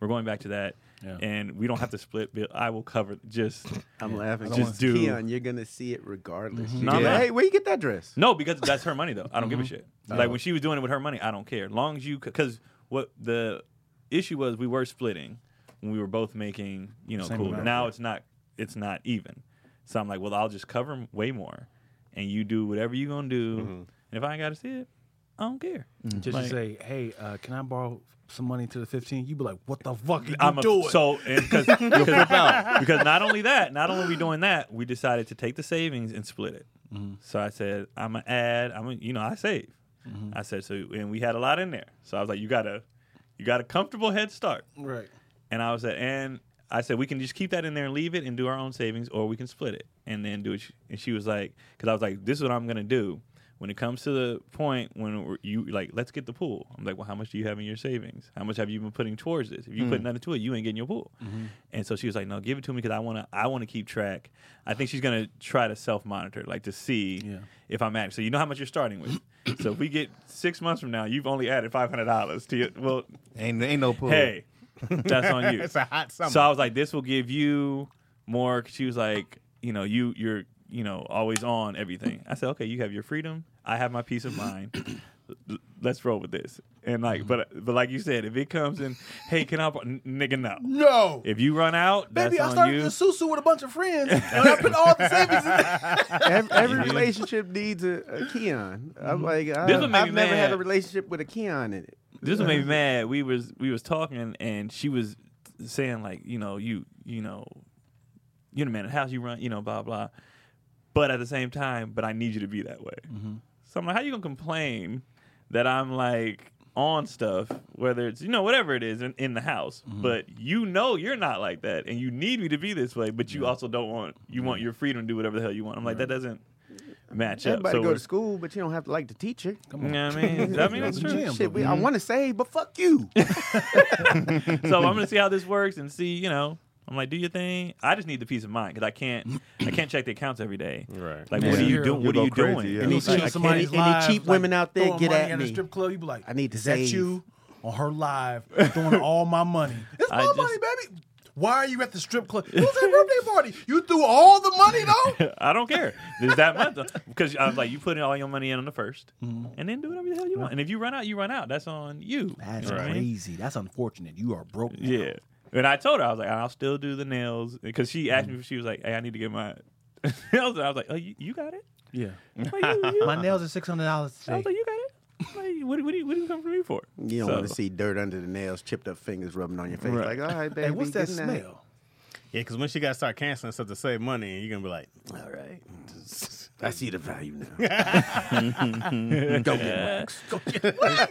B: we're going back to that,
E: Yeah.
B: and we don't have to split. bill. I will cover just
F: I'm laughing.
B: Just
F: Just
B: do-
F: Keon, you're gonna see it regardless. You
B: No,
F: just-
B: no.
F: Hey, where you get that dress?
B: No, because that's her money though. I don't give a
E: Mm-hmm.
B: shit. Like when she was doing it with her money, I don't care. Long as you, because what the issue was, we were splitting when we were both making, you know,
E: Same
B: cool.
E: amount,
B: Now
E: yeah.
B: it's not, it's not even. So I'm like, well, I'll just cover m- way more, and you do whatever you're gonna do.
E: Mm-hmm.
B: And if I ain't gotta see it, I don't care.
E: Just
B: Like-
E: to say, hey, uh, can I borrow some money to the 15? You'd be like, what the fuck are you
B: I'm a,
E: doing?
B: so because because not only that, not only we doing that, we decided to take the savings and split it. So I said, I'm gonna add, I'm gonna, you know, I save. I said so, and we had a lot in there. So I was like, you got a, you got a comfortable head start.
E: right.
B: And I was at, and I said, we can just keep that in there and leave it and do our own savings, or we can split it and then do it. And she was like, because I was like, this is what I'm gonna do. When it comes to the point when we're- you like, let's get the pool. I'm like, well, how much do you have in your savings? How much have you been putting towards this? If you put nothing to it, you ain't getting your pool. And so she was like, no, give it to me because I wanna, I wanna keep track. I think she's gonna try to self monitor, like to see
E: Yeah.
B: if I'm adding. So you know how much you're starting with. so if we get six months from now, you've only added five hundred dollars to your. Well,
A: Ain't, ain't no pull.
B: hey, that's on you.
D: It's a hot summer.
B: So I was like, this will give you more. 'cause She was like, you know, you you're you know always on everything. I said, okay, you have your freedom. I have my peace of mind. L- Let's roll with this. And like, but but like you said, if it comes in, hey, can I, b- n- nigga, no.
C: No.
B: If you run out,
C: Baby, I
B: that's on
C: started
B: you.
C: the susu with a bunch of friends, and I put all the savings in there.
F: Every, every relationship needs a, a Keon. I'm like, I,
B: Mm-hmm. This would make
F: I've
B: me
F: never had a
B: mad.
F: relationship with a Keon in it.
B: this what made
F: Uh-huh.
B: me mad. We was we was talking, and she was saying like, you know, you you know, you're the man of the house. You run, you know, blah blah. But at the same time, but I need you to be that way.
F: Mm-hmm.
B: So I'm like, how you gonna complain that I'm like on stuff, whether it's you know whatever it is in, in the house,
F: Mm-hmm.
B: but you know you're not like that, and you need me to be this way, but you also don't want you want your freedom to do whatever the hell you want. I'm like, that doesn't match
F: Everybody
B: up.
F: go
B: we're-
F: to school, but you don't have to like the teacher.
B: You know what I mean? I mean, that's
E: Go to
B: true. Mm-hmm.
E: gym.
F: Shit, we, I want to say, but fuck you.
B: so I'm gonna see how this works and see, you know. I'm like, do your thing. I just need the peace of mind because I can't, I can't check the accounts every day.
D: Right.
B: Like, what are
A: Yeah.
B: you doing?
A: You'll
B: What
A: go
B: are you
A: crazy,
B: doing?
A: yeah.
B: And
F: You
B: he's
F: see
B: like,
F: some- somebody's any cheap women out there,
C: throwing
F: get
C: money
F: at
C: a
F: me.
C: strip club, you be like,
F: I need to
C: Is that
F: save."
C: you on her live throwing all my money? It's my
B: I just-
C: money, baby. Why are you at the strip club? It was her birthday party. You threw all the money though.
B: I don't care. There's that month because I was like, you put all your money in on the 1st and then do whatever the hell you want. And if you run out, you run out. That's on you.
E: That's
B: You know what I mean?
E: crazy. That's unfortunate. You are broke now.
B: Yeah. And I told her I was like, I'll still do the nails because she asked me. She was like, Hey, I need to get my nails. And I was like, Oh, you, you got it?
E: Yeah.
B: I'm Like, you, you.
E: My nails are $600
B: I was
E: today.
B: like, you got it? I'm Like, what, do- what, do you, what do you come for me for?
F: You don't
B: So-
F: want to see dirt under the nails, chipped up fingers rubbing on your face.
B: Right.
F: Like, all right, baby,
E: Hey, what's that
F: good night."
E: smell?
D: Yeah, because when she got to start canceling stuff to save money, you're gonna be like, all right.
F: I see the value now. Go get waxed.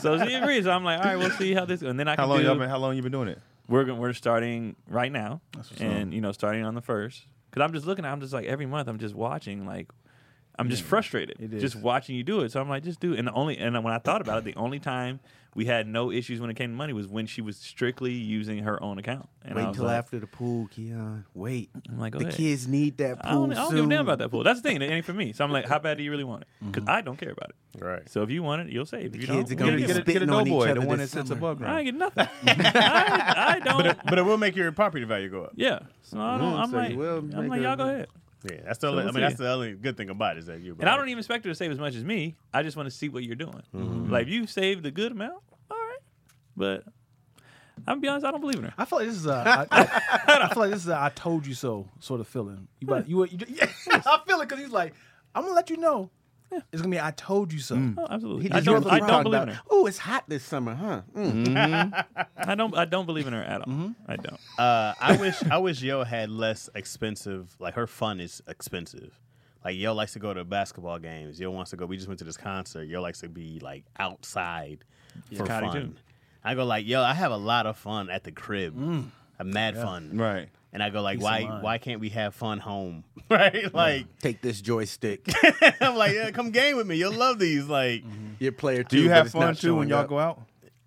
B: so she agrees. I'm like, all right, we'll see how this. And then I
A: How
B: can
A: long
B: do.
A: y'all been? How long you been doing it?
B: we're gon- we're starting right now, and you know, starting on the first. Because I'm just looking. I'm just like every month. I'm just watching. Like, I'm just frustrated.
E: it
B: Just
E: is.
B: watching you do it. So I'm like, just do. It. And the only and when I thought about it, the only time we had no issues when it came to money was when she was strictly using her own account. And I
F: Wait
B: was
F: till
B: like,
F: after the pool, Keon. Wait.
B: I'm like, go
F: the
B: ahead.
F: kids need that pool
B: I don't, I don't give a
F: soon.
B: damn about that pool. That's the thing. It ain't for me. So I'm like, how bad do you really want it? Because I don't care about it.
D: Right.
B: So if you want it, you'll save. If you
F: Mm-hmm. kids are
B: don't, you
F: gonna
B: don't
F: be
B: give a-
F: spit- spitting on each
A: doughboy,
F: other
A: the one that
F: this
A: sits
F: summer.
A: above
B: I
A: ground.
B: ain't get nothing. I, I don't.
D: But it will make your property value go up.
B: yeah. So I don't.
F: Mm,
B: I'm
F: so
B: like,
F: you will
B: I'm
F: make
B: like,
F: a-
B: y'all go ahead.
D: Yeah, that's the.
B: So
D: Only, I
B: we'll
D: mean, that's
B: see.
D: the only good thing about it is that you.
B: And I don't even expect her to save as much as me. I just want to see what you're doing. Like, if you saved a good amount, all right. But I'm gonna be honest, I don't believe in her.
E: I feel like this is a. I, I, I feel like this is a I told you so sort of feeling. You, about, you, you yeah, I feel it because he's like, I'm gonna let you know. It's gonna be I told you so.
D: Mm.
B: Oh, absolutely.
F: He
B: I
F: just
B: don't,
F: gives
B: I
F: a
B: don't
F: talk
B: believe in
F: about,
B: her.
F: Oh, it's hot this summer, huh? Mm.
B: I don't. I don't believe in her at all. I don't.
D: Uh, I wish I wish Yo had less expensive. Like her fun is expensive. Like Yo likes to go to basketball games. Yo wants to go. We just went to this concert. Yo likes to be like outside for
B: Scotty
D: fun.
B: too.
D: I go like Yo. I have a lot of fun at the crib. I'm mad fun.
A: Right.
D: And I go like,
E: Mm. Peace of
D: why
E: mind.
D: why can't we have fun home? right. Like
F: Take this joystick.
D: I'm like, yeah, come game with me. You'll love these. Like
E: Mm-hmm.
F: Your player too.
A: Do you
F: but
A: have
F: it's
A: fun
F: not
A: too when
F: showing
A: y'all
F: up.
A: go out?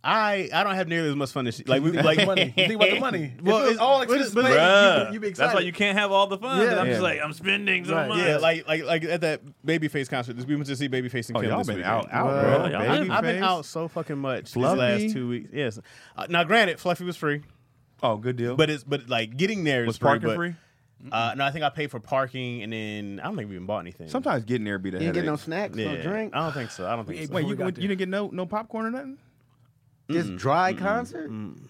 D: I I don't have nearly as much fun as she, like we like.
E: The money. You think about the money.
D: Well,
E: Well, it's
D: it's-
E: all
D: but
E: expenses
D: it's- but
E: paid,
B: Bruh,
E: you, be- you be excited.
B: that's why you can't have all the fun. 'cause I'm
E: Yeah.
B: just
A: Yeah.
B: like I'm spending so
E: Right.
B: much.
D: Yeah, like like like at that Babyface concert. This, we went to see Babyface and
A: Oh,
D: Kim.
A: y'all
D: this
A: been
D: weekend.
A: out, out,
F: Well,
A: bro.
B: y'all
A: Baby
B: been-
D: I've been
A: face.
D: out so fucking much these
A: Fluffy.
D: last two weeks. Yes. Uh, now, granted, Fluffy was free,
A: Oh, good deal.
D: but it's but like getting there is
A: was
D: free,
A: parking
D: but,
A: free?
D: Uh, no, I think I paid for parking, and then I don't think we even bought anything.
A: Sometimes getting there be the
F: You didn't
A: headache.
F: get no snacks,
D: yeah,
F: no drink.
D: I don't think so. I don't think so.
A: Wait,
E: Before
A: you,
E: we got
A: you
E: there.
A: didn't get no no popcorn or nothing?
F: This dry concert?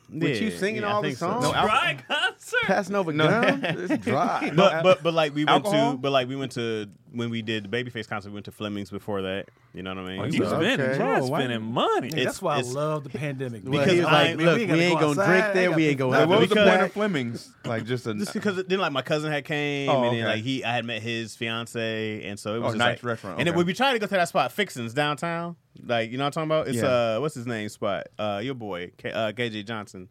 F: With you singing
D: I
F: all the
D: think so.
F: songs?
D: No,
F: No,
B: Dry concert.
F: Passing over gum? It's dry.
D: but but but like we went
A: Alcohol?
D: to but like we went to when we did the Babyface concert, we went to Fleming's before that. You know what I mean?
B: You
A: Okay.
B: spending, yeah,
A: Bro, why-
B: spending money.
E: Nigga,
D: it's-
E: that's why I
D: it's-
E: love the pandemic. man.
F: Well,
D: because
F: he was
D: I-
F: like,
D: man,
F: look, we ain't
E: go
F: gonna
E: outside,
F: drink there.
E: got
F: We ain't
E: people-
F: gonna.
A: Like,
F: have
A: what was
F: it.
A: the
D: because-
A: point of Fleming's? Like just a
D: just because then like my cousin had came
A: Uh-huh. Oh,
D: and then
A: okay.
D: like he I had met his fiance and so it was just,
A: nice
D: like-
A: restaurant,
D: And then
A: okay.
D: when we tried to go to that spot, Fixins downtown, like you know what I'm talking about? It's
A: Yeah.
D: uh what's his name spot? Uh your boy K, uh, KJ Johnson.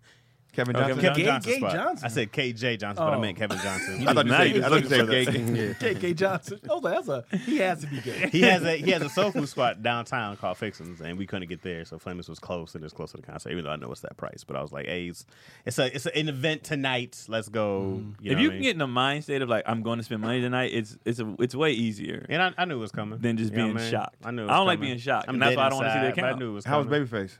A: Kevin
B: Okay,
A: Johnson.
B: Kevin
D: Kevin
E: Gay- Gay
D: spot.
E: Johnson?
D: I said KJ Johnson, but I
E: Oh.
D: meant Kevin Johnson.
A: I thought you
B: Now
A: said,
B: you
A: I thought you said
B: looking
A: gay.
B: for
E: KK Johnson. Oh, that's a he has to be gay.
D: he has a he has a soul food spot downtown called Fixins, and we couldn't get there, so Fleming's was close and it's close to the concert. Even though I know it's that price, but I was like, hey, it's it's a it's an event tonight. Let's go. You
B: if you
D: know what I
B: can
D: mean?
B: get in the mind state of like I'm going to spend money tonight, it's it's a, it's way easier.
D: and I, I knew it was coming.
B: Than just
D: You know
B: being
D: what I mean?
B: shocked.
D: I knew. It
B: I
D: was
B: don't like
D: coming.
B: being shocked,
D: I'm
B: and that's
D: dead
B: why I don't wanna see the
D: inside, but I
B: account.
D: knew it was
A: How was
D: coming.
A: Babyface?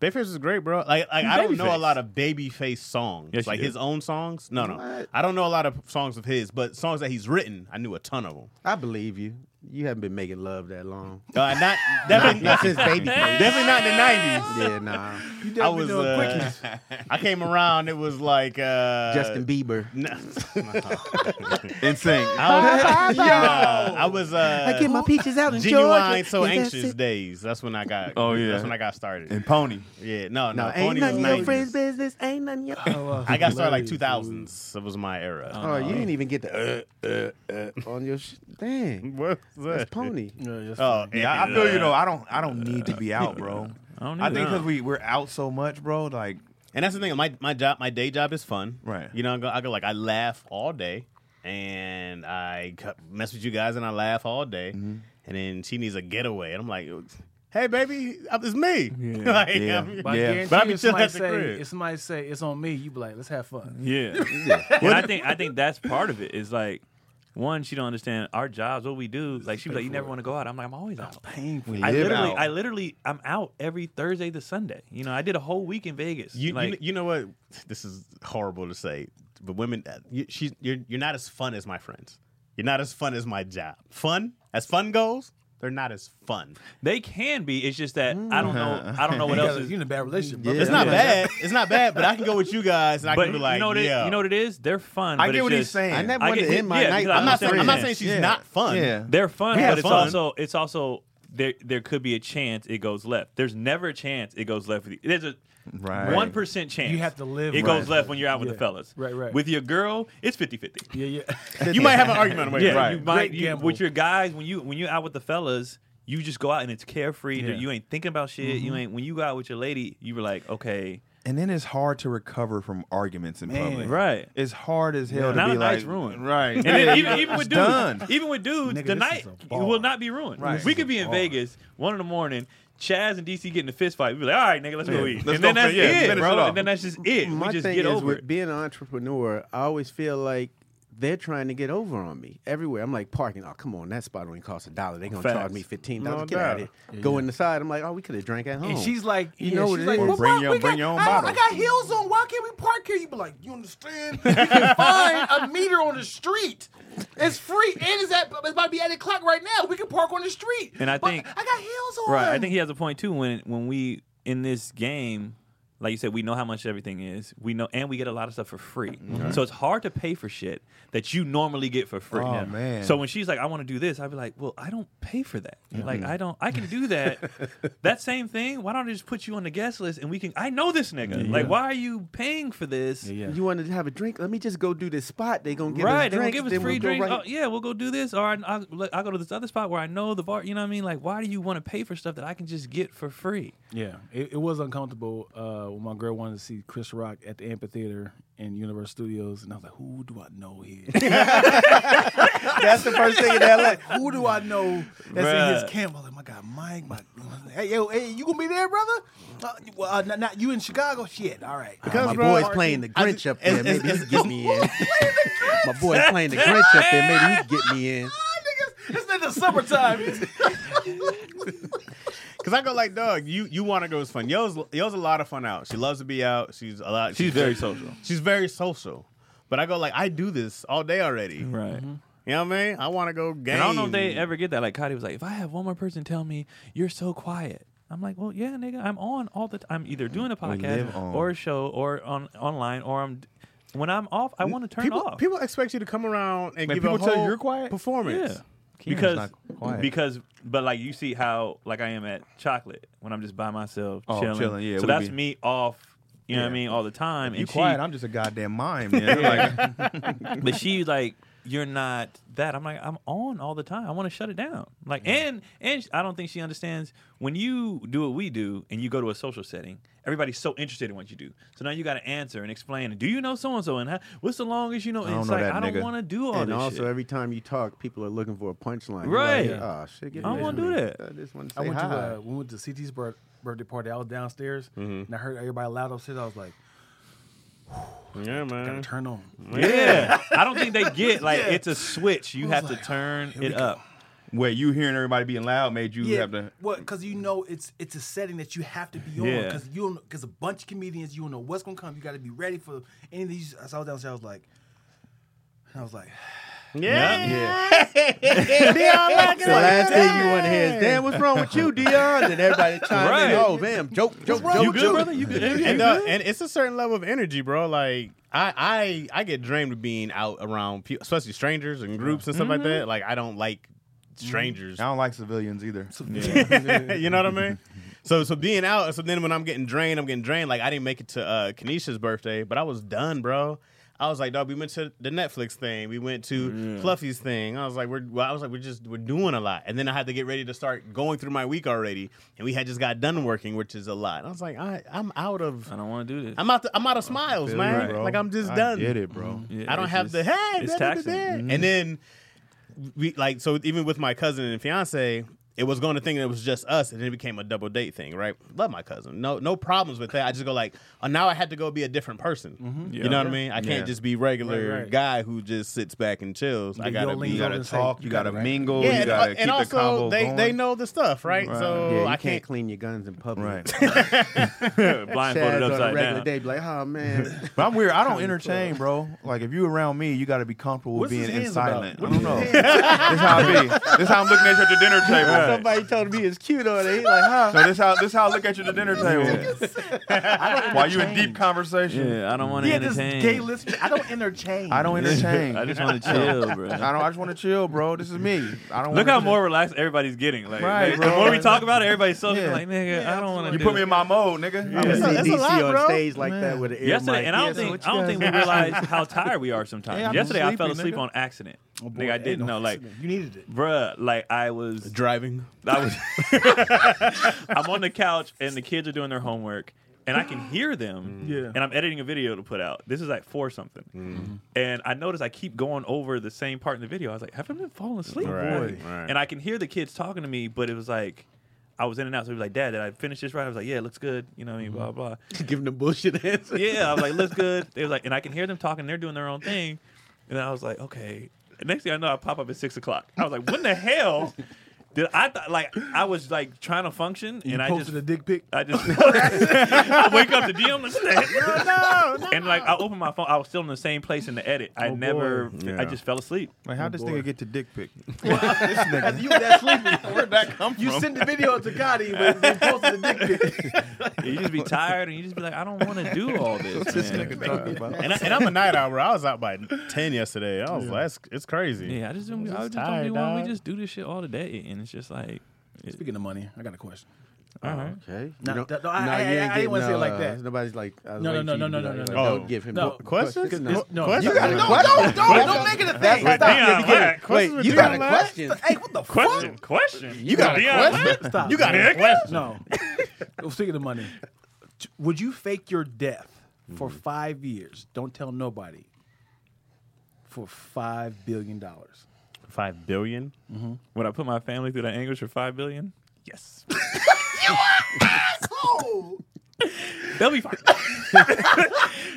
D: Babyface was great, bro. Like, like I don't know a
A: Babyface?
D: lot of Babyface songs.
B: Yes, you
D: like
B: do.
D: his own songs. No, no,
F: What?
D: I don't know a lot of songs of his, but songs that he's written, I knew a ton of them.
F: I believe you. You haven't been making love that long.
D: Uh, not definitely
F: Not since baby.
D: definitely not in the nineties.
F: Yeah, nah.
D: I was. Uh, I came around. It was like uh,
F: Justin Bieber.
D: No.
A: Insane.
D: I was, uh, I was uh,
F: I get my peaches out in
D: genuine,
F: Georgia.
D: so
F: Yeah, that's
D: anxious
F: it.
D: days. That's when I got.
A: Oh, yeah.
D: that's when I got started.
A: And Pony.
D: yeah, no, no,
F: No, ain't
D: Pony was
F: none of your
D: 90s.
F: friends' business. Ain't none of your. Oh,
D: I got started like 2000s. That was my era.
F: you didn't even get the uh, uh, uh, on your sh- dang.
D: What's
F: That's pony.
D: Oh,
A: Yeah, I, I feel you though. I don't. I don't need to be out, bro.
B: I don't
A: I
B: either.
A: think because we we're out so much, bro. Like
D: And that's the thing. My my job, my day job is fun.
A: Right.
D: You know, I go, I go like I laugh all day, and I cu- mess with you guys, and I laugh all day, and then she needs a getaway, and I'm like, "Hey, baby, it's me." Yeah. like,
A: Yeah.
D: I'm-
E: But
A: Yeah.
E: I guarantee
D: But I
E: you
D: be chilling
E: if somebody
D: at the
E: say
D: crib.
E: if somebody say it's on me, you be like, let's have fun.
B: Yeah. and I think I think that's part of it. Is like one, she don't understand our jobs, what we do. Like she was like, you never want to go out. I'm like, I'm always out.
E: Painful.
B: I
A: live
B: literally,
A: out.
B: I literally, I'm out every Thursday to Sunday. You know, I did a whole week in Vegas.
D: You,
B: like,
D: you you know what? This is horrible to say, but women, uh, you, she's you're you're not as fun as my friends. You're not as fun as my job. Fun as fun goes, they're not as fun.
B: they can be. It's just that I don't know. I don't know what else is.
E: You in a bad relationship, bro.
D: It's not bad. It's not bad, but I can go with you guys and I
B: But
D: can be like,
B: you know what? It,
D: yeah.
B: you know what it is? They're fun.
A: I
B: but
A: get
B: it's
A: what he's
B: just-
A: saying.
F: I never
B: I
F: wanted
B: get-
F: to end my
B: yeah,
F: night.
B: because
D: I'm not
B: I'm
D: saying I'm not saying
B: friends.
D: she's
A: Yeah.
D: not fun.
A: Yeah.
B: They're fun,
D: had
B: but it's
D: fun.
B: also it's also there there could be a chance it goes left. There's never a chance it goes left with you. There's a
A: Right.
B: one percent chance
E: You have to live
B: It
E: with
B: goes
E: it.
B: left when you're out with the
E: Yeah.
B: fellas.
E: Right, right.
B: With your girl, it's 50-50.
E: Yeah, yeah.
D: You might have an argument on
B: Yeah,
D: yeah,
A: Right.
B: you might
E: Great
B: you,
E: gamble.
B: with your guys when you when you're out with the fellas. You just go out and it's carefree.
E: Yeah.
B: You ain't thinking about shit. You ain't when you go out with your lady. You were like, okay,
A: And then it's hard to recover from arguments in public.
B: Right.
A: It's hard as hell to
B: Not
A: be
B: a
A: like
B: night's ruined.
A: Right.
B: And then
A: Yeah,
B: even, even with
A: it's
B: dudes,
A: done.
B: even with dudes,
C: Nigga,
B: the
C: this
B: night
C: is a bar.
B: will not be ruined.
A: Right.
B: We
A: This
B: could be in Vegas, one in the morning. Chaz and DC get in a fist fight. We be like, all right, nigga, let's go
A: Yeah.
B: eat.
A: Let's
B: and then
A: go
B: that's
A: for- yeah,
B: it,
A: finish it
B: bro.
A: off.
B: And then that's just it.
F: My
B: we just
F: thing
B: get
F: is
B: over
F: with
B: it.
F: being an entrepreneur, I always feel like they're trying to get over on me everywhere. I'm like parking. Oh, come on, that spot only costs a dollar. They're gonna charge
B: Facts.
F: me fifteen dollars.
D: No
F: get out of
D: doubt.
F: here. Go in the side. I'm like, oh, we could have drank at home.
C: And she's like,
F: You
C: yeah,
F: know what
C: she's
F: it
C: like,
F: is.
C: "Well,
A: Bring
C: why-
A: your-
C: we
A: bring
C: got-
A: your own
C: I don't-
A: bottle."
C: I got heels on. Why can't we park here? You be like, you understand? You can find a meter on the street. It's free, and it's at it's about to be at eight o'clock right now. We can park on the street.
B: And I
C: But
B: think-
C: I got heels on.
B: Right. I think he has a point too. When when we in this game, like you said, we know how much everything is. We know, and we get a lot of stuff for free. So it's hard to pay for shit that you normally get for free.
A: Oh, Yeah. man.
B: So when she's like, "I want to do this," I'd be like, "Well, I don't pay for that. Like, I don't. I can do that. that same thing. Why don't I just put you on the guest list and we can? I know this nigga. Like, why are you paying for this?
F: You want to have a drink? Let me just go do this spot. They gonna give
B: right, they
F: us
B: gonna
F: drinks.
B: give us
F: then
B: free
F: we'll go
B: drinks.
F: right-
B: Oh, yeah, we'll go do this, or I- I'll, look, I'll go to this other spot where I know the bar. You know what I mean? Like, why do you want to pay for stuff that I can just get for free?
C: Yeah, it, it was uncomfortable uh, when my girl wanted to see Chris Rock at the amphitheater in Universal Studios, and I was like, "Who do I know here?
F: That's the first thing in LA.
C: Who do I know that's in
B: Bruh.
C: his camp?" I was like, "My God, Mike, my, hey, yo, hey, you gonna be there, brother? Uh, well, uh, not, not you in Chicago, shit. All right,
F: Oh, my
D: bro,
F: boy's
D: I-
F: playing the
D: I-
F: Grinch up there.
D: it's- it's-
F: Maybe he
D: it's-
F: get me in. My boy's playing the Grinch up there. Maybe he get me in.
C: it's in the summertime.
D: Cause I go like, dog, you you want to go is fun. Yo's Yo's a lot of fun out. She loves to be out. She's a lot.
B: She's very social.
D: She's very social. But I go like, I do this all day already.
B: Right.
D: You know what I mean? I want to go game.
B: And I don't know if they ever get that. Like Cody was like, if I have one more person tell me you're so quiet, I'm like, well, yeah, nigga, I'm on all the. T- I'm either doing a podcast
A: live on.
B: or a show or on online or I'm. When I'm off, I want to turn
D: people,
B: off
D: People expect you to come around and
A: Man,
D: give a
A: people tell you
D: whole
A: you're quiet?
D: performance.
B: Yeah. because
A: not quiet.
B: because but like you see how like I am at chocolate when I'm just by myself
A: Oh,
B: chilling.
A: chilling, yeah,
B: so
A: we
B: that's
A: be-
B: me off. You know what I mean? All the time.
A: You
B: and she-
A: quiet. I'm just a goddamn mime. Man. Like,
B: but she's like you're not that i'm like i'm on all the time i want to shut it down like and and i don't think she understands when you do what we do and you go to a social setting everybody's so interested in what you do so now you got to answer and explain do you know so and so and how, what's the longest you know and
A: don't
B: it's
A: know
B: like
A: that
B: i don't
A: nigga.
B: want to do all
F: And
B: this
F: also,
B: shit.
F: every time you talk, people are looking for a punchline. You're
B: Right.
F: Like, oh, shit, get
B: I don't
F: away
B: wanna
F: from
B: do
F: me.
B: that.
F: I just want to
C: I
F: say
C: went to
F: hi.
C: uh, we went to CT's bir- birthday party. I was downstairs and I heard everybody loud upstairs. I was like, "Gotta
D: Yeah, man.
C: turn on."
B: yeah i don't think they get like it's a switch you have to turn it up
A: where you hearing everybody being loud made you
C: Yeah,
A: have to.
C: well, because you know it's it's a setting that you have to be on.
B: Yeah.
C: Because you don't because a bunch of comedians you don't know what's gonna come. You got to be ready for any of these. I saw downstairs. I was like, I was like,
D: Yeah.
F: The last thing you want to hear is, damn, what's wrong with you, Dion? And everybody chiming
B: Right.
F: in. Oh, man, joke, joke, joke.
B: you good
F: joke.
B: brother you good
D: and, uh, and it's a certain level of energy, bro. Like I, I, I get drained of being out around, people, especially strangers and groups and stuff
A: Mm-hmm.
D: like that. Like I don't like strangers.
A: I don't like civilians either.
D: you know what I mean? So so being out, so then when I'm getting drained, I'm getting drained. Like I didn't make it to uh Kenesha's birthday, but I was done, bro. I was like, dog, we went to the Netflix thing, we went to Fluffy's thing. I was like, we're well, I was like, we're just we're doing a lot. And then I had to get ready to start going through my week already. And we had just got done working, which is a lot. And I was like, I I'm out of
B: i don't want to do this
D: I'm out the, I'm out of smiles, man. Like I'm just
A: I
D: done.
A: Get it, bro.
B: Yeah,
D: I don't
B: it's
D: have the
B: just-
D: hey.
B: it's
D: da, da, da,
B: taxing.
D: da. And then we like so even with my cousin and fiance, it was going to think that it was just us, and then it became a double date thing, right? Love my cousin, no no problems with that. I just go like, oh, now I had to go be a different person. You know what I mean? I can't
A: Yeah.
D: just be regular
C: Right, right.
D: guy who just sits back and chills. I gotta
C: yodeling
D: be.
A: You gotta
C: Golden State,
A: talk.
C: you
A: You gotta
C: gotta rap.
A: mingle.
D: yeah,
A: you
D: and, uh,
A: gotta
D: and
A: keep the
D: also
A: combo
D: they,
A: going.
D: they know the stuff, right?
B: Oh,
D: So
F: Yeah, you
D: I
F: can't,
D: can't.
F: clean your guns in public.
A: Right.
B: blindfolded
F: Chad's on a
B: upside
F: regular
B: down
F: day, be like, oh, man.
A: But I'm weird. I don't entertain, bro. Like if you around me, you got to be comfortable with
C: What's his
A: being in
C: hands about?
A: silent.
C: What
A: I don't know. this how I be. This how I'm looking at you at the dinner table.
F: Somebody told me it's cute on it. He like, huh?
A: No, this how this how I look at you at the dinner table. While you in deep conversation,
B: yeah i don't want to
C: yeah, this
B: entertain
C: gay list. I don't entertain.
A: I don't entertain.
B: i just want to chill bro
A: I don't. I just want to chill, bro. This is me. I don't.
B: Look
A: wanna
B: how
A: do-
B: more relaxed everybody's getting. Like,
A: Right,
B: like, the
A: bro.
B: more we talk about it, everybody's so
A: Yeah.
B: like, nigga, I don't want to.
A: you
B: do
A: put me
B: it.
A: in my mode, nigga.
F: I
A: I'm-
F: would see
D: That's a
F: DC
D: lot,
F: on
D: bro.
F: stage like that with an ear
B: yesterday,
F: mic.
B: and I don't
F: Yeah, so
B: think
F: what
B: I
F: you
B: don't
F: guys
B: think we realized how tired we are sometimes.
A: Yeah, I'm
B: yesterday, I fell
A: sleepy,
B: asleep
A: nigga. Oh,
B: on accident.
C: Boy,
B: nigga, I
C: ain't
B: didn't
C: no
B: know. Like,
C: accident. you needed it.
B: bruh, like I was,
D: Driving.
B: I was, I'm on the couch and the kids are doing their homework. and I can hear
D: Mm.
B: them.
C: Yeah.
B: And I'm editing a video to put out. This is like four something.
D: Mm.
B: And I notice I keep going over the same part in the video. I was like, have I been falling asleep?
D: Right,
B: Like,
D: right.
B: And I can hear the kids talking to me, but it was like, I was in and out. So he was like, Dad, did I finish this right? I was like, Yeah, it looks good. You know what I mean?
D: Mm-hmm.
B: Blah, blah.
F: Giving them bullshit answer.
B: Yeah, I was like, looks good. They was like, and I can hear them talking. They're doing their own thing. And I was like, okay. And next thing I know, I pop up at six o'clock. I was like, when the hell did I th- like? I was like trying to function, and I just
C: posted a dick pic.
B: I just I wake up to DM like, what the heck?
C: no, no.
B: and like I opened my phone. I was still in the same place in the edit. I
C: Oh,
B: never.
D: boy. Yeah.
B: I just fell asleep.
A: Like,
D: Oh,
A: how'd this
C: boy.
A: nigga get to dick pic?
C: you were that sleepy.
A: Where'd that come
C: You sent the video to Gotti, but they posted the dick pic.
B: You just be tired, and you just be like, I don't want to do all this.
A: What's this
B: man.
A: nigga talking about?
D: And, I, and I'm a night owl. I was out by ten yesterday. I was like, that's, it's crazy.
B: Yeah, I just don't. I
D: just
B: just don't
D: tired,
B: be one.
D: dog.
B: We just do this shit all the day, and it's just like, it,
C: Speaking of money, I got a question.
A: Uh-huh.
B: all right.
F: Okay. You
C: No,
F: don't-
C: that- no, I-
F: nah,
C: I-
F: you
C: I-
F: ain't
C: I didn't wanna say it
F: getting,
C: like
F: uh,
C: that.
F: Nobody's like, I was
C: No, no,
F: waiting
C: no,
F: for you
C: no,
F: to
C: no,
F: be
C: no,
F: like,
C: no,
D: no.
F: Don't give him
C: No.
F: no
D: Questions?
F: questions.
C: No, no,
D: Questions?
C: you gotta go.
F: What?
C: Don't, don't, don't make it a thing.
B: Wait,
C: Stop.
B: Deion Black.
D: Questions
F: Wait,
D: with
F: you got a
D: Deion Black?
F: question?
C: Hey, what the
B: Question,
C: fuck?
B: question.
F: You got a
B: Deion
F: question?
B: Black?
C: Stop.
D: You got a
B: Nigga.
D: question?
C: No. Well, Speaking of money, t- would you fake your death for
B: Mm-hmm.
C: five years? Don't tell nobody. For five billion dollars.
D: Five billion.
B: Would I put my family through that anguish for five billion? Yes.
C: Oh,
B: They'll be fine.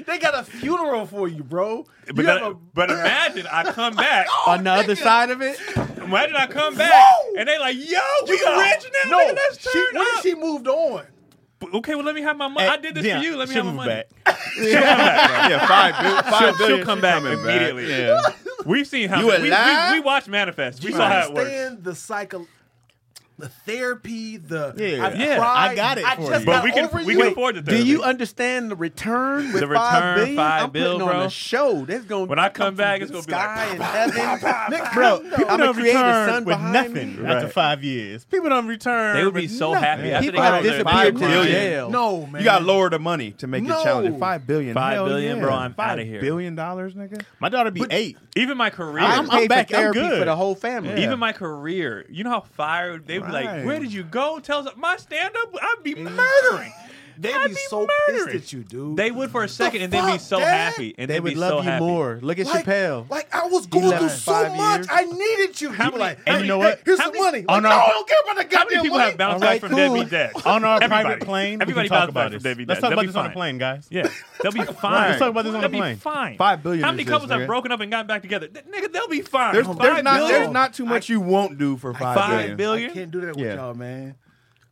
C: they got a funeral for you, bro. You
B: But,
C: have
B: then-
C: a-
B: but imagine I come back.
F: On the other side of it,
B: Imagine I come back
C: No.
B: and they like, yo, we
C: No,
B: rich now.
C: No,
B: Nigga, let's
C: she,
B: turn
C: what if
B: up.
C: she moved on?
B: okay, well, let me have my money. I did this
D: Yeah,
B: for you. Let me
D: she'll
B: have my
D: move
B: money.
D: back.
A: yeah, five, bi-
B: She'll,
A: five
B: she'll
A: billion,
B: come
A: she
B: back
A: coming
B: immediately.
A: Yeah.
B: We've seen how
A: You
B: we, we,
A: alive?
B: we watched Manifest. We
C: You
B: saw how it works.
C: understand the cycle, the therapy, the
D: Yeah.
C: I've
B: Yeah, I
C: cried,
D: got it
C: I
D: for
C: just got
D: you.
B: But we can
C: over
B: we
C: you.
B: can afford the
F: do
B: therapy.
F: you understand the return with
B: The
F: five
B: return,
F: billion?
B: five
F: I'm
B: bill,
F: putting on
B: bro.
F: a show. That's gonna
B: When I come
F: from
B: back,
F: the
B: it's gonna be
F: sky
B: like,
F: and heaven. Nick,
C: Bro,
F: I'm
D: People
F: gonna
D: don't
F: create the sun
D: return with
F: behind
D: nothing
F: Me.
D: after five years. People don't return.
B: they would be
D: with
B: so
D: nothing.
B: happy after they
F: People
B: got all
F: have
B: their
A: five
F: disappeared to
A: billion.
F: jail.
C: No, man.
A: You got to lower the money to make
C: No.
A: it challenging. Five billion.
B: Five
A: Hell
B: billion,
A: yeah.
B: bro, I'm outta
A: Five
B: here.
A: billion dollars, nigga.
D: My daughter be eight.
B: Even my career.
F: I
D: I'm- I'm
F: paid
D: back.
F: for
D: I'm
F: therapy
D: good.
F: for the whole family.
B: Even my career, you know how fired they would be like,
A: Right.
B: where did you go? Tell us my stand up, I'd be murdering.
C: They'd
B: I'd
C: be
B: be
C: so
B: murdering.
C: pissed at you, dude.
B: They would for a second and they'd be
C: fuck,
B: so
C: Dad?
B: happy. And
F: They
B: they'd
F: would
B: be
F: love
B: so
F: you
B: happy.
F: more. Look at
C: like,
F: Chappelle.
C: like I was going
F: left
C: through
F: in
C: so
F: five
C: much.
F: years.
C: I needed you.
B: How
C: People
B: many-
C: like,
B: and
C: hey,
B: you know
C: hey,
B: what?
C: Here's
B: How
C: some
B: many-
C: money. Like,
D: on
C: no,
D: our-
C: I don't care
B: How
C: about the
B: many
C: goddamn
B: people
C: money.
B: have bounced
F: All
B: back
F: right,
B: from
F: cool.
B: Deadbeat Dad?
D: On our
B: Everybody.
D: private plane,
B: Everybody
D: we can
B: bounced
D: talk
B: back
D: about
B: from
D: this.
B: Deadbeat Dad.
D: Let's talk
B: They'll
D: about
B: be
D: this on
B: fine.
D: the plane, guys.
B: Yeah, they'll be fine.
D: Let's talk about this on
B: they'll
D: the plane.
B: Be fine.
A: Five billion
B: How
A: is
B: many
A: this,
B: couples
A: nigga?
B: have broken up and gotten back together? Th- nigga, they'll be fine.
A: There's,
B: Five
A: there's not
B: billion?
A: there's not too much you won't do for five
B: Five
A: billion.
B: billion.
C: I can't do that with
A: Yeah.
C: y'all, man.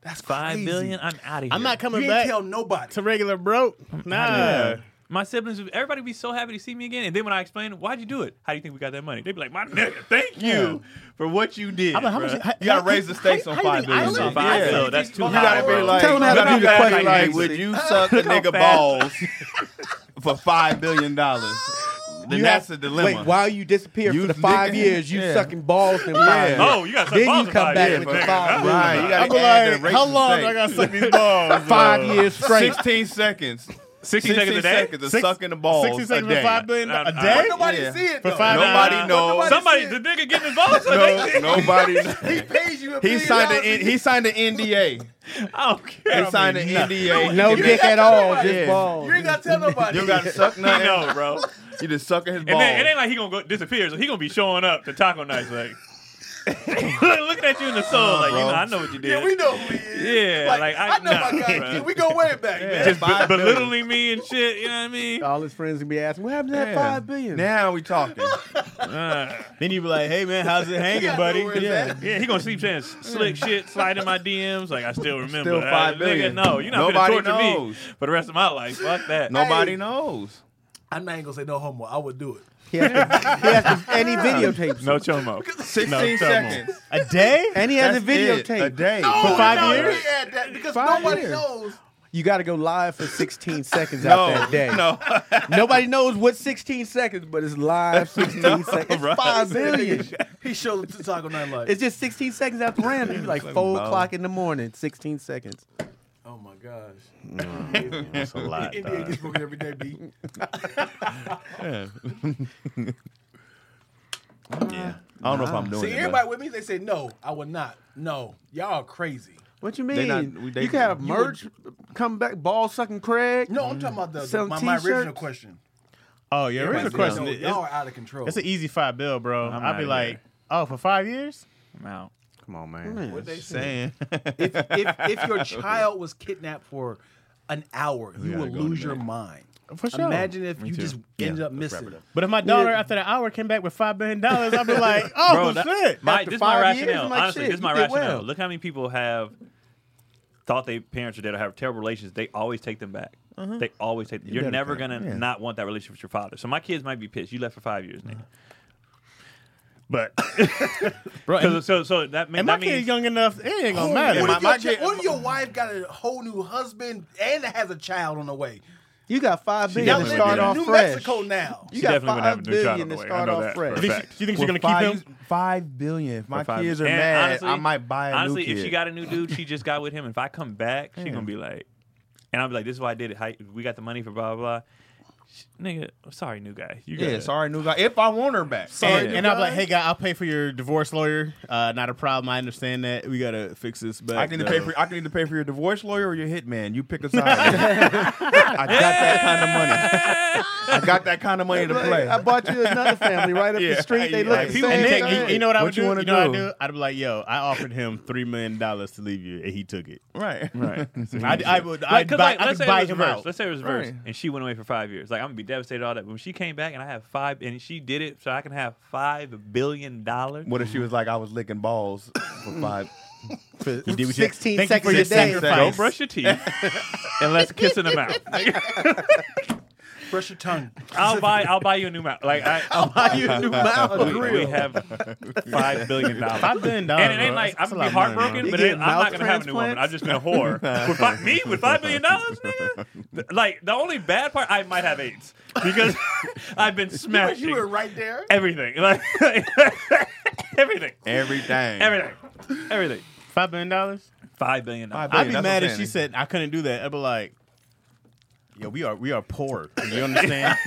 C: That's
B: Five
C: crazy.
B: billion, I'm out of here.
D: I'm not
C: You
D: coming
C: ain't
D: back
C: tell nobody.
D: to regular broke. Nah.
A: Yeah.
B: My siblings, would- everybody would be so happy to see me again. And then when I explain, why'd you do it? How do you think we got that money? They'd be like, my nigga, thank you for what you did.
D: I'm like, how much?
B: bruh.
D: how-
A: You gotta
D: how-
A: raise the stakes
D: how-
A: on
D: how do you
A: five
D: think I
A: billion
D: live?
A: dollars.
B: Five
A: Yeah.
B: bill, that's too
A: You
B: high.
A: gotta be
B: bro.
A: like,
F: Tell 'em how
A: you
F: to
A: gotta
F: do the
A: be
F: question.
A: like, would you suck a nigga
B: fast.
A: balls for five billion dollars? Then
F: You
A: that's
F: have-
A: a dilemma.
F: Wait, while you disappear
A: You
F: for the five
A: nigga-
F: years, you
A: Yeah.
F: sucking balls and
A: Yeah.
F: five.
B: Oh, you got some
F: Then
B: balls
F: you
B: in
F: come
B: five
F: back
B: years,
F: with
B: nigga.
F: the five.
B: Huh?
A: Right, you gotta
D: I'm
A: add
D: like,
A: the
D: how long do I
A: got
D: gotta suck these balls?
F: Five years straight.
A: sixteen seconds.
B: 60 seconds a day?
A: of
D: Six-
A: sucking the balls.
D: 60 seconds
A: a
D: for
A: day.
D: five billion
B: I-
D: a
B: I-
D: day.
C: But nobody
A: Yeah.
C: see it
D: For
C: though.
D: five
A: Nobody
D: Nah.
A: knows.
B: Somebody, the nigga getting his balls. No, they
A: No,
B: shit.
A: nobody.
C: He pays you
A: He
C: a billion
A: signed
C: dollars.
A: an he signed an NDA.
B: I don't care.
A: He signed an NDA.
F: No
A: You ain't-
F: dick at all,
A: nobody.
F: just
A: Yeah.
F: balls.
C: You ain't gotta tell nobody.
A: You gotta suck
B: I
A: nothing.
B: know, bro.
A: You just sucking his
B: And
A: balls.
B: then it ain't like he gonna go disappear. So he gonna be showing up to taco nights like looking at you in the soul. Like you
A: Oh, bro.
B: know, I know what you did.
C: Yeah, we know who he is.
B: Yeah, like, I-
C: I know my
B: nah,
C: guy.
B: bruh.
C: kid. We go way back, man.
B: Just be-
A: Five billion.
B: belittling me and shit. You know what I mean?
F: All his friends gonna be asking, "What happened to that
A: Yeah.
F: five billion?
A: Now we talking.
D: Then you be like, hey man, how's it hanging, buddy?
C: Where is
D: Yeah.
C: that?
B: Yeah, he gonna keep saying slick shit, slide in my DMs. Like I still remember.
A: Still five
B: Uh,
A: billion.
B: Nigga, no, you're not
A: Nobody
B: gonna torture
A: knows.
B: me for the rest of my life. Fuck that.
A: Nobody knows.
C: I'm not even gonna say no homo. I would do it.
F: He has, to, he has to, and he videotapes.
B: no chomo.
A: Sixteen
D: No, come on.
A: seconds.
D: A day?
F: And he has a
A: That's it.
F: videotape.
A: A day.
C: Oh,
D: five
C: no,
D: years?
C: we add that because
F: Five
C: nobody
F: years.
C: knows.
F: You got to go live for 16 seconds
A: No,
F: out that day.
A: no.
F: Nobody knows what 16 seconds, but it's live 16 seconds. It's
A: right.
F: Five billion.
C: He showed up to Taco Night Live.
F: It's just 16 seconds after random. Like four o'clock in the morning, 16 seconds.
C: oh my gosh.
D: That's a lot.
C: NBA
D: dog.
C: gets broken every day, B.
A: Yeah. I don't know if I'm doing
C: See,
A: it.
C: everybody with me, they say no, I would not. No, y'all crazy.
F: What you
A: They
F: mean?
A: not- we- they-
F: you can have
A: you
F: merch, come back, ball sucking Craig.
C: No, I'm talking about the, the
F: Sell
C: my, my original
F: t-shirts?
C: question.
D: Oh, your original
C: Like,
D: question.
C: yo,
D: is-
C: y'all are out of control.
D: It's an easy five bill, bro.
B: I'm
D: i
B: outta
D: will be
B: here.
D: like, oh, for five years?
B: I'm out.
D: Come on, man.
F: Man,
A: What they saying?
E: if, if if your child was kidnapped for an hour, you
A: gotta
E: would
A: go in a
E: lose your
A: minute.
E: mind.
D: For sure.
E: Imagine if you just
A: Yeah,
E: ended up
A: let's wrap
E: missing.
A: it up.
D: But if my daughter after the hour came back with five billion dollars, I'd be like, oh
B: Bro, that-
D: shit.
B: My,
F: After
B: this is my
F: five years,
B: rationale.
F: I'm like,
B: Honestly,
F: shit,
B: this is my
F: you did
B: rationale.
F: well.
B: Look how many people have thought their parents are dead or have terrible relations. They always take them back. They always take. You're
A: better
B: never
A: think,
B: gonna
A: yeah.
B: not want that relationship with your father. So my kids might be pissed. You left for five years, nigga.
D: But bro,
B: So,
D: and,
B: so, so that, mean,
D: and my
B: that means
D: kid's young enough, it ain't gonna
C: what,
D: matter.
C: if
A: my-
C: your
A: my
C: chi-
A: kid-
C: what if your wife got a whole new husband and has a child on the way?
F: You got five billion
A: Y'all
F: to
A: live in
F: start off
C: New
F: fresh.
C: Mexico now.
F: You
B: She
F: got
B: definitely wouldn't have a
F: five
B: new child
F: billion
B: on
F: to
B: the way. I
F: start
B: know
F: off
B: that for
F: fresh.
B: a
D: you think,
B: fact.
D: she- you think she's
A: For
D: gonna
A: five,
D: keep him?
A: Five billion. If my
B: five-
A: kids are
B: and
A: mad,
B: honestly-
A: I might buy a
B: honestly,
A: new kid.
B: if she got a new dude, she just got with him. If I come back, she gonna be like, and I'll be like, this is why I did it. How, we got the money for blah blah. blah. Sh- Nigga, I'm sorry, new guy. You
A: yeah,
B: gotta-
A: sorry, new guy. If I want her back,
D: And,
A: Yeah.
D: and I'm like, hey guy, I'll pay for your divorce lawyer. Uh, not a problem. I understand that. We gotta fix this. But
A: I can either pay for I can either pay for your divorce lawyer or your hitman. You pick a side. I got that kind of money. I got that kind of money to
F: Like,
A: play.
F: I bought you another family right up
A: Yeah,
F: the street. They
A: yeah.
F: look
A: Like,
F: the
A: people-
F: same.
D: And
A: Hey,
D: then,
A: hey,
D: you, you know what I
A: what
D: would
A: you
D: do?
A: wanna
D: You know what I
A: do?
D: do? I'd be like, yo, I offered him three million dollars to leave you, and he took it.
A: Right.
B: Right.
D: I, I would.
B: Like,
D: I'd
B: 'cause,
D: buy,
B: like, let's
D: I'd
B: say
D: buy
B: it was
D: him
B: reversed.
D: out.
B: Let's say it was reversed,
A: Right.
B: and she went away for five years. Like I'm gonna be devastated all that. But when she came back and I have five, and she did it, so I can have five billion dollars.
A: What if she was like, I was licking balls for five?
D: You did what you-
F: 16
D: thank you for
F: seconds
D: your
F: a day.
D: sacrifice.
B: Don't brush your teeth, and let's kiss in the mouth.
C: Brush your tongue.
B: I'll buy. I'll buy you a new mouth. Like I, I'll buy you a new mouth. We, we have five billion dollars.
D: Five billion dollars.
B: And it ain't
D: bro.
B: like
D: That's-
B: I'm gonna
D: that's
B: be
D: a lot of money,
B: heartbroken,
D: bro.
B: but
F: You
B: it ain't-
F: get
B: I'm
F: mouth
B: not gonna have a new woman. I've just been a whore. With fi- me with five million dollars, man. The- Like the only bad part, I might have AIDS because I've been
C: But
B: smashing
C: you were right there.
B: everything, like everything,
A: Everything.
B: everything, everything.
D: Five billion dollars.
B: Five billion dollars.
A: Five
D: I'd
A: billion,
D: be
A: that's
D: mad
A: what I'm
D: if she
A: saying.
D: said I couldn't do that. I'd be like, Yo, we are we are poor. You understand?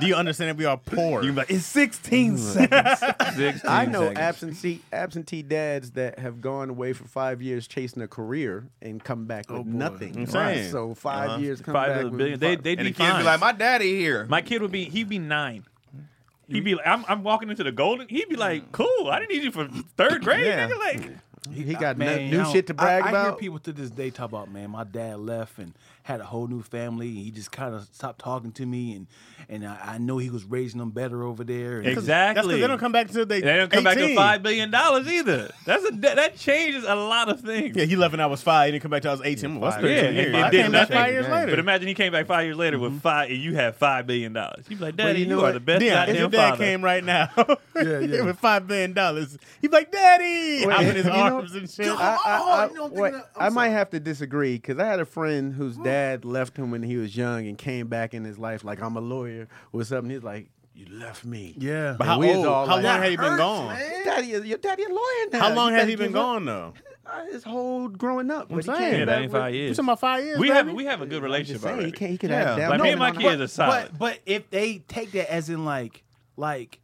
D: do you understand that we are poor?
A: You be like, it's sixteen seconds. 16
F: I know
A: seconds.
F: absentee absentee dads that have gone away for five years chasing a career and come back with nothing.
D: I'm saying.
F: So 5 years come
B: Five
F: back
B: billion.
F: with
B: They
F: fi-
B: they'd
A: And
B: be
A: the kids
B: fine.
A: be like, my daddy here.
B: My kid would be, he'd be nine. He'd be like, I'm, I'm walking into the golden. He'd be like, cool, I didn't need you for third grade.
A: Yeah.
B: Nigga, like,
F: he got no-
E: Man, I
F: new
E: don't-
F: shit to brag
E: I, I hear
F: about.
E: people to this day talk about, man, my dad left and had a whole new family, and he just kind of stopped talking to me, and and I, I know he was raising them better over there. And
B: exactly.
D: That's because they don't come back till they.
B: They don't come back to
D: 18.
B: five billion dollars either. That's a that that changes a lot of things.
D: Yeah, he left when I was five. He didn't come back till I was eighteen. Well, that's
A: Yeah,
D: thirteen
A: and
D: years.
A: they
D: I
A: did
D: came back
A: nothing.
D: five years
A: Yeah.
D: later. Mm-hmm.
B: But imagine he came back five years later with five, and you had five billion dollars. You'd be like, Daddy,
F: you
B: you,
F: know
B: are
F: what?
B: the best
D: Then if your
B: goddamn
D: dad
B: father.
D: came right now
F: yeah.
D: with five billion dollars, he'd be like, "Daddy," hopping in his
F: you know-
D: arms and shit.
F: I, I- I-
C: you don't think
F: wait,
C: that- I'm
F: I might
C: sorry.
F: have to disagree because I had a friend whose dad left him when he was young and came back in his life like I'm a lawyer or something. He's like, "You left me."
E: yeah,
D: But how
F: we was
D: old?
F: all
D: How
F: like-
D: long had he been
C: Hurts,
D: gone?
C: man.
F: Your daddy, is- your daddy a lawyer now.
D: How
F: You
D: long has
F: better
D: he been
F: give up."
D: gone though?
F: Uh, His whole growing up.
D: I'm
F: but he
D: saying.
F: came
B: Yeah,
F: back
B: that ain't
F: with-
B: five
D: You
B: years.
D: talking about five years?
B: We
D: baby?
B: have we have a good
F: Just
B: relationship
F: saying,
B: already.
F: he can, he can
A: Yeah.
F: have down
B: like me
F: no,
B: and my
F: no, no.
B: kids are solid.
E: But but if they take that as in like like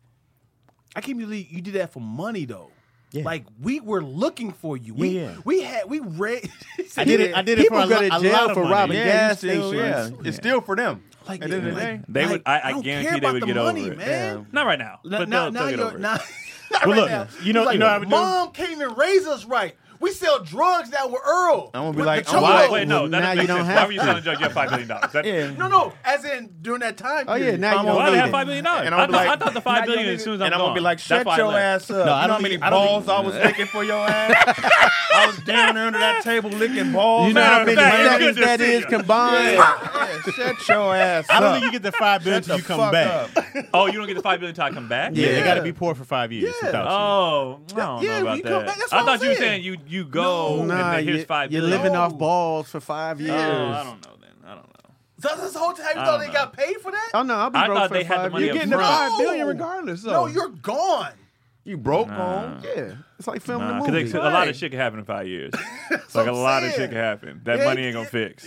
E: I can't believe you did that for money though. Like we were looking for you. We
D: Yeah, yeah.
E: we had we read
D: I did it. I did it
F: People
D: for a,
F: go
D: lo-
F: to
D: a
F: jail
D: lot of
F: for
D: money.
F: robbing
A: yeah,
F: gas
A: you still, yeah.
F: stations.
A: It's still for them.
E: like,
A: At the end of the
E: like,
A: day.
B: They would- I- I
E: don't
B: guarantee
E: care
B: they
E: about
B: would
E: the
B: get
E: money,
B: over it.
E: Man.
B: Not right now.
E: Now,
B: but
E: now,
B: they'll,
E: now
B: they'll get
E: you're
B: over
E: not.
D: Well,
E: right
D: look,
E: now.
D: you know-
E: It's
D: you know what I would do?
E: Mom can't even raise us right. We sell drugs now with Earl.
A: I'm gonna be
E: With
A: like,
E: the
A: oh,
B: it.
E: choco-
B: Why,
A: Well,
B: wait, no, that
F: now
B: doesn't
F: you
B: make
F: don't
B: sense. Why
F: have
B: were you telling Judge you have five billion dollars? That-
A: Yeah.
E: No, no. As in during that time.
F: Oh yeah,
E: period.
F: now you
A: Mama,
F: don't
B: Why do
F: need
B: they have
F: it.
B: five billion dollars?
A: And
B: I,
A: I'm
B: thought
A: like-
B: I thought the five billion as soon as I'm
A: and I'm
B: gonna
A: gonna be like, shut your ass up.
D: No,
A: No,
D: I
A: you know
D: don't
A: how many
D: need- I don't
A: balls
D: need-
A: I was licking for your ass? I was down there under that table licking balls.
F: You know
B: Matter
F: how
B: of
F: many
B: fact, it's
F: seconds
B: good to
F: that
B: see
F: is
B: you.
F: combined.
A: yeah, shut your ass
D: I don't
A: up.
D: think you get the five billion until you come
A: Fuck
D: back.
A: up.
B: Oh, you don't get the five billion till I come back?
D: Yeah, they
F: Yeah.
D: got to be poor for five years. without you.
B: Oh, I don't
E: yeah,
B: know about
E: we come
B: that.
E: back- that's
B: I
E: what I'm
B: thought you were
E: saying.
B: saying you you go
F: Nah,
B: and then here's
F: you,
B: five
F: you're
B: billion.
F: living
E: No.
F: off balls for five years.
B: Oh, I don't know then. I don't know.
E: So this whole time you
B: I
E: thought
B: don't
E: they
B: know.
E: got paid for that?
F: Oh no, I'll be
B: I
F: broke
B: thought
F: for
B: they had the
F: five
B: money
F: years.
B: up
F: You're getting the
B: front.
F: five billion
E: No.
F: regardless. So.
E: No, you're gone.
A: You broke,
B: Nah.
A: home.
F: yeah. It's like filming
B: Nah,
F: a
B: 'cause
F: movie.
B: they- a lot of shit can happen in five years. like
E: what
B: a
E: I'm
B: lot of
E: saying.
B: shit can happen. That
E: Yeah,
B: money ain't gonna
E: it-
B: fix.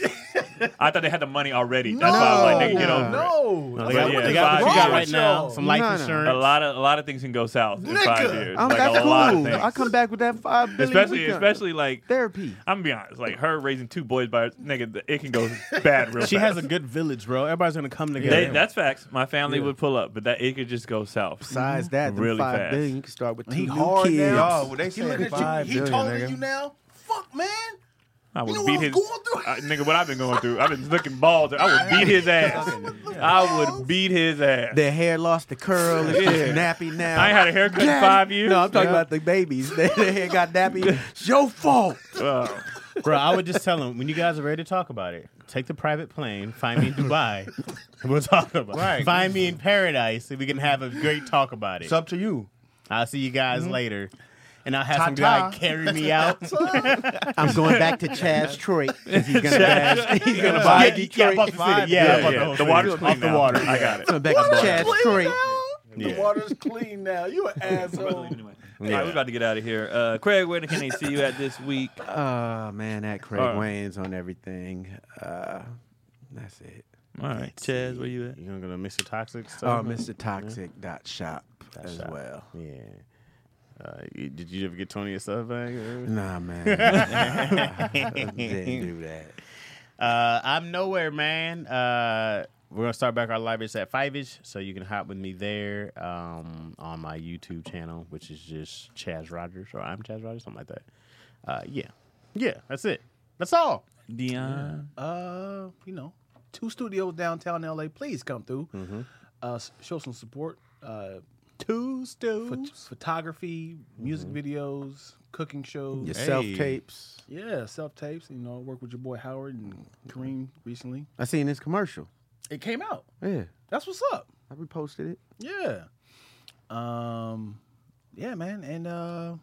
B: I thought they had the money already. That's why I was like, they can get over it.
E: no.
D: No,
E: I'm
D: they
E: like,
D: got,
B: yeah,
E: what
D: they
E: is
D: got what you
E: wrong
D: got right
E: with
D: now.
E: y'all?
D: Some life
F: No, no.
D: insurance.
B: A lot of a lot of things can go south in five years.
F: I'm,
B: like
F: that's
B: a lot of
F: cool.
B: things.
F: I come back with that five billion.
B: especially
F: we done.
B: especially like
F: therapy.
B: I'm gonna be honest, like her raising two boys by her, nigga, it can go bad real
D: She
B: fast.
D: has a good village, bro. Everybody's gonna come together.
B: They, that's facts. My family would pull up, but that it could just go south.
F: Besides that,
B: Really
F: really five
B: fast.
F: billion, You can start with two
E: He
F: new
E: hard
F: kids.
E: now.
A: Y'all, well, they
E: He looking
A: said
E: at you-
A: five
C: He
A: billion,
C: taller
A: nigga.
C: than you now. Fuck, man.
B: I would
C: You know
B: beat
C: what I'm
B: his
C: going through?
B: I- nigga. What I've been going through, I've been looking balls. I would beat his ass. I would beat his ass.
F: Their hair lost the curl. It's just nappy now.
B: I ain't had a haircut in five years.
F: No, I'm talking about the babies. Their hair got nappy. It's your fault.
B: Oh.
D: bro. I would just tell them when you guys are ready to talk about it, take the private plane, find me in Dubai, and we'll talk about.
A: Right.
D: it. Find me in paradise, and we can have a great talk about it.
A: It's up to you.
D: I'll see you guys later, and I'll have some
A: Ta-ta.
D: guy carry me out.
F: I'm going back to Chaz Troy. 'cause He's gonna bash. He's gonna
D: Yeah,
F: buy
D: yeah, yeah, I'm about to see it. Yeah,
B: Yeah,
D: I'm about
B: yeah.
D: to-
B: The water's
D: off
B: clean
D: the
B: now.
D: water.
B: I got it.
F: I'm back to Chaz Troy.
D: Yeah.
E: The water's clean now. You an asshole.
B: All right, we're about to get out of here. Uh, Craig, where can they see you at this week?
F: Oh man, that Craig
B: All right.
F: Wayne's on everything. Uh, that's it.
B: All right, Chaz, where you at?
D: You gonna go to Mr. Toxic?
F: Oh,
D: stuff?
F: Mr. Toxic dot shop as
D: shop.
F: well.
D: Yeah. Uh, you- did you ever get Tony a stuff bag? or-
F: Nah, man. Didn't do that.
D: Uh, I'm nowhere, man. Uh, we're gonna start back our live ish at five ish, so you can hop with me there um, on my YouTube channel, which is just Chaz Rogers or I'm Chaz Rogers, something like that. Uh, yeah, yeah, that's it. That's all.
B: Dion.
E: uh, you know, two studios downtown LA. Please come through.
D: Mm-hmm.
E: Uh, s- show some support. Uh,
D: Two Mm-hmm. stews.
E: phot- photography, music videos, cooking shows.
F: Your
A: Hey.
F: self tapes.
E: Yeah, self tapes. You know, I worked with your boy Howard and Kareem recently.
F: I seen this commercial.
E: It came out.
F: Yeah,
E: That's what's up.
F: I reposted it.
E: Yeah. Um. Yeah, man. And uh,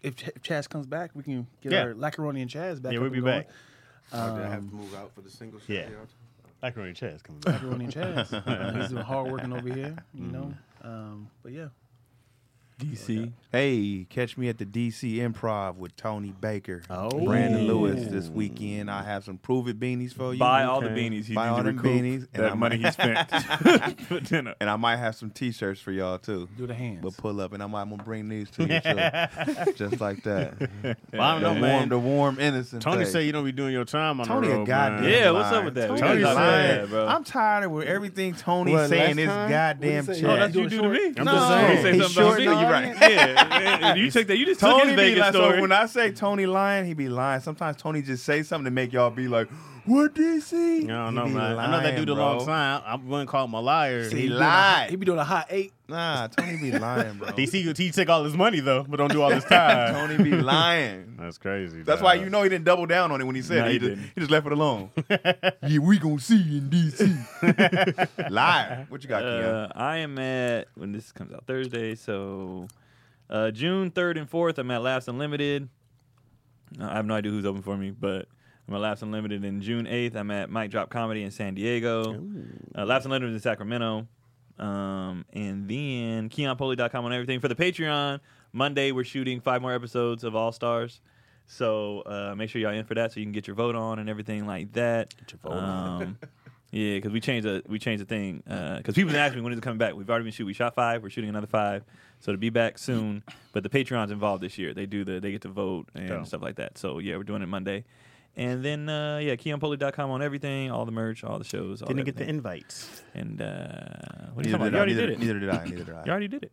E: if, Ch- if Chaz comes back, we can get
D: Yeah.
E: our Lacaroni and Chaz back.
D: Yeah, we'll
E: up
D: be
E: and going.
D: back.
F: I have to move out for the single.
D: Yeah. Like Rory Chaz coming back.
E: Lacaroni and Chaz. Uh, he's doing hard working over here. You know.
F: Mm.
E: Um. But yeah.
B: DC.
A: Hey, catch me at the DC Improv with Tony Baker,
F: Oh.
A: Brandon Lewis this weekend. I have some prove it beanies for you.
B: Buy all the beanies. He
A: Buy all
B: needs to
A: them
B: recoup
A: beanies, and
B: That
A: I'm-
B: money he spent for dinner.
A: and I might have some T-shirts for y'all too.
E: Do the hands.
A: We'll pull up, and I might, I'm gonna bring these to you too, just like that.
D: Well, I
A: The warm,
D: don't know, man.
A: the warm, innocent.
D: Tony
A: face.
D: said you don't be doing your time on
A: Tony
D: the
A: a
D: road,
A: goddamn.
D: man.
B: Yeah, what's up with that?
A: Tony
D: Tony
A: is
D: said
A: lying.
B: that, bro.
A: I'm tired of everything Tony
F: What,
A: saying
F: last
A: is
F: time?
A: goddamn
E: What'd
A: shit.
E: he say?
B: Oh,
E: Yeah,
B: that's
E: do
B: you
E: it
B: do to
E: short.
B: me.
D: I'm
B: No.
D: just saying.
B: You say
F: He's
B: something
F: short
B: about me.
F: and
A: you're
F: audience.
A: right.
B: Yeah, and you took that. You just took
A: Tony
B: his
A: be
B: Vegas
A: like, so
B: story.
A: when I say Tony lying, he be lying. Sometimes Tony just say something to make y'all be like, "What did he see?"
D: I don't
A: He
D: know,
A: be
D: man. I know that
A: lying,
D: dude a
A: bro.
D: long time. I wouldn't call him a liar.
A: He
E: doing a hot-
A: lied.
E: He be doing a hot eight.
A: Nah, Tony be lying, bro.
D: DC, he take all his money though, but don't do all his time.
A: Tony be lying.
D: That's crazy.
A: That's why you know he didn't double down on it when he said
B: No,
A: it.
B: he
A: He, just,
B: didn't.
A: he just left it alone. yeah, we gonna see you in DC. Liar. What you got, Keon?
B: Uh, I am at when this comes out Thursday, so uh, June third and fourth. I'm at Laughs Unlimited. Uh, I have no idea who's open for me, but I'm at Laughs Unlimited. And June eighth, I'm at Mike Drop Comedy in San Diego. Uh, Laughs Unlimited is in Sacramento. Um, and then KeonPoli.com on everything for the Patreon. Monday we're shooting five more episodes of All Stars. So uh, make sure y'all in for that, so you can get your vote on and everything like that. Um, Get your vote on. Yeah, because we changed the we changed the thing because people been asking me when is it coming back. We've already been shooting. We shot five. We're shooting another five, so to be back soon. But the Patreon's involved this year. They do the they get to vote and
D: Dope.
B: stuff like that. So yeah, we're doing it Monday, and then uh, yeah, KeonPoli.com on everything, all the merch, all the shows. All
D: didn't get the
B: everything.
D: invites.
B: and uh, what are
A: Neither did
B: you talking about? You
A: I. Neither
B: already did
A: did-
B: it.
A: neither did I. Neither did I.
B: You already did it.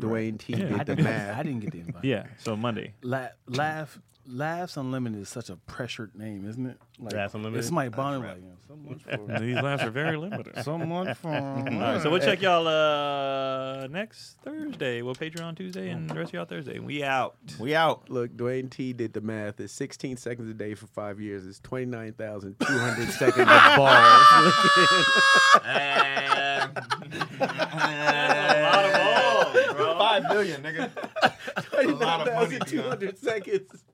F: Dwayne T
E: I
F: did the
E: didn't, I
F: math.
E: didn't get the invite.
B: Yeah. So Monday.
E: La- laugh, laughs unlimited is such a pressured name, isn't it? Like,
D: Laughs Unlimited?
E: It's Mike Bonner, like you know, so much for
B: These laughs are very limited. All
E: so much for.
B: right, so we'll check y'all uh, next Thursday. We'll Patreon Tuesday and the rest of y'all Thursday. We out.
A: We out.
F: Look, Dwayne T did the math. It's 16 seconds a day for five years. It's 29,200 seconds of balls.
A: Five million, nigga.
F: 29,200 seconds.